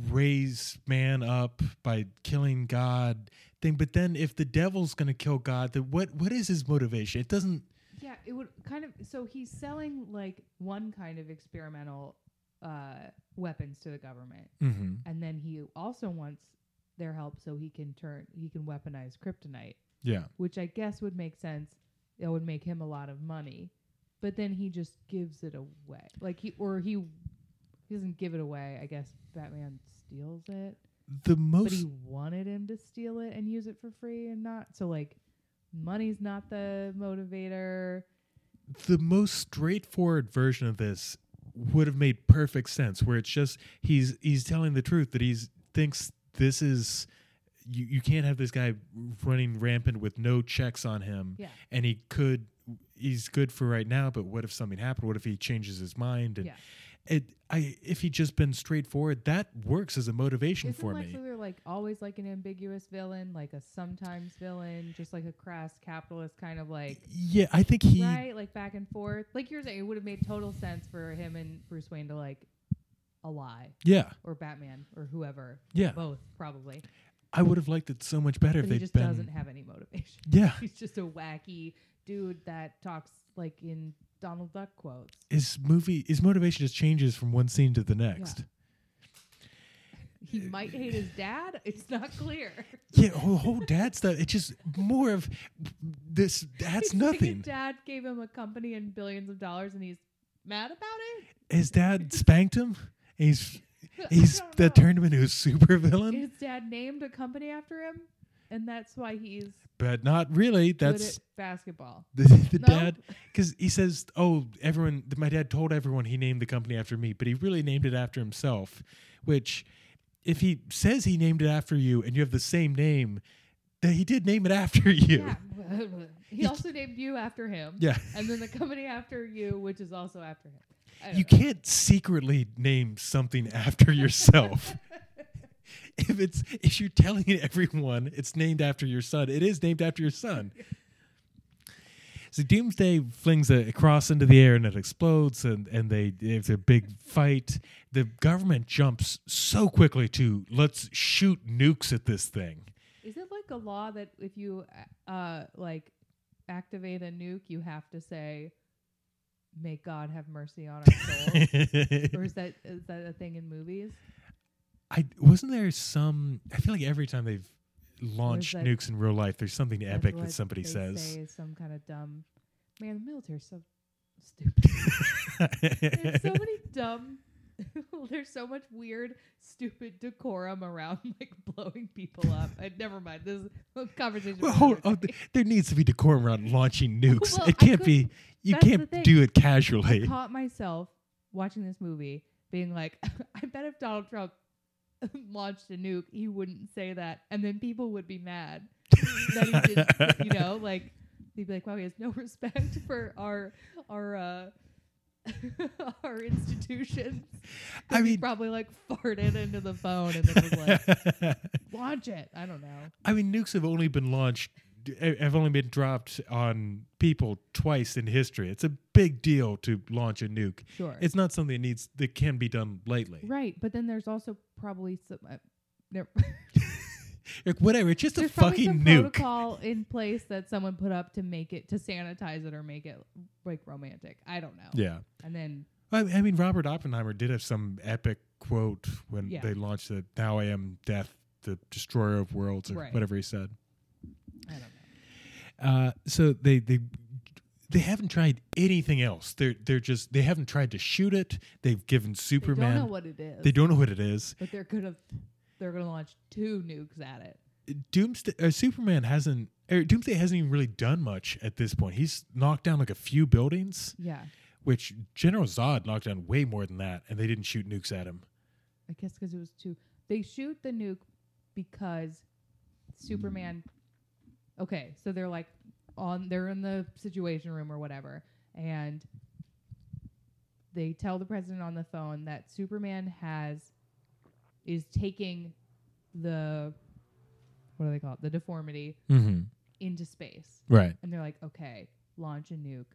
Speaker 1: raise man up by killing God thing. But then if the devil's gonna kill God, then what what is his motivation? It doesn't
Speaker 2: Yeah, it would kind of. So he's selling like one kind of experimental uh, weapons to the government,
Speaker 1: Mm-hmm.
Speaker 2: and then he also wants their help so he can turn he can weaponize kryptonite,
Speaker 1: Yeah.
Speaker 2: which I guess would make sense. That would make him a lot of money, but then he just gives it away. Like he or he he doesn't give it away. I guess Batman steals it,
Speaker 1: The
Speaker 2: but
Speaker 1: most
Speaker 2: he wanted him to steal it and use it for free and not so like money's not the motivator.
Speaker 1: the most straightforward version of this would have made perfect sense where it's just he's he's telling the truth that he's thinks this is you, you can't have this guy running rampant with no checks on him
Speaker 2: Yeah.
Speaker 1: and he could he's good for right now but what if something happened what if he changes his mind and
Speaker 2: Yeah.
Speaker 1: it i if he'd just been straightforward that works as a motivation
Speaker 2: Isn't
Speaker 1: for
Speaker 2: Lex
Speaker 1: me
Speaker 2: Luthor like always like an ambiguous villain, like a sometimes villain, just like a crass capitalist kind of like
Speaker 1: yeah i think he
Speaker 2: right, like back and forth. Like you're saying, it would have made total sense for him and Bruce Wayne to like a lie
Speaker 1: yeah
Speaker 2: or Batman or whoever,
Speaker 1: yeah
Speaker 2: both probably.
Speaker 1: i would have liked it so much better if
Speaker 2: But he
Speaker 1: they'd
Speaker 2: just
Speaker 1: been
Speaker 2: doesn't have any motivation.
Speaker 1: yeah
Speaker 2: He's just a wacky dude that talks like in Donald Duck quotes.
Speaker 1: his movie his motivation just changes from one scene to the next.
Speaker 2: He might hate his dad. It's not clear.
Speaker 1: Uh, Yeah, whole, whole dad stuff. It's just more of this. That's
Speaker 2: It's like his
Speaker 1: nothing.
Speaker 2: dad gave him a company and billions of dollars, and he's mad about it.
Speaker 1: His dad spanked him. And he's
Speaker 2: I
Speaker 1: he's
Speaker 2: don't
Speaker 1: that
Speaker 2: know.
Speaker 1: turned him into a super villain,
Speaker 2: His dad named a company after him, and that's why he's
Speaker 1: but not really.
Speaker 2: good
Speaker 1: That's
Speaker 2: at basketball.
Speaker 1: the, the
Speaker 2: No?
Speaker 1: dad because he says, "Oh, everyone." My dad told everyone he named the company after me, but he really named it after himself. Which, if he says he named it after you, and you have the same name, that he did name it after you.
Speaker 2: Yeah. he also named you after him,
Speaker 1: yeah.
Speaker 2: and then the company after you, which is also after him. I don't
Speaker 1: You
Speaker 2: know.
Speaker 1: can't secretly name something after yourself. if it's if you're telling everyone it's named after your son, it is named after your son. So Doomsday flings a cross into the air and it explodes, and and they it's a big fight. The government jumps so quickly to let's shoot nukes at this thing.
Speaker 2: Is it like a law that if you uh like activate a nuke, you have to say, "May God have mercy on our souls," or is that is that a thing in movies?
Speaker 1: I wasn't there some. I feel like every time they've launched
Speaker 2: that-
Speaker 1: nukes in real life, there's something
Speaker 2: That's
Speaker 1: epic
Speaker 2: what
Speaker 1: that somebody
Speaker 2: they
Speaker 1: says.
Speaker 2: say is some kind of dumb man. The military's so stupid. There's so many dumb. There's so much weird, stupid decorum around like blowing people up. I, never mind. This is a conversation. for
Speaker 1: well, hold
Speaker 2: another
Speaker 1: on.
Speaker 2: day.
Speaker 1: There needs to be decorum around launching nukes.
Speaker 2: Well,
Speaker 1: it
Speaker 2: I
Speaker 1: can't be. You
Speaker 2: that's the
Speaker 1: can't
Speaker 2: thing.
Speaker 1: do it
Speaker 2: I
Speaker 1: casually.
Speaker 2: caught myself watching this movie being like, I bet if Donald Trump launched a nuke, he wouldn't say that, and then people would be mad that he didn't. you know, like they'd be like, "Wow, he has no respect for our our." uh our institutions.
Speaker 1: I
Speaker 2: He
Speaker 1: mean-
Speaker 2: probably like farted into the phone and then was like, launch it. I don't know.
Speaker 1: I mean, nukes have only been launched. e, Have only been dropped on people twice in history. It's a big deal to launch a nuke.
Speaker 2: Sure.
Speaker 1: It's not something that needs that can be done lightly.
Speaker 2: right, but then there's also probably some. Uh, there,
Speaker 1: Like, whatever. It's just
Speaker 2: there's
Speaker 1: a
Speaker 2: probably
Speaker 1: fucking
Speaker 2: some
Speaker 1: nuke.
Speaker 2: protocol in place that someone put up to make it to sanitize it or make it like romantic. I don't know.
Speaker 1: Yeah.
Speaker 2: And then
Speaker 1: I, I mean, Robert Oppenheimer did have some epic quote when
Speaker 2: Yeah.
Speaker 1: they launched the "Now I am Death, the Destroyer of Worlds" or
Speaker 2: Right.
Speaker 1: whatever he said.
Speaker 2: I don't know.
Speaker 1: Uh, so they they they haven't tried anything else. They're they're just they haven't tried to shoot it. They've given
Speaker 2: They
Speaker 1: Superman.
Speaker 2: don't know what it is.
Speaker 1: They don't know what it is.
Speaker 2: but they're gonna they're gonna launch two nukes at it.
Speaker 1: Doomsday or Superman hasn't. Or Doomsday hasn't even really done much at this point. He's knocked down like a few buildings,
Speaker 2: Yeah.
Speaker 1: which General Zod knocked down way more than that, and they didn't shoot nukes at him.
Speaker 2: I guess because it was too. They shoot the nuke because Superman. Okay, so they're like on. They're in the Situation Room or whatever, and they tell the president on the phone that Superman has is taking the what do they call it? The deformity
Speaker 1: Mm-hmm.
Speaker 2: into space,
Speaker 1: Right.
Speaker 2: and they're like, okay, launch a nuke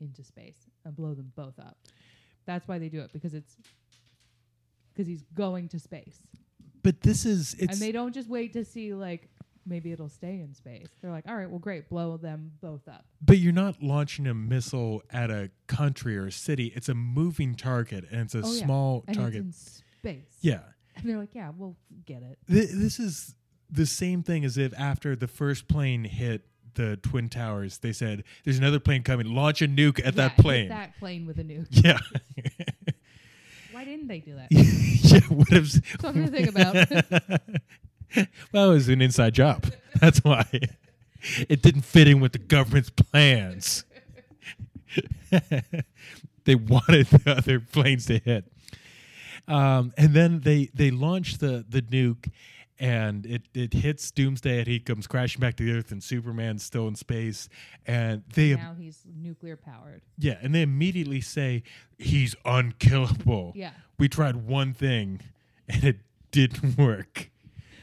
Speaker 2: into space and blow them both up. That's why they do it because it's because he's going to space
Speaker 1: But this is it's
Speaker 2: and they don't just wait to see like maybe it'll stay in space. They're like, all right, well, great, blow them both up.
Speaker 1: But you're not launching a missile at a country or a city. It's a moving target, and it's a
Speaker 2: Oh, yeah.
Speaker 1: small
Speaker 2: And
Speaker 1: target.
Speaker 2: it's in space.
Speaker 1: yeah,
Speaker 2: And they're like, yeah, we'll get it.
Speaker 1: Th- this is the same thing as if after the first plane hit the twin towers, they said, "There's another plane coming. Launch a nuke at
Speaker 2: Yeah,
Speaker 1: that
Speaker 2: hit
Speaker 1: plane."
Speaker 2: that plane with a nuke.
Speaker 1: Yeah,
Speaker 2: Why didn't they do that?
Speaker 1: yeah. What if?
Speaker 2: Something to think about.
Speaker 1: well, it was an inside job. That's why it didn't fit in with the government's plans. they wanted the other planes to hit. Um, and then they they launch the the nuke, and it it hits Doomsday, and he comes crashing back to the Earth, and Superman's still in space, and they
Speaker 2: now he's nuclear powered.
Speaker 1: yeah, and they immediately say he's unkillable.
Speaker 2: Yeah.
Speaker 1: We tried one thing, and it didn't work.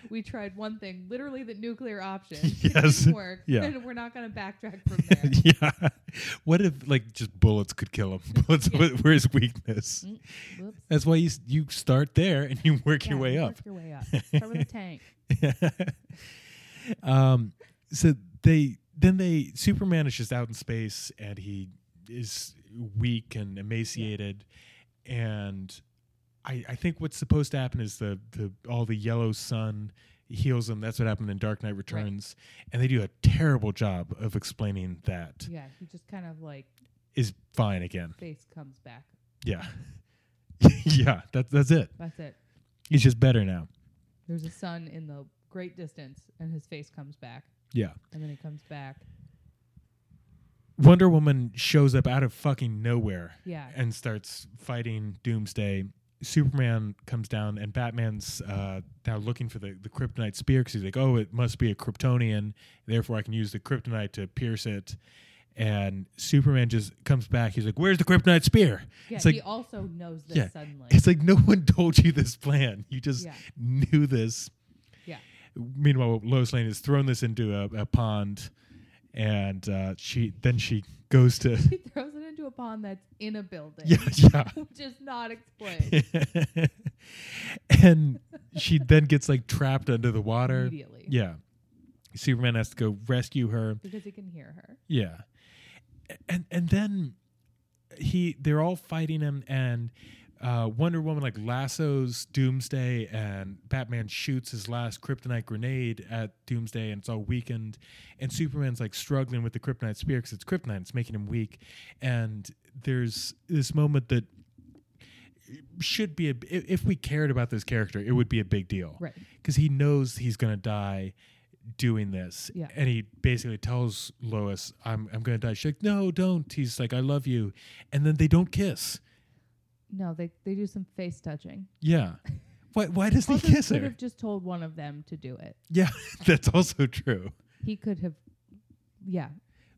Speaker 2: We tried one thing, literally the nuclear option.
Speaker 1: Yes.
Speaker 2: Didn't work.
Speaker 1: Yeah.
Speaker 2: And we're not going to backtrack from there.
Speaker 1: yeah. What if like just bullets could kill him? Bullets
Speaker 2: Yeah.
Speaker 1: were- were his weakness.
Speaker 2: Mm, Whoops.
Speaker 1: That's why you s- you start there and you work your
Speaker 2: Yeah,
Speaker 1: way
Speaker 2: you
Speaker 1: up.
Speaker 2: work your way up. Start with a tank.
Speaker 1: um, so they then they Superman is just out in space and he is weak and emaciated, and I, I think what's supposed to happen is the the all the yellow sun heals him. That's what happened in Dark Knight Returns, and they do a terrible job of explaining that
Speaker 2: Yeah, he just kind of like
Speaker 1: is fine again.
Speaker 2: face comes back.
Speaker 1: Yeah, yeah, that's that's it.
Speaker 2: That's it.
Speaker 1: He's just better now.
Speaker 2: There's a sun in the great distance, and his face comes back,
Speaker 1: Yeah.
Speaker 2: and then he comes back.
Speaker 1: Wonder Woman shows up out of fucking nowhere
Speaker 2: Yeah,
Speaker 1: and starts fighting Doomsday. Superman comes down, and Batman's uh, now looking for the, the kryptonite spear because he's like, oh, it must be a Kryptonian. Therefore, I can use the kryptonite to pierce it. And Superman just comes back. He's like, where's the kryptonite spear?
Speaker 2: yeah.
Speaker 1: it's like-
Speaker 2: he also knows this
Speaker 1: Yeah.
Speaker 2: suddenly.
Speaker 1: It's like, no one told you this plan. You just
Speaker 2: Yeah.
Speaker 1: knew this.
Speaker 2: Yeah.
Speaker 1: Meanwhile, Lois Lane has thrown this into a, a pond. And uh, she then she goes to
Speaker 2: He throws it into a pond that's in a building,
Speaker 1: yeah yeah
Speaker 2: which is not explained
Speaker 1: and she then gets like trapped under the water.
Speaker 2: immediately
Speaker 1: Yeah. Superman has to go rescue her.
Speaker 2: because he can hear her.
Speaker 1: Yeah. And and then he they're all fighting him and uh, Wonder Woman like lassos Doomsday and Batman shoots his last kryptonite grenade at Doomsday and it's all weakened and Superman's like struggling with the kryptonite spear because it's kryptonite it's making him weak and there's this moment that should be a i- if we cared about this character it would be a big deal
Speaker 2: Right.
Speaker 1: because he knows he's going to die doing this.
Speaker 2: Yeah.
Speaker 1: And he basically tells Lois, I'm, I'm going to die. She's like, no, don't. He's like, I love you. And then they don't kiss.
Speaker 2: No, they they do some face touching.
Speaker 1: Yeah. Why, why doesn't
Speaker 2: Also,
Speaker 1: he kiss
Speaker 2: could
Speaker 1: her?
Speaker 2: have just told one of them to do it.
Speaker 1: Yeah, that's also true.
Speaker 2: He could have, yeah,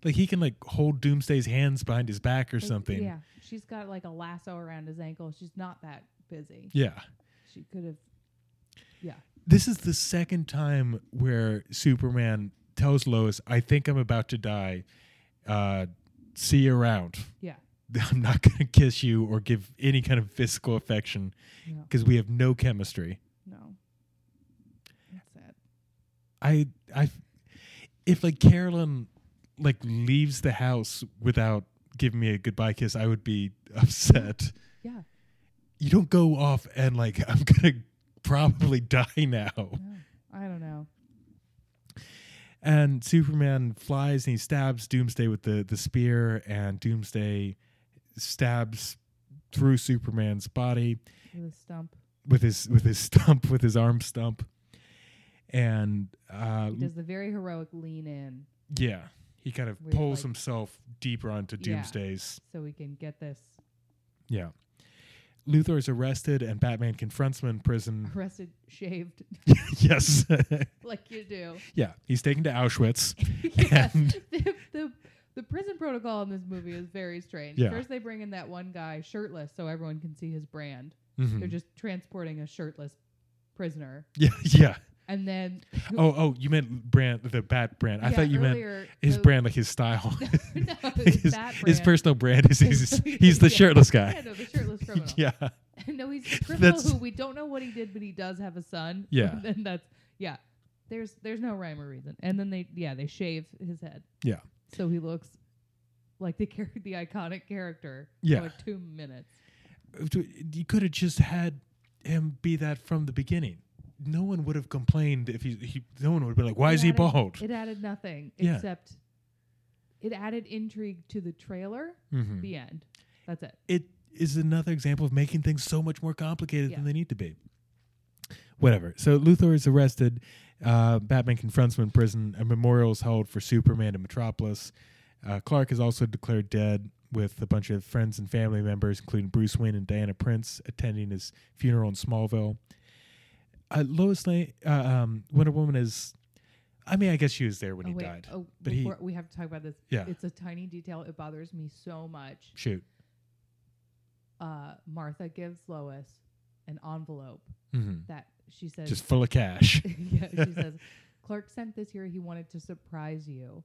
Speaker 1: Like he can like hold Doomsday's hands behind his back or
Speaker 2: Like,
Speaker 1: something.
Speaker 2: Yeah, she's got like a lasso around his ankle. She's not that busy.
Speaker 1: Yeah.
Speaker 2: She could have. Yeah,
Speaker 1: This is the second time where Superman tells Lois, I think I'm about to die. Uh, see you around.
Speaker 2: yeah.
Speaker 1: I'm not going to kiss you or give any kind of physical affection
Speaker 2: No,
Speaker 1: because we have no chemistry.
Speaker 2: no. That's sad.
Speaker 1: I, I, if like Carolyn like leaves the house without giving me a goodbye kiss, I would be upset.
Speaker 2: Yeah,
Speaker 1: You don't go off and like I'm gonna probably die now.
Speaker 2: no. I don't know.
Speaker 1: And Superman flies and he stabs Doomsday with the the spear, and Doomsday stabs through Superman's body.
Speaker 2: With a stump,
Speaker 1: with his with his stump with his arm stump and uh
Speaker 2: he does the very heroic lean in,
Speaker 1: yeah he kind of
Speaker 2: Weird,
Speaker 1: pulls
Speaker 2: like-
Speaker 1: himself deeper onto
Speaker 2: Yeah.
Speaker 1: doomsday's
Speaker 2: so we can get this
Speaker 1: yeah luthor is arrested and batman confronts him in prison
Speaker 2: arrested, shaved,
Speaker 1: yes
Speaker 2: like you do.
Speaker 1: yeah he's taken to auschwitz
Speaker 2: yes.
Speaker 1: And-
Speaker 2: the, the the prison protocol in this movie is very strange.
Speaker 1: Yeah.
Speaker 2: First, they bring in that one guy shirtless so everyone can see his brand.
Speaker 1: Mhm.
Speaker 2: They're just transporting a shirtless prisoner,
Speaker 1: yeah yeah
Speaker 2: and then
Speaker 1: oh oh you meant brand the bat brand i
Speaker 2: Yeah,
Speaker 1: thought you meant
Speaker 2: earlier,
Speaker 1: his
Speaker 2: the-
Speaker 1: brand like his style
Speaker 2: no, his,
Speaker 1: his,
Speaker 2: bat
Speaker 1: his
Speaker 2: brand.
Speaker 1: personal brand is he's, he's the
Speaker 2: Yeah.
Speaker 1: shirtless
Speaker 2: Yeah,
Speaker 1: guy
Speaker 2: no, the shirtless criminal.
Speaker 1: yeah
Speaker 2: no, he's a criminal
Speaker 1: That's-
Speaker 2: who we don't know what he did, but he does have a son.
Speaker 1: Yeah.
Speaker 2: and that's yeah. There's there's no rhyme or reason. And then they yeah they shave his head.
Speaker 1: Yeah.
Speaker 2: So he looks like the char- the iconic character.
Speaker 1: Yeah.
Speaker 2: For like two minutes.
Speaker 1: You could have just had him be that from the beginning. No one would have complained if he. he no one would have been like, "Why
Speaker 2: It
Speaker 1: is he
Speaker 2: added-
Speaker 1: bald?"
Speaker 2: It added nothing
Speaker 1: Yeah.
Speaker 2: except it added intrigue to the trailer.
Speaker 1: Mhm.
Speaker 2: The end. That's it.
Speaker 1: it is another example of making things so much more complicated
Speaker 2: Yeah.
Speaker 1: than they need to be. Whatever. So Luthor is arrested. Uh, Batman confronts him in prison. A memorial is held for Superman in Metropolis. Uh, Clark is also declared dead, with a bunch of friends and family members, including Bruce Wayne and Diana Prince, attending his funeral in Smallville. Uh, Lois Lane, uh, um, Wonder Woman is. I mean, I guess she was there when
Speaker 2: oh,
Speaker 1: he
Speaker 2: wait.
Speaker 1: died.
Speaker 2: Oh,
Speaker 1: but he-
Speaker 2: before, we have to talk about this.
Speaker 1: Yeah.
Speaker 2: It's a tiny detail. It bothers me so much.
Speaker 1: Shoot.
Speaker 2: Uh, Martha gives Lois an envelope
Speaker 1: hmm
Speaker 2: that she says
Speaker 1: Just full of cash.
Speaker 2: yeah, she says, Clark sent this here. He wanted to surprise you.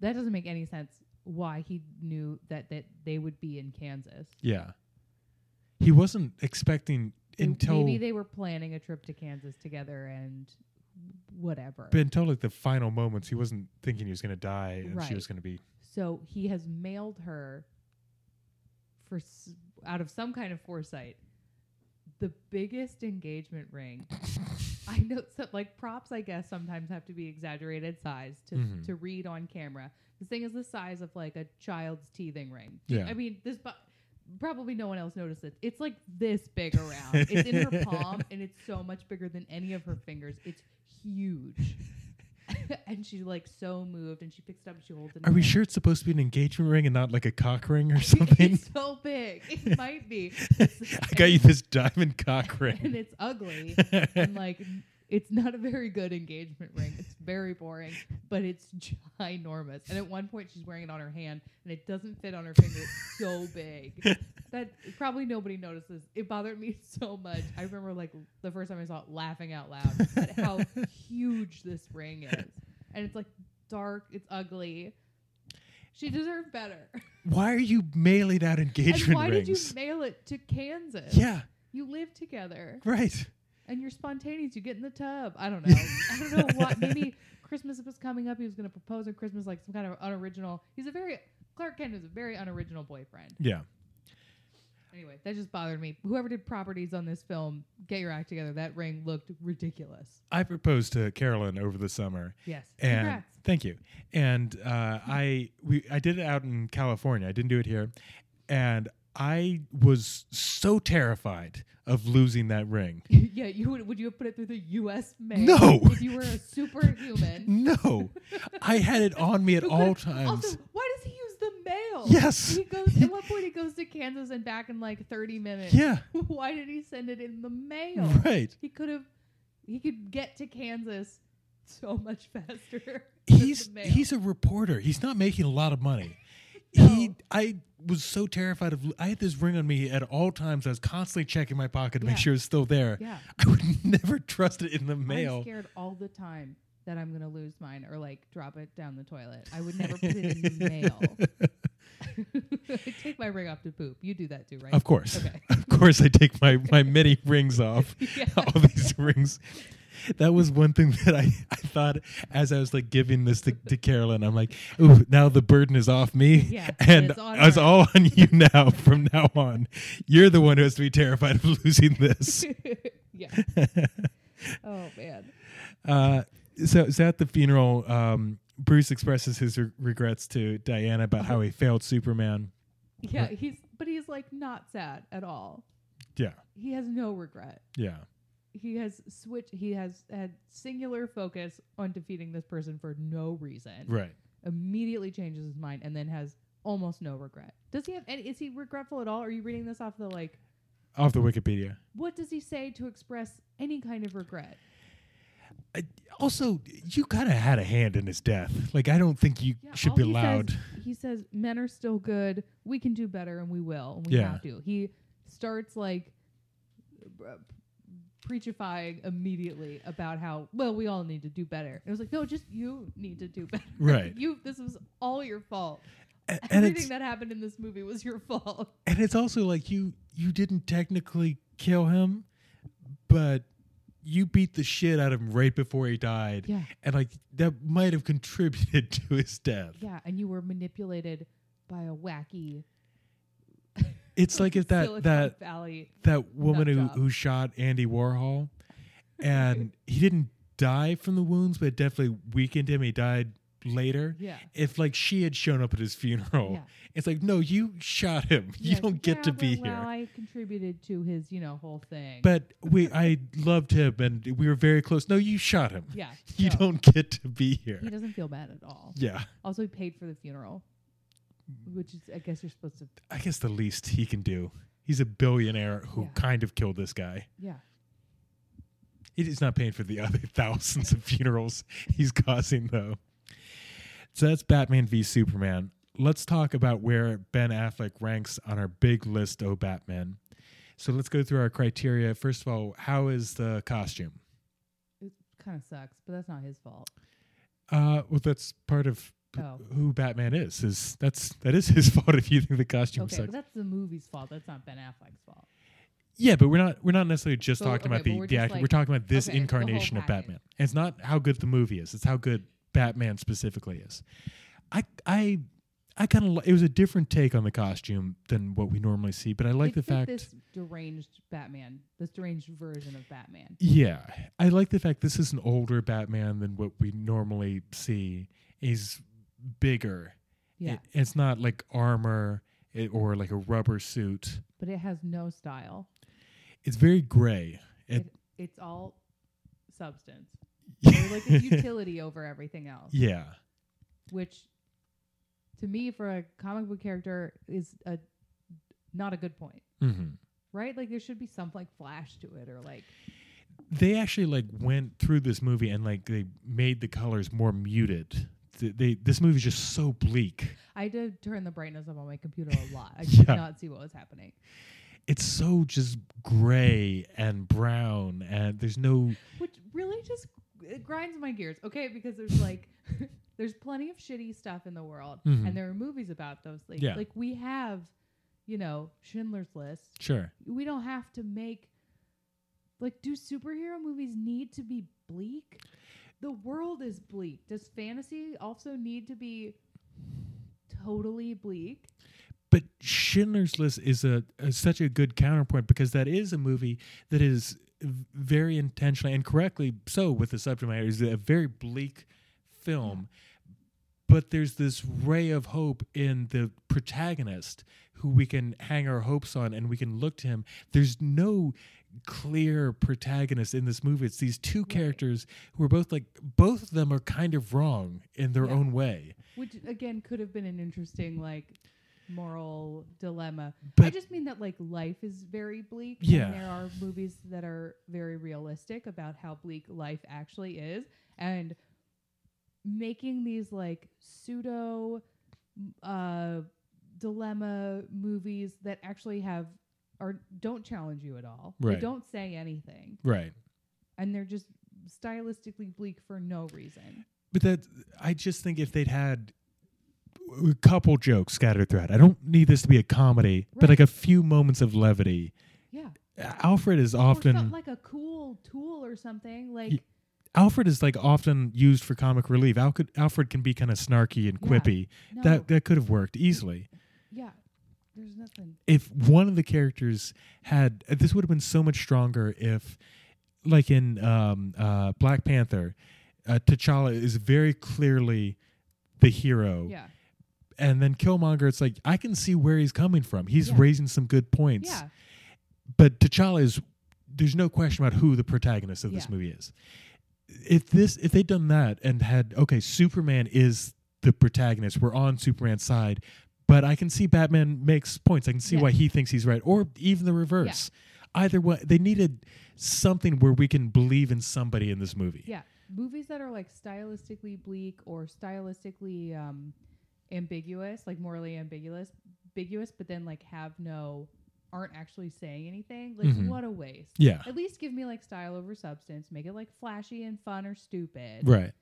Speaker 2: That doesn't make any sense why he knew that, that they would be in Kansas.
Speaker 1: Yeah. He wasn't expecting
Speaker 2: They-
Speaker 1: until
Speaker 2: maybe they were planning a trip to Kansas together and whatever.
Speaker 1: but until like the final moments, he wasn't thinking he was gonna die and
Speaker 2: Right.
Speaker 1: she was gonna be
Speaker 2: so he has mailed her for s- out of some kind of foresight the biggest engagement ring. I know so, like props I guess sometimes have to be exaggerated size to
Speaker 1: Mhm.
Speaker 2: to read on camera. This thing is the size of like a child's teething ring.
Speaker 1: Yeah.
Speaker 2: I mean this bu- probably no one else noticed it. It's like this big around. it's in her palm and it's so much bigger than any of her fingers. It's huge. and she's like so moved and she picks it up and she holds it. in
Speaker 1: Are we
Speaker 2: her hand.
Speaker 1: sure it's supposed to be an engagement ring and not like a cock ring or something?
Speaker 2: it's so big. It might be.
Speaker 1: I got you this diamond cock
Speaker 2: and
Speaker 1: ring.
Speaker 2: it's ugly and like it's not a very good engagement ring. It's very boring, but it's ginormous. And at one point, she's wearing it on her hand, and it doesn't fit on her finger. It's so big that probably nobody notices. It bothered me so much. I remember like the first time I saw it, laughing out loud at how huge this ring is, and it's like dark. It's ugly. She deserved better.
Speaker 1: why are you mailing out
Speaker 2: and
Speaker 1: engagement
Speaker 2: why did
Speaker 1: rings?
Speaker 2: you mail it to Kansas?
Speaker 1: yeah,
Speaker 2: You live together
Speaker 1: right.
Speaker 2: and you're spontaneous. You get in the tub. I don't know. I don't know what. Maybe Christmas was coming up. He was going to propose on Christmas, like some kind of unoriginal. He's a very Clark Kent is a very unoriginal boyfriend.
Speaker 1: Yeah.
Speaker 2: Anyway, that just bothered me. Whoever did properties on this film, get your act together. That ring looked ridiculous.
Speaker 1: I proposed to Carolyn over the summer
Speaker 2: Yes.
Speaker 1: and
Speaker 2: Congrats.
Speaker 1: thank you. And uh, I we I did it out in California. I didn't do it here, and I was so terrified of losing that ring.
Speaker 2: yeah, you would. Would you have put it through the U.S. mail?
Speaker 1: No.
Speaker 2: If you were a superhuman.
Speaker 1: No, I had it on me at
Speaker 2: Who
Speaker 1: all
Speaker 2: could've- Also,
Speaker 1: times.
Speaker 2: why does he use the mail?
Speaker 1: Yes.
Speaker 2: He goes. At what point he goes to Kansas and back in like 30 minutes?
Speaker 1: Yeah,
Speaker 2: Why did he send it in the mail?
Speaker 1: right.
Speaker 2: He could have. He could get to Kansas so much faster. with
Speaker 1: He's
Speaker 2: the mail.
Speaker 1: he's a reporter. He's not making a lot of money. He
Speaker 2: No.
Speaker 1: I was so terrified of. I had this ring on me at all times. I was constantly checking my pocket to
Speaker 2: Yeah.
Speaker 1: make sure it was still there.
Speaker 2: yeah.
Speaker 1: I would never trust it in the
Speaker 2: I'm
Speaker 1: mail.
Speaker 2: scared all the time that I'm gonna lose mine or like drop it down the toilet. I would never put it in the mail. I take my ring off to poop. You do that too, right?
Speaker 1: Of course.
Speaker 2: Okay.
Speaker 1: Of course, I take my, my mini rings off.
Speaker 2: Yeah.
Speaker 1: All these rings. That was one thing that I, I thought as I was like giving this to, to Carolyn. I'm like, ooh, now the burden is off me.
Speaker 2: Yeah,
Speaker 1: and
Speaker 2: it's
Speaker 1: it's,
Speaker 2: on her."
Speaker 1: all on you now from now on. You're the one who has to be terrified of losing this.
Speaker 2: yeah. Oh man.
Speaker 1: Uh, so, so at the funeral, um, Bruce expresses his re- regrets to Diana about
Speaker 2: Uh-huh.
Speaker 1: how he failed Superman.
Speaker 2: Yeah. He's but he's like not sad at all.
Speaker 1: Yeah.
Speaker 2: He has no regret.
Speaker 1: Yeah.
Speaker 2: he has switched he has had singular focus on defeating this person for no reason
Speaker 1: Right.
Speaker 2: immediately changes his mind and then has almost no regret does he have any is he regretful at all are you reading this off the like
Speaker 1: Off the Wikipedia.
Speaker 2: what does he say to express any kind of regret
Speaker 1: Also, you kind of had a hand in his death. Like, I don't think you should
Speaker 2: all
Speaker 1: be
Speaker 2: he
Speaker 1: allowed.
Speaker 2: says, he says men are still good we can do better and we will and we
Speaker 1: Yeah.
Speaker 2: have to he starts like uh, preachifying immediately about how well we all need to do better it was like no just you need to do better
Speaker 1: Right.
Speaker 2: you this was all your fault
Speaker 1: A- and
Speaker 2: Everything
Speaker 1: it's
Speaker 2: that happened in this movie was your fault.
Speaker 1: and it's also like you you didn't technically kill him, but you beat the shit out of him right before he died,
Speaker 2: Yeah.
Speaker 1: and like that might have contributed to his death.
Speaker 2: Yeah, and you were manipulated by a wacky.
Speaker 1: It's like if that
Speaker 2: Silicon
Speaker 1: that
Speaker 2: Valley.
Speaker 1: that woman who,
Speaker 2: job.
Speaker 1: who shot Andy Warhol, and he didn't die from the wounds, but it definitely weakened him. He died later.
Speaker 2: Yeah.
Speaker 1: If like she had shown up at his funeral,
Speaker 2: Yeah.
Speaker 1: it's like no, you shot him.
Speaker 2: Yeah,
Speaker 1: Oh, you don't get
Speaker 2: yeah,
Speaker 1: to
Speaker 2: but,
Speaker 1: be
Speaker 2: well,
Speaker 1: here.
Speaker 2: I contributed to his, you know, whole thing.
Speaker 1: but we, I loved him, and we were very close. No, you shot him.
Speaker 2: yeah,
Speaker 1: You
Speaker 2: no,
Speaker 1: don't get to be here.
Speaker 2: He doesn't feel bad at all.
Speaker 1: Yeah,
Speaker 2: Also, he paid for the funeral, which is, I guess, you're supposed to.
Speaker 1: I guess the least he can do. He's a billionaire who
Speaker 2: Yeah.
Speaker 1: kind of killed this guy.
Speaker 2: Yeah,
Speaker 1: He's not paying for the other thousands of funerals he's causing, though. So that's Batman v Superman. Let's talk about where Ben Affleck ranks on our big list, oh Batman. So let's go through our criteria. First of all, how is the costume?
Speaker 2: it kind of sucks, but that's not his fault.
Speaker 1: Uh, well, that's part of p-
Speaker 2: Oh.
Speaker 1: who Batman is. Is that's that is his fault if you think the costume
Speaker 2: Okay,
Speaker 1: sucks.
Speaker 2: but that's the movie's fault. That's not Ben Affleck's fault.
Speaker 1: Yeah, but we're not we're not necessarily just
Speaker 2: But-
Speaker 1: talking
Speaker 2: okay,
Speaker 1: about the,
Speaker 2: but we're
Speaker 1: the
Speaker 2: just
Speaker 1: actor.
Speaker 2: like-
Speaker 1: we're talking about this
Speaker 2: okay, the whole
Speaker 1: incarnation of
Speaker 2: package.
Speaker 1: Batman. And it's not how good the movie is; it's how good Batman specifically is. I I I kind of li- it was a different take on the costume than what we normally see, but I like
Speaker 2: It
Speaker 1: the
Speaker 2: fit
Speaker 1: fact.
Speaker 2: this deranged Batman, this deranged version of Batman.
Speaker 1: Yeah, I like the fact this is an older Batman than what we normally see. He's bigger.
Speaker 2: Yeah,
Speaker 1: It- it's not like armor eh, or like a rubber suit.
Speaker 2: but it has no style.
Speaker 1: It's very gray. It-
Speaker 2: It, it's all substance, or like a utility over everything else.
Speaker 1: yeah.
Speaker 2: which to me for a comic book character is a not a good point
Speaker 1: hmm
Speaker 2: right like there should be some like flash to it or like
Speaker 1: they actually like went through this movie and like they made the colors more muted. Th- They this movie's just so bleak.
Speaker 2: i had to turn the brightness up on my computer a lot i could
Speaker 1: Yeah.
Speaker 2: not see what was happening
Speaker 1: It's so just gray and brown and there's no
Speaker 2: which really just it grinds my gears okay because there's like there's plenty of shitty stuff in the world
Speaker 1: Mhm.
Speaker 2: and there are movies about those things
Speaker 1: Yeah.
Speaker 2: like we have you know schindler's list
Speaker 1: sure.
Speaker 2: we don't have to make like do superhero movies need to be bleak the world is bleak does fantasy also need to be totally bleak
Speaker 1: But Schindler's List is a, a such a good counterpoint because that is a movie that is v- very intentionally and correctly so with the subject matter is a very bleak film. But there's this ray of hope in the protagonist who we can hang our hopes on and we can look to him. There's no clear protagonist in this movie. It's these two characters who are both like, both of them are kind of wrong in their
Speaker 2: Yeah.
Speaker 1: own way.
Speaker 2: which again could have been an interesting like moral dilemma i
Speaker 1: But-
Speaker 2: just mean that like life is very bleak
Speaker 1: Yeah.
Speaker 2: and there are movies that are very realistic about how bleak life actually is and making these like pseudo uh dilemma movies that actually have or don't challenge you at all
Speaker 1: Right.
Speaker 2: they don't say anything
Speaker 1: Right.
Speaker 2: and they're just stylistically bleak for no reason
Speaker 1: But that I just think if they'd had a couple jokes scattered throughout, I don't need this to be a comedy, but
Speaker 2: Right.
Speaker 1: like a few moments of levity.
Speaker 2: yeah
Speaker 1: Alfred is
Speaker 2: Or some-
Speaker 1: often
Speaker 2: like a cool tool or something like
Speaker 1: Y- Alfred is like often used for comic relief. Al- Alfred can be kind of snarky and
Speaker 2: Yeah.
Speaker 1: quippy.
Speaker 2: no,
Speaker 1: That that could have worked easily.
Speaker 2: yeah there's nothing
Speaker 1: If one of the characters had this would have been so much stronger if like in um, uh, Black Panther, uh, T'Challa is very clearly the hero.
Speaker 2: yeah
Speaker 1: and then Killmonger, it's like I can see where he's coming from. He's
Speaker 2: Yeah.
Speaker 1: raising some good points,
Speaker 2: yeah
Speaker 1: but T'Challa is. There's no question about who the protagonist of this
Speaker 2: Yeah.
Speaker 1: movie is. If this, if they'd done that and had okay, Superman is the protagonist. We're on Superman's side, but I can see Batman makes points. I can see
Speaker 2: Yeah.
Speaker 1: why he thinks he's right, or even the reverse. Either way, they needed something where we can believe in somebody in this movie.
Speaker 2: Yeah, movies that are like stylistically bleak or stylistically um, ambiguous, like morally ambiguous, ambiguous, but then like have no, aren't actually saying anything. Like,
Speaker 1: Mhm.
Speaker 2: what a waste!
Speaker 1: Yeah,
Speaker 2: At least give me like style over substance. Make it like flashy and fun or stupid,
Speaker 1: right.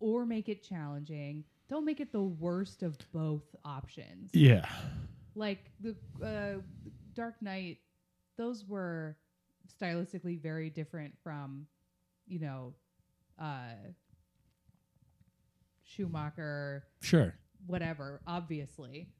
Speaker 2: or make it challenging. Don't make it the worst of both options.
Speaker 1: Yeah,
Speaker 2: Like the uh, Dark Knight, those were stylistically very different from, you know, uh, Schumacher,
Speaker 1: Sure.
Speaker 2: whatever, obviously.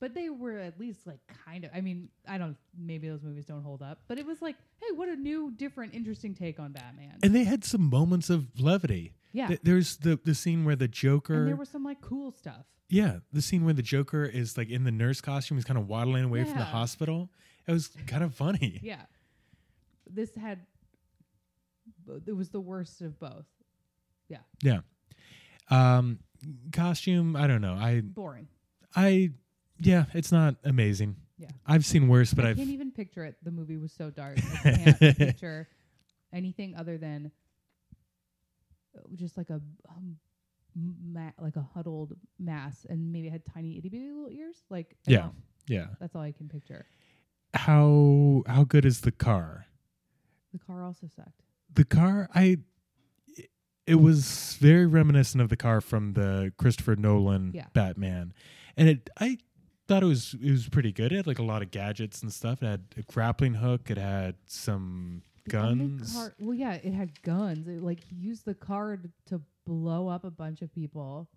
Speaker 2: But they were at least like kind of. I mean, I don't. Maybe those movies don't hold up, but it was like, hey, what a new, different, interesting take on Batman.
Speaker 1: And they had some moments of levity.
Speaker 2: yeah,
Speaker 1: Th- There's the the scene where the Joker
Speaker 2: and there was some like cool stuff.
Speaker 1: Yeah, the scene where the Joker is like in the nurse costume, he's kind of waddling away from the
Speaker 2: Yeah.
Speaker 1: hospital. It was kind of funny.
Speaker 2: Yeah, this had. It was the worst of both.
Speaker 1: Um, costume, I don't know. I
Speaker 2: Boring.
Speaker 1: I yeah, it's not amazing.
Speaker 2: Yeah.
Speaker 1: I've seen worse, but
Speaker 2: I
Speaker 1: I've
Speaker 2: can't even picture it. The movie was so dark. I can't picture anything other than uh, just like a um, ma- like a huddled mass, and maybe it had tiny itty bitty little ears. Like I
Speaker 1: Yeah.
Speaker 2: don't-
Speaker 1: yeah.
Speaker 2: that's all I can picture.
Speaker 1: How how good is the car?
Speaker 2: The car also sucked.
Speaker 1: The car, I it was very reminiscent of the car from the Christopher Nolan
Speaker 2: Yeah.
Speaker 1: Batman. And it I thought it was it was pretty good. It had like a lot of gadgets and stuff. It had a grappling hook, it had some
Speaker 2: The only
Speaker 1: guns.
Speaker 2: Car- well, yeah, it had guns. It, like he used the car to, to blow up a bunch of people.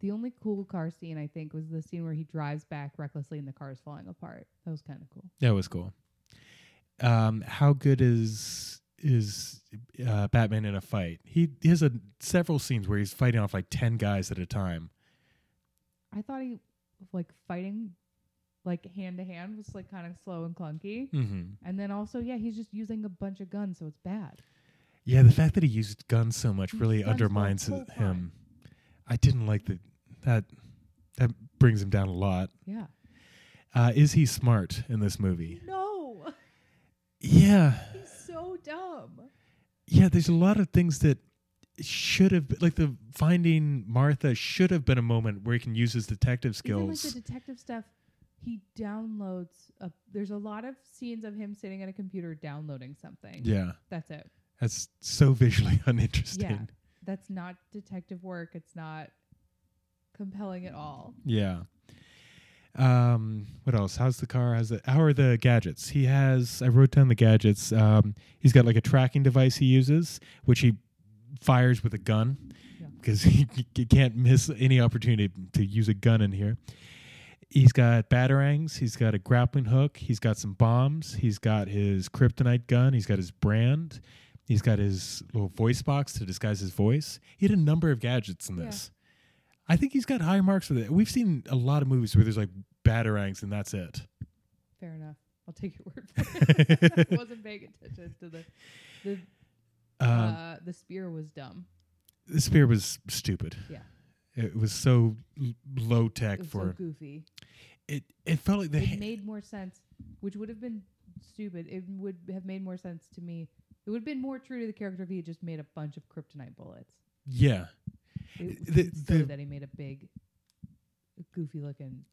Speaker 2: The only cool car scene I think was the scene where he drives back recklessly and the car is falling apart. That was kind of cool.
Speaker 1: That was cool. Um, how good is is uh, Batman in a fight? He, he has a several scenes where he's fighting off like ten guys at a time.
Speaker 2: I thought he like fighting like hand to hand was like kind of slow and clunky.
Speaker 1: Mm-hmm.
Speaker 2: And then also, yeah, he's just using a bunch of guns, so it's bad.
Speaker 1: Yeah, the fact that he used guns so much
Speaker 2: He
Speaker 1: really
Speaker 2: used guns the
Speaker 1: undermines
Speaker 2: whole
Speaker 1: him.
Speaker 2: time.
Speaker 1: I didn't like that. That that brings him down a lot.
Speaker 2: Yeah.
Speaker 1: Uh, is he smart in this movie?
Speaker 2: No,
Speaker 1: Yeah,
Speaker 2: he's so dumb.
Speaker 1: yeah. There's a lot of things that should have like the finding Martha should have been a moment where he can use his detective
Speaker 2: Even
Speaker 1: skills.
Speaker 2: like the detective stuff, he downloads. A, there's a lot of scenes of him sitting at a computer downloading something.
Speaker 1: yeah.
Speaker 2: That's it.
Speaker 1: That's so visually uninteresting.
Speaker 2: That's not detective work. It's not compelling at all.
Speaker 1: Yeah. Um, what else? How's the car? How's the how are the gadgets? He has I wrote down the gadgets. Um, he's got like a tracking device he uses, which he fires with a gun
Speaker 2: Yeah.
Speaker 1: because he, he can't miss any opportunity to use a gun in here. He's got batarangs, he's got a grappling hook, he's got some bombs, he's got his kryptonite gun, he's got his brand, he's got his little voice box to disguise his voice. He had a number of gadgets in
Speaker 2: Yeah.
Speaker 1: this. I think he's got higher marks for that. We've seen a lot of movies where there's like batarangs and that's it.
Speaker 2: Fair enough. I'll take your word for it. I wasn't paying attention to the the
Speaker 1: Um,
Speaker 2: uh, the spear was dumb.
Speaker 1: the spear was stupid.
Speaker 2: Yeah.
Speaker 1: It was so l- low tech
Speaker 2: It was
Speaker 1: for
Speaker 2: so goofy.
Speaker 1: it. It felt like the
Speaker 2: It
Speaker 1: ha-
Speaker 2: made more sense, which would have been stupid. It would have made more sense to me. It would have been more true to the character if he had just made a bunch of kryptonite bullets.
Speaker 1: yeah.
Speaker 2: It
Speaker 1: The-
Speaker 2: was silly
Speaker 1: the-
Speaker 2: that he made a big, goofy looking.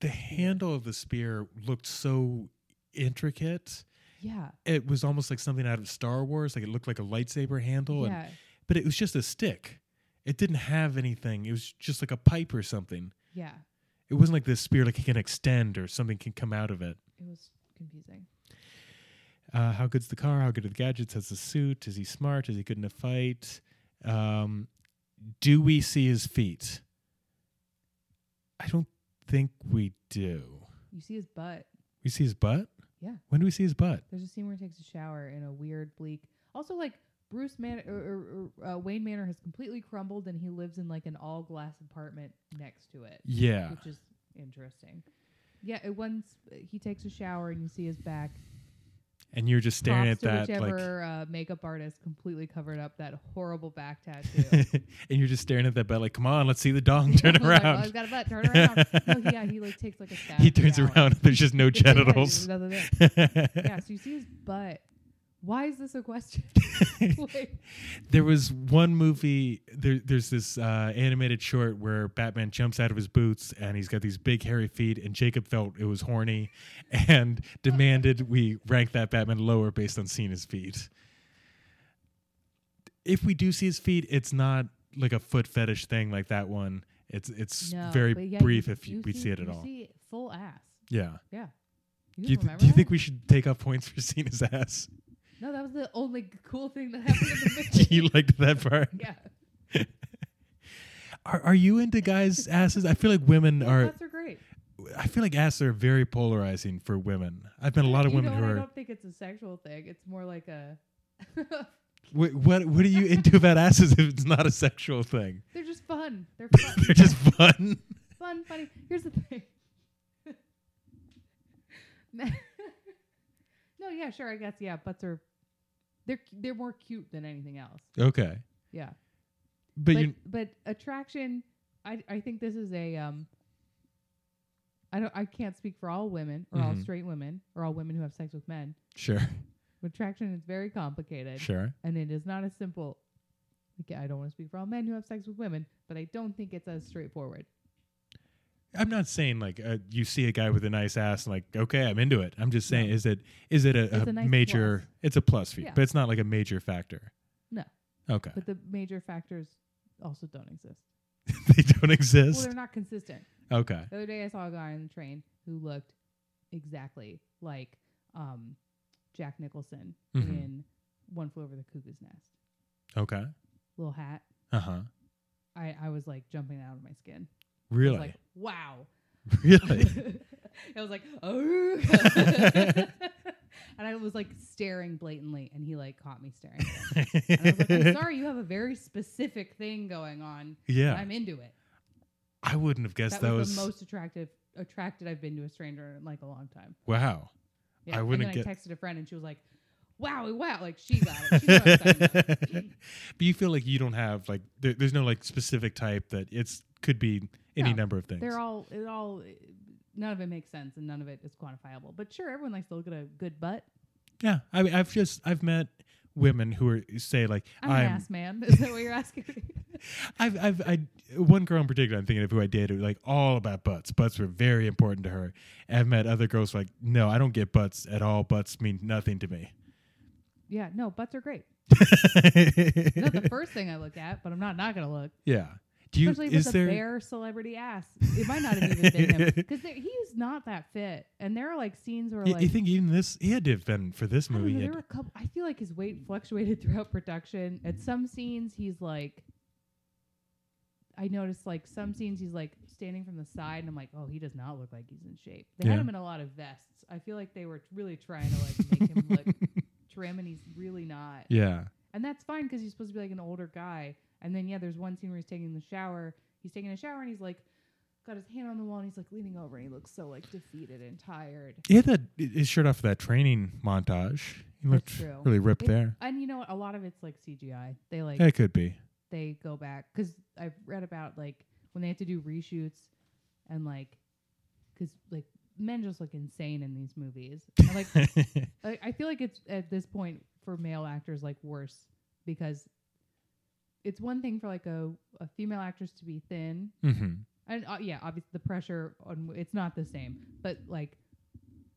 Speaker 1: The handle of the spear looked so intricate.
Speaker 2: Yeah.
Speaker 1: It was almost like something out of Star Wars. Like it looked like a lightsaber handle, and,
Speaker 2: yeah.
Speaker 1: but it was just a stick. It didn't have anything. It was just like a pipe or something.
Speaker 2: Yeah.
Speaker 1: It wasn't like this spear like it can extend or something can come out of it.
Speaker 2: It was confusing.
Speaker 1: uh, how good's the car? How good are the gadgets? Has the suit? Is he smart? Is he good in a fight? Um, do we see his feet? I don't think we do.
Speaker 2: You see his butt.
Speaker 1: We see his butt.
Speaker 2: Yeah.
Speaker 1: When do we see his butt?
Speaker 2: There's a scene where he takes a shower in a weird, bleak. Also, like Bruce Man or, or, or uh, Wayne Manor has completely crumbled, and he lives in like an all glass apartment next to it,
Speaker 1: Yeah,
Speaker 2: which is interesting. Yeah, it once he takes a shower and you see his back.
Speaker 1: and you're just staring
Speaker 2: Props
Speaker 1: at that
Speaker 2: to
Speaker 1: like,
Speaker 2: whichever uh, makeup artist completely covered up that horrible back tattoo.
Speaker 1: and you're just staring at that butt like, come on, let's see the dong turn
Speaker 2: I was like, well, he's
Speaker 1: around.
Speaker 2: got a butt. Turn around. no, yeah, he like takes like a stab.
Speaker 1: He turns around. There's just no genitals.
Speaker 2: Yeah, there's nothing there. Yeah, so you see his butt. Why is this a question? Like,
Speaker 1: There was one movie. There, there's this uh, animated short where Batman jumps out of his boots and he's got these big hairy feet. And Jacob felt it was horny, and demanded we rank that Batman lower based on seeing his feet. If we do see his feet, it's not like a foot fetish thing like that one. It's it's
Speaker 2: No,
Speaker 1: very
Speaker 2: but yeah,
Speaker 1: brief
Speaker 2: you-
Speaker 1: if you,
Speaker 2: you
Speaker 1: we see it at
Speaker 2: you
Speaker 1: all.
Speaker 2: See full ass.
Speaker 1: yeah.
Speaker 2: Yeah. You
Speaker 1: Do you, th-
Speaker 2: remember
Speaker 1: do you
Speaker 2: that?
Speaker 1: think we should take off points for seeing his ass?
Speaker 2: No, that was the only g- cool thing that happened in the movie.
Speaker 1: you liked that part?
Speaker 2: yeah.
Speaker 1: Are, are you into guys' asses? I feel like women
Speaker 2: Our,
Speaker 1: are.
Speaker 2: That's are great.
Speaker 1: I feel like asses are very polarizing for women. I've met a lot of
Speaker 2: You
Speaker 1: women
Speaker 2: know
Speaker 1: who
Speaker 2: what? I
Speaker 1: are.
Speaker 2: don't think it's a sexual thing. It's more like a.
Speaker 1: Wh- what What are you into about asses if it's not a sexual thing?
Speaker 2: They're just fun. They're fun.
Speaker 1: They're just fun.
Speaker 2: fun, funny. Here's the thing. no, yeah, sure, I guess, yeah, butts are they're cu- they're more cute than anything else.
Speaker 1: Okay,
Speaker 2: Yeah,
Speaker 1: but, you
Speaker 2: but attraction, I I think this is a um. I don't. I can't speak for all women or all
Speaker 1: Mhm.
Speaker 2: straight women or all women who have sex with men.
Speaker 1: sure,
Speaker 2: But attraction is very complicated,
Speaker 1: sure.
Speaker 2: and it is not as simple. Like, I don't want to speak for all men who have sex with women, but I don't think it's as straightforward.
Speaker 1: I'm not saying like uh, you see a guy with a nice ass and like okay, I'm into it. I'm just saying is it is it a,
Speaker 2: It's a nice
Speaker 1: major?
Speaker 2: plus.
Speaker 1: It's a plus for you,
Speaker 2: Yeah.
Speaker 1: but it's not like a major factor.
Speaker 2: No.
Speaker 1: Okay,
Speaker 2: But the major factors also don't exist.
Speaker 1: they don't
Speaker 2: Well,
Speaker 1: exist.
Speaker 2: they're not consistent.
Speaker 1: okay,
Speaker 2: The other day, I saw a guy on the train who looked exactly like um, Jack Nicholson
Speaker 1: Mhm.
Speaker 2: in One Flew Over the Cuckoo's Nest.
Speaker 1: okay,
Speaker 2: Little hat.
Speaker 1: uh huh.
Speaker 2: I, I was like jumping out of my skin. I was
Speaker 1: Really,
Speaker 2: like, wow.
Speaker 1: really.
Speaker 2: I was like, oh. and I was like staring blatantly, and he like caught me staring. And I was like, I'm sorry, you have a very specific thing going on.
Speaker 1: yeah,
Speaker 2: I'm into it.
Speaker 1: I wouldn't have guessed
Speaker 2: That,
Speaker 1: that,
Speaker 2: was,
Speaker 1: was,
Speaker 2: the most attractive attracted I've been to a stranger in like a long time.
Speaker 1: wow. I
Speaker 2: and
Speaker 1: wouldn't
Speaker 2: then
Speaker 1: get-
Speaker 2: I texted a friend and she was like, "Wow, wow!" Like she got it. She knew what I was talking about.
Speaker 1: but you feel like you don't have like there, there's no like specific type that it's could be any
Speaker 2: No,
Speaker 1: number of things.
Speaker 2: They're all it all. None of it makes sense and none of it is quantifiable. But sure, everyone likes to look at a good butt.
Speaker 1: yeah, I mean, I've just I've met women who are say like
Speaker 2: I'm,
Speaker 1: I'm
Speaker 2: an ass man. Is that what you're asking? me?
Speaker 1: I've, I've, I, one girl in particular, I'm thinking of who I dated, like all about butts. Butts were very important to her. And I've met other girls like, no, I don't get butts at all. Butts mean nothing to me.
Speaker 2: yeah, no, butts are great. Not the first thing I look at, but I'm not not gonna look.
Speaker 1: yeah. Do you,
Speaker 2: Especially
Speaker 1: is
Speaker 2: with
Speaker 1: there,
Speaker 2: a bare celebrity ass. It might not have even been him because he's not that fit. And there are like scenes where
Speaker 1: you,
Speaker 2: like
Speaker 1: you think even this, he had to have been for this
Speaker 2: I don't
Speaker 1: movie.
Speaker 2: know,
Speaker 1: he
Speaker 2: there
Speaker 1: had-
Speaker 2: were a couple. I feel like his weight fluctuated throughout production. At some scenes, he's like, I noticed like some scenes he's like standing from the side, and I'm like, oh, he does not look like he's in shape. They
Speaker 1: Yeah.
Speaker 2: had him in a lot of vests. I feel like they were really trying to like make him look trim, and he's really not.
Speaker 1: yeah.
Speaker 2: And that's fine because he's supposed to be like an older guy. And then yeah, there's one scene where he's taking the shower. He's taking a shower, and he's like. Got his hand on the wall and he's like leaning over and he looks so like defeated and tired.
Speaker 1: He had that, his shirt off for that training montage. He looked
Speaker 2: That's true.
Speaker 1: really ripped
Speaker 2: It-
Speaker 1: there.
Speaker 2: And you know what? A lot of it's like CGI. They like
Speaker 1: Yeah, it could be.
Speaker 2: they go back because I've read about like when they have to do reshoots and like because like men just look insane in these movies. And, like I, I feel like it's at this point for male actors like worse because it's one thing for like a, a female actress to be thin
Speaker 1: hmm
Speaker 2: and uh, yeah, obviously the pressure on it's not the same, but like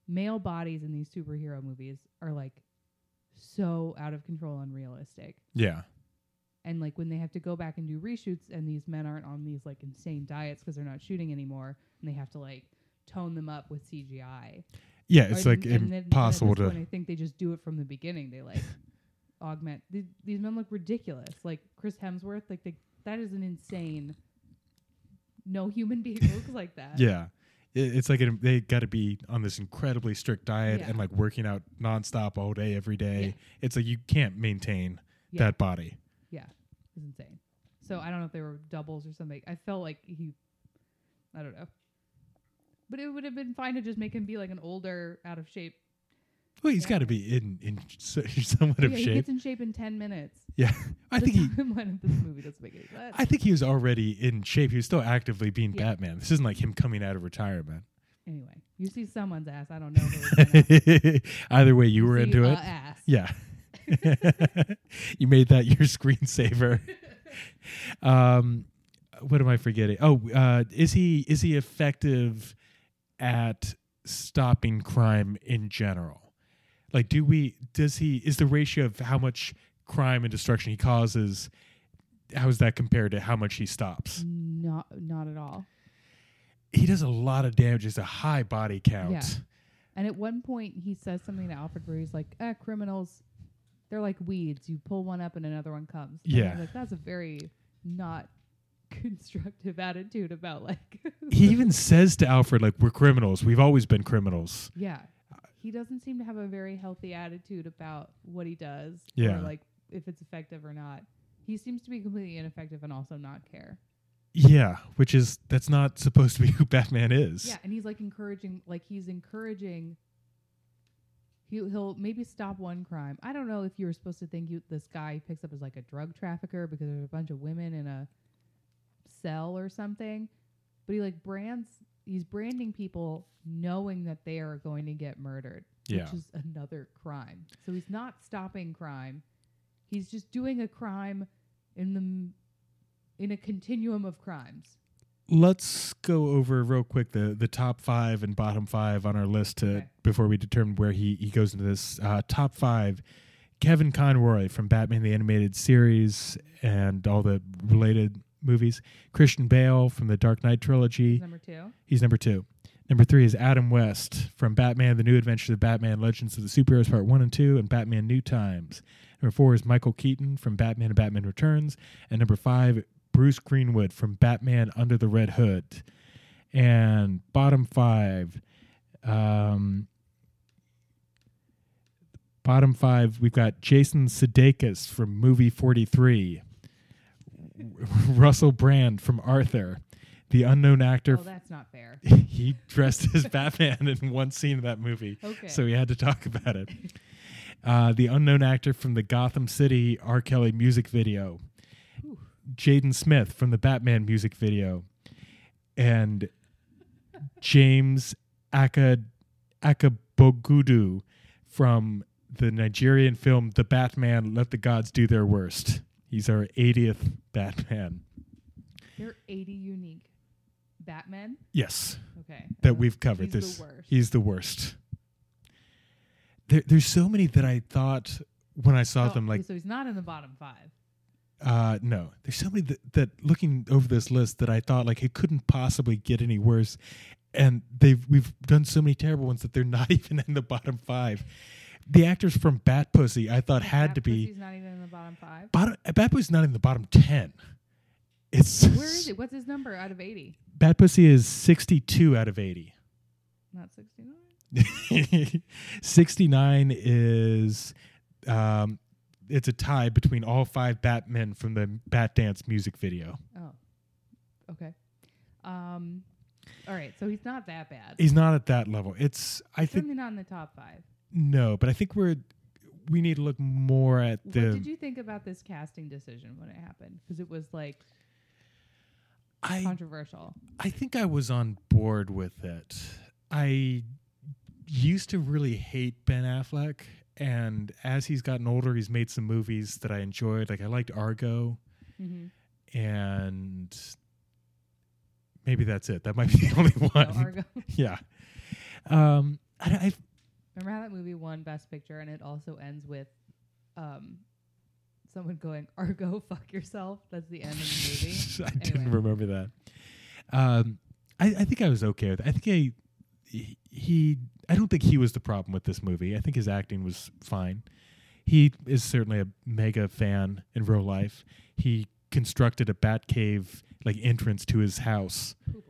Speaker 2: male bodies in these superhero movies are like so out of control and realistic.
Speaker 1: Yeah.
Speaker 2: And like when they have to go back and do reshoots and these men aren't on these like insane diets because they're not shooting anymore and they have to like tone them up with CGI.
Speaker 1: Yeah. It's
Speaker 2: Or-
Speaker 1: like
Speaker 2: and then- and at
Speaker 1: impossible
Speaker 2: this
Speaker 1: to.
Speaker 2: point, I think they just do it from the beginning. They like augment these, these men look ridiculous. Like Chris Hemsworth, like they, that is an insane. No human being looks like that.
Speaker 1: Yeah. I- It's like it, they got to be on this incredibly strict diet
Speaker 2: Yeah.
Speaker 1: and like working out nonstop all day, every day. It's like you can't maintain
Speaker 2: Yeah.
Speaker 1: that body.
Speaker 2: Yeah, it's insane. So I don't know if they were doubles or something. I felt like he, I don't know. But it would have been fine to just make him be like an older, out of shape.
Speaker 1: Well, he's
Speaker 2: Yeah.
Speaker 1: got to be in in so- somewhat
Speaker 2: yeah,
Speaker 1: of
Speaker 2: he
Speaker 1: shape.
Speaker 2: gets in shape in ten minutes.
Speaker 1: Yeah, I think he.
Speaker 2: the timeline of this movie doesn't make any sense.
Speaker 1: I think he was already in shape. He was still actively being
Speaker 2: Yeah.
Speaker 1: Batman. This isn't like him coming out of retirement.
Speaker 2: anyway, you see someone's ass. I don't know. uh, If it was an ass.
Speaker 1: Either way, you were
Speaker 2: see
Speaker 1: into
Speaker 2: a
Speaker 1: it.
Speaker 2: Ass.
Speaker 1: Yeah. you made that your screensaver. Um, what am I forgetting? Oh, uh, is he is he effective at stopping crime in general? Like, do we does he is the ratio of how much crime and destruction he causes? How is that compared to how much he stops?
Speaker 2: Not, not at all.
Speaker 1: He does a lot of damage. He's a high body count.
Speaker 2: And at one point, he says something to Alfred where he's like, eh, criminals, they're like weeds. You pull one up and another one comes. And I was
Speaker 1: Yeah.
Speaker 2: like, that's a very not constructive attitude about, like,
Speaker 1: He even says to Alfred, like, we're criminals. We've always been criminals.
Speaker 2: yeah. He doesn't seem to have a very healthy attitude about what he does
Speaker 1: Yeah.
Speaker 2: or, like, if it's effective or not. He seems to be completely ineffective and also not care.
Speaker 1: Yeah, which is, that's not supposed to be who Batman is.
Speaker 2: Yeah, and he's like encouraging, like he's encouraging. He'll, he'll maybe stop one crime. I don't know if you were supposed to think you, this guy he picks up as like a drug trafficker because there's a bunch of women in a cell or something, but he like brands. He's branding people knowing that they are going to get murdered,
Speaker 1: Yeah.
Speaker 2: which is another crime. So he's not stopping crime. He's just doing a crime in the m- in a continuum of crimes.
Speaker 1: Let's go over real quick the, the top five and bottom five on our list to
Speaker 2: Okay.
Speaker 1: before we determine where he, he goes into this. Uh, top five Kevin Conroy from Batman the Animated Series and all the related movies, Christian Bale from the Dark Knight trilogy.
Speaker 2: Number two.
Speaker 1: He's number two. Number three is Adam West from Batman: The New Adventures of Batman, Legends of the Superheroes Part One and Two, and Batman: New Times. Number four is Michael Keaton from Batman and Batman Returns, and number five, Bruce Greenwood from Batman: Under the Red Hood. And bottom five, um, bottom five, we've got Jason Sudeikis from Movie Forty Three, Russell Brand from Arthur, the unknown actor
Speaker 2: Oh, that's not fair.
Speaker 1: he dressed as Batman in one scene of that movie.
Speaker 2: Okay.
Speaker 1: So we had to talk about it. Uh, the unknown actor from the Gotham City R. Kelly music video,
Speaker 2: Ooh.
Speaker 1: Jaden Smith from the Batman music video, and James Aka, Akabogudu from the Nigerian film The Batman Let the Gods Do Their Worst. He's our 80th Batman.
Speaker 2: There are 80 unique Batmen.
Speaker 1: Yes.
Speaker 2: Okay.
Speaker 1: that
Speaker 2: Uh,
Speaker 1: we've covered.
Speaker 2: he's
Speaker 1: this
Speaker 2: the worst.
Speaker 1: he's the worst. There, there's so many that I thought when I saw
Speaker 2: Oh,
Speaker 1: them, like
Speaker 2: so he's not in the bottom five.
Speaker 1: uh, no, there's so many that, that looking over this list that I thought like it couldn't possibly get any worse, and they've we've done so many terrible ones that they're not even in the bottom five. The actors from Bat Pussy I thought had to be
Speaker 2: He's not even in the bottom five.
Speaker 1: bottom. Bat Pussy's not in the bottom ten. It's
Speaker 2: Where is it? What's his number out of 80?
Speaker 1: Bat Pussy is 62 out of 80.
Speaker 2: Not 69.
Speaker 1: 69 is um, it's a tie between all five Batmen from the Bat Dance music video.
Speaker 2: Oh. Okay. Um. All right. So he's not that bad.
Speaker 1: He's not at that level. It's I think
Speaker 2: Certainly not in the top five.
Speaker 1: no, but I think we're we need to look more at
Speaker 2: what
Speaker 1: the
Speaker 2: did you think about this casting decision when it happened? Because it was like
Speaker 1: I
Speaker 2: controversial.
Speaker 1: I think I was on board with it. I used to really hate Ben Affleck and as he's gotten older he's made some movies that I enjoyed. Like I liked Argo.
Speaker 2: Mm-hmm.
Speaker 1: and maybe that's it. That might be the only one.
Speaker 2: Argo.
Speaker 1: yeah. Um, I, don't- I
Speaker 2: Remember how that movie won Best Picture and it also ends with um, someone going, Argo, fuck yourself. That's the end of the movie.
Speaker 1: I didn't
Speaker 2: Anyway.
Speaker 1: remember that. Um, I, I think I was okay with. It. I think I he. I don't think he was the problem with this movie. I think his acting was fine. He is certainly a mega fan in real life. He constructed a Batcave like entrance to his house
Speaker 2: Oh boy.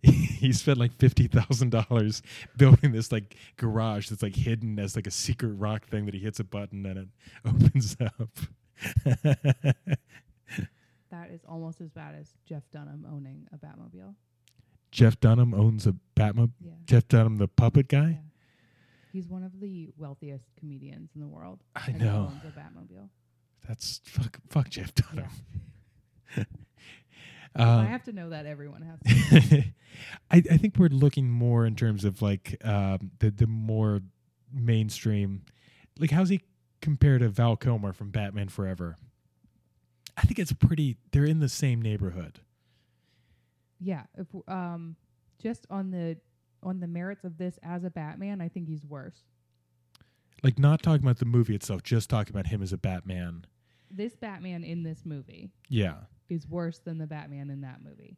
Speaker 1: he spent like fifty thousand dollars building this like garage that's like hidden as like a secret rock thing that he hits a button and it opens up.
Speaker 2: That is almost as bad as Jeff Dunham owning a Batmobile.
Speaker 1: Jeff Dunham owns a Batmobile.
Speaker 2: Yeah.
Speaker 1: Jeff Dunham, the puppet
Speaker 2: yeah.
Speaker 1: guy.
Speaker 2: He's one of the wealthiest comedians in the world.
Speaker 1: I
Speaker 2: and he
Speaker 1: know.
Speaker 2: Owns a Batmobile.
Speaker 1: That's fuck. Fuck Jeff Dunham.
Speaker 2: I
Speaker 1: Uh,
Speaker 2: have to know that everyone has. To.
Speaker 1: I, I think we're looking more in terms of like um, the the more mainstream. Like, how's he compared to Val Kilmer from Batman Forever? I think it's pretty. They're in the same neighborhood.
Speaker 2: yeah. If, w- um, just on the on the merits of this as a Batman, I think he's worse.
Speaker 1: Like, not talking about the movie itself, just talking about him as a Batman.
Speaker 2: This Batman in this movie
Speaker 1: Yeah,
Speaker 2: is worse than the Batman in that movie.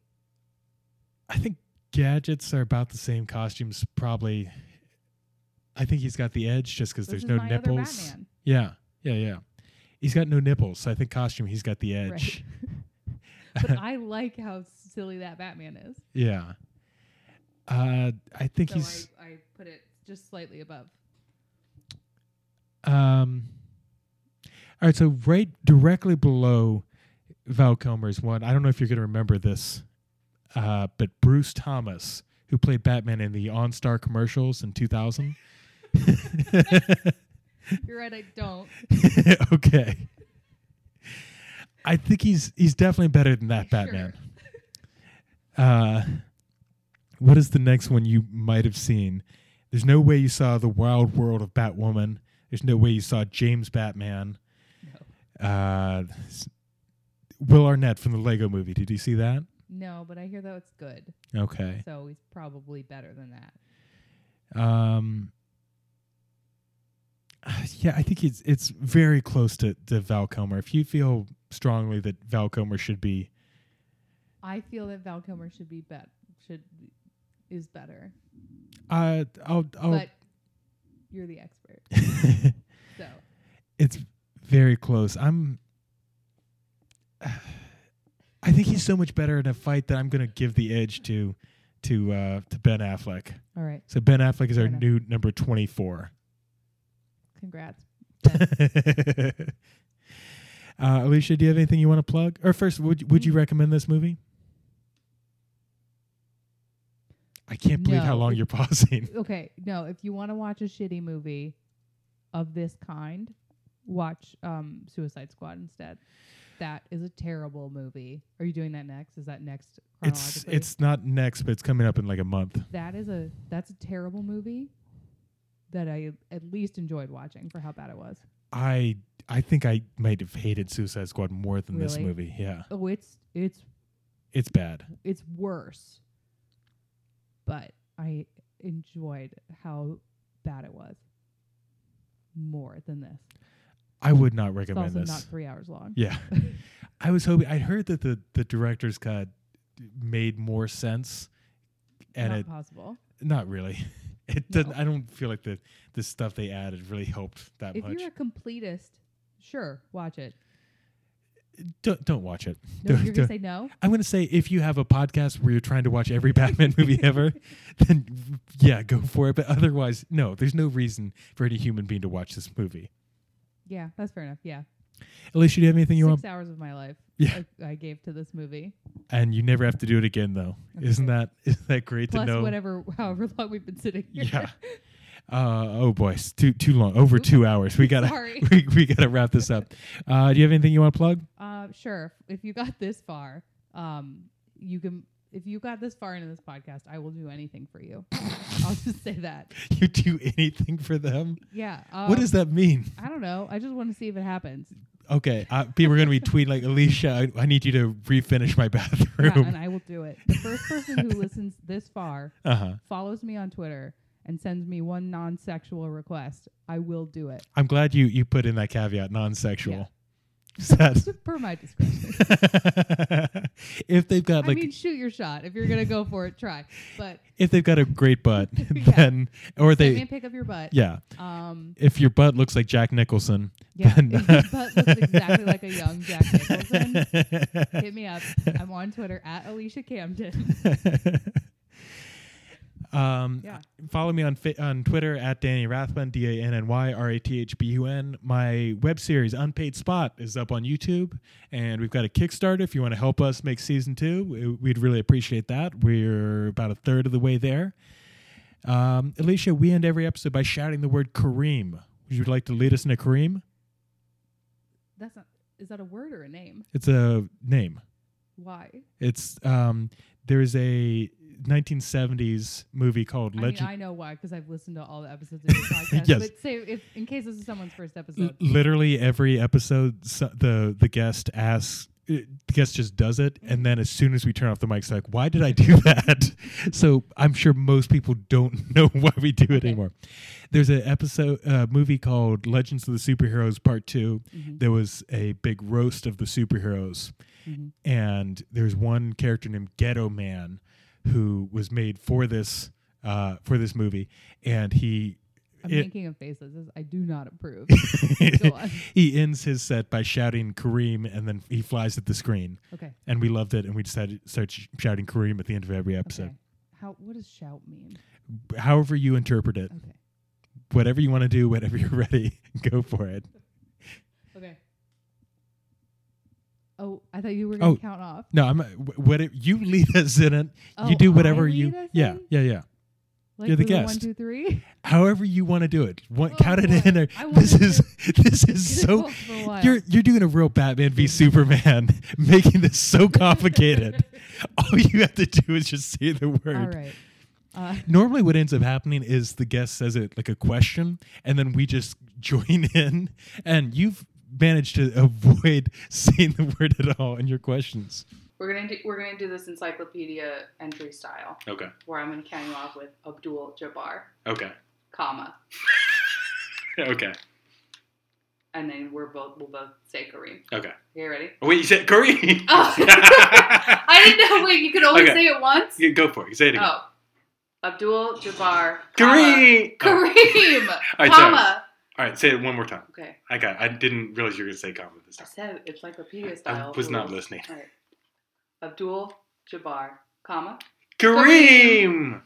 Speaker 1: I think gadgets are about the same costumes, probably. I think he's got the edge just because there's
Speaker 2: This is
Speaker 1: no
Speaker 2: my other
Speaker 1: nipples.
Speaker 2: Batman.
Speaker 1: Yeah, yeah, yeah. He's got no nipples, so I think costume he's got the edge.
Speaker 2: Right. but I like how silly that Batman is.
Speaker 1: Yeah. Uh, I think
Speaker 2: So
Speaker 1: he's.
Speaker 2: I, I put it just slightly above.
Speaker 1: Um, all right, so right directly below Val Kilmer's one, I don't know if you're going to remember this, uh, but Bruce Thomas, who played Batman in the OnStar commercials in 2000.
Speaker 2: You're right, I don't.
Speaker 1: okay. I think he's he's definitely better than that
Speaker 2: Sure.
Speaker 1: Batman. Uh, what is the next one you might have seen? There's no way you saw the Wild World of Batwoman. There's no way you saw James Batman. Uh, s- Will Arnett from the Lego Movie. Did you see that?
Speaker 2: No, but I hear that it's good.
Speaker 1: Okay.
Speaker 2: So he's probably better than that.
Speaker 1: Um, yeah, I think it's it's very close to, to Val Kilmer. If you feel strongly that Val Kilmer should be
Speaker 2: I feel that Val Kilmer should be bet should is better.
Speaker 1: Uh, I'll, I'll
Speaker 2: But you're the expert. So
Speaker 1: it's very close. I'm. I think he's so much better in a fight that I'm going to give the edge to, to uh, to Ben Affleck.
Speaker 2: all right.
Speaker 1: So Ben Affleck is
Speaker 2: Fair
Speaker 1: our
Speaker 2: enough.
Speaker 1: new number 24.
Speaker 2: Congrats.
Speaker 1: uh, Alicia, do you have anything you want to plug? Or first, would would you
Speaker 2: Mm.
Speaker 1: recommend this movie? I can't believe how
Speaker 2: No.
Speaker 1: long you're pausing.
Speaker 2: Okay, no, if you want to watch a shitty movie of this kind, watch um Suicide Squad instead. That is a terrible movie. Are you doing that next? Is that next
Speaker 1: It's
Speaker 2: chronologically?
Speaker 1: it's not next, but it's coming up in like a month.
Speaker 2: that is a that's a terrible movie that I at least enjoyed watching for how bad it was.
Speaker 1: I I think I might have hated Suicide Squad more than this
Speaker 2: Really?
Speaker 1: movie. Yeah,
Speaker 2: Oh, it's it's
Speaker 1: it's bad.
Speaker 2: it's worse. But I enjoyed how bad it was more than this.
Speaker 1: I would not
Speaker 2: It's
Speaker 1: recommend
Speaker 2: also
Speaker 1: this.
Speaker 2: not three hours long.
Speaker 1: yeah, I was hoping. I heard that the the director's cut made more sense, and
Speaker 2: not
Speaker 1: it
Speaker 2: possible.
Speaker 1: not really. It doesn't.
Speaker 2: No.
Speaker 1: I don't feel like the the stuff they added really helped that
Speaker 2: If
Speaker 1: much.
Speaker 2: you're a completist, sure, watch it.
Speaker 1: Don't don't watch it.
Speaker 2: No,
Speaker 1: Don't-
Speaker 2: you're
Speaker 1: don't-
Speaker 2: gonna say no.
Speaker 1: I'm gonna say if you have a podcast where you're trying to watch every Batman movie ever, then yeah, go for it. But otherwise, no. There's no reason for any human being to watch this movie.
Speaker 2: Yeah, that's fair enough. Yeah,
Speaker 1: Alicia, do you have anything you want?
Speaker 2: six hours of my life
Speaker 1: Yeah.
Speaker 2: I, I gave to this movie,
Speaker 1: and you never have to do it again though isn't that isn't that great
Speaker 2: plus
Speaker 1: to know
Speaker 2: whatever, however long we've been sitting here.
Speaker 1: yeah uh, oh boy it's too too long over two hours we gotta
Speaker 2: Sorry.
Speaker 1: we, we gotta wrap this up uh, do you have anything you want to plug
Speaker 2: Uh, sure. If you got this far, um, you can. If you got this far into this podcast, I will do anything for you. I'll just say that.
Speaker 1: you do anything for them
Speaker 2: Yeah. Um,
Speaker 1: what does that mean
Speaker 2: I don't know. I just want to see if it happens.
Speaker 1: okay uh, people are gonna be tweeting like alicia I, I need you to refinish my
Speaker 2: Yeah,
Speaker 1: bathroom
Speaker 2: and I will do it. The first person who listens this far
Speaker 1: uh-huh
Speaker 2: follows me on Twitter and sends me one non-sexual request, I will do it
Speaker 1: i'm glad you you put in that caveat non-sexual
Speaker 2: per my discretion.
Speaker 1: if they've got
Speaker 2: I
Speaker 1: like
Speaker 2: mean, shoot your shot. If you're gonna go for it, try. But
Speaker 1: if they've got a great butt
Speaker 2: Yeah.
Speaker 1: then or
Speaker 2: they,
Speaker 1: they
Speaker 2: pick up your butt.
Speaker 1: yeah
Speaker 2: Um.
Speaker 1: if your butt looks like Jack Nicholson,
Speaker 2: Yeah.
Speaker 1: Then-
Speaker 2: if your butt looks exactly like a young Jack Nicholson. Hit me up. I'm on Twitter at Alicia Camden.
Speaker 1: um,
Speaker 2: Yeah.
Speaker 1: follow me on fa- on Twitter at Danny Rathbun, D A N N Y R A T H B U N. My web series Unpaid Spot is up on YouTube, and we've got a Kickstarter. If you want to help us make season two, we- we'd really appreciate that. We're about a third of the way there. Um, Alicia, we end every episode by shouting the word Kareem. Would you like to lead us in a Kareem?
Speaker 2: That's not. Is that a word or a name?
Speaker 1: It's a name.
Speaker 2: Why?
Speaker 1: It's um there's a 1970s movie called
Speaker 2: I
Speaker 1: Legend
Speaker 2: mean, I know why because I've listened to all the episodes of your podcast.
Speaker 1: Yes. Mm,
Speaker 2: But say if in case this is someone's first episode,
Speaker 1: L- literally every episode so- the the guest asks uh, the guest just does it and then as soon as we turn off the mic it's like why did i do that so i'm sure most people don't know why we do it
Speaker 2: Okay.
Speaker 1: anymore there's an episode uh, movie called legends of the superheroes part 2
Speaker 2: Mhm.
Speaker 1: there was a big roast of the superheroes
Speaker 2: Mhm.
Speaker 1: and there's one character named Ghetto Man who was made for this uh, for this movie, and he
Speaker 2: I'm
Speaker 1: It-
Speaker 2: making a face that says I do not approve. Go on.
Speaker 1: he ends his set by shouting Kareem, and then he flies at the screen.
Speaker 2: Okay.
Speaker 1: And we loved it, and we decided to start sh- shouting Kareem at the end of every episode.
Speaker 2: Okay. How what does shout mean?
Speaker 1: However, you interpret it,
Speaker 2: Okay.
Speaker 1: whatever you want to do, whenever you're ready, go for it.
Speaker 2: Okay. Oh, I thought you were gonna
Speaker 1: Oh.
Speaker 2: count off.
Speaker 1: No, I'm. wh- What it, you lead us in it?
Speaker 2: Oh,
Speaker 1: you do
Speaker 2: I
Speaker 1: whatever you.
Speaker 2: lead us
Speaker 1: Yeah,
Speaker 2: in?
Speaker 1: yeah, yeah.
Speaker 2: Like
Speaker 1: You're the
Speaker 2: with a One,
Speaker 1: guest.
Speaker 2: two, three.
Speaker 1: However you want to do it. One,
Speaker 2: Oh,
Speaker 1: count it
Speaker 2: boy.
Speaker 1: in there.
Speaker 2: I wanna
Speaker 1: This is this is so.
Speaker 2: Gonna go for a while.
Speaker 1: You're you're doing a real Batman v Superman, making this so complicated. All you have to do is just say the word.
Speaker 2: All right. Uh,
Speaker 1: Normally, what ends up happening is the guest says it like a question, and then we just join in. And you've managed to avoid saying the word at all in your questions.
Speaker 3: We're gonna do, we're gonna do this encyclopedia entry style,
Speaker 1: Okay.
Speaker 3: where I'm gonna count you off with Abdul Jabbar,
Speaker 1: Okay.
Speaker 3: comma,
Speaker 1: Okay.
Speaker 3: and then we're both we'll both say Kareem.
Speaker 1: Okay.
Speaker 3: You ready?
Speaker 1: Wait, you said Kareem.
Speaker 3: Oh. I didn't know. Wait, you could only
Speaker 1: Okay.
Speaker 3: say it once.
Speaker 1: Yeah, go for it. Say it again.
Speaker 3: Oh, Abdul Jabbar,
Speaker 1: Kareem.
Speaker 3: comma,
Speaker 1: Oh,
Speaker 3: Kareem,
Speaker 1: right,
Speaker 3: comma.
Speaker 1: all right, say it one more time.
Speaker 3: Okay,
Speaker 1: I got. I didn't realize you were gonna say comma this
Speaker 3: I
Speaker 1: time.
Speaker 3: said encyclopedia
Speaker 1: I
Speaker 3: style.
Speaker 1: was not
Speaker 3: rules.
Speaker 1: listening.
Speaker 3: All right. Abdul Jabbar, comma.
Speaker 1: Kareem.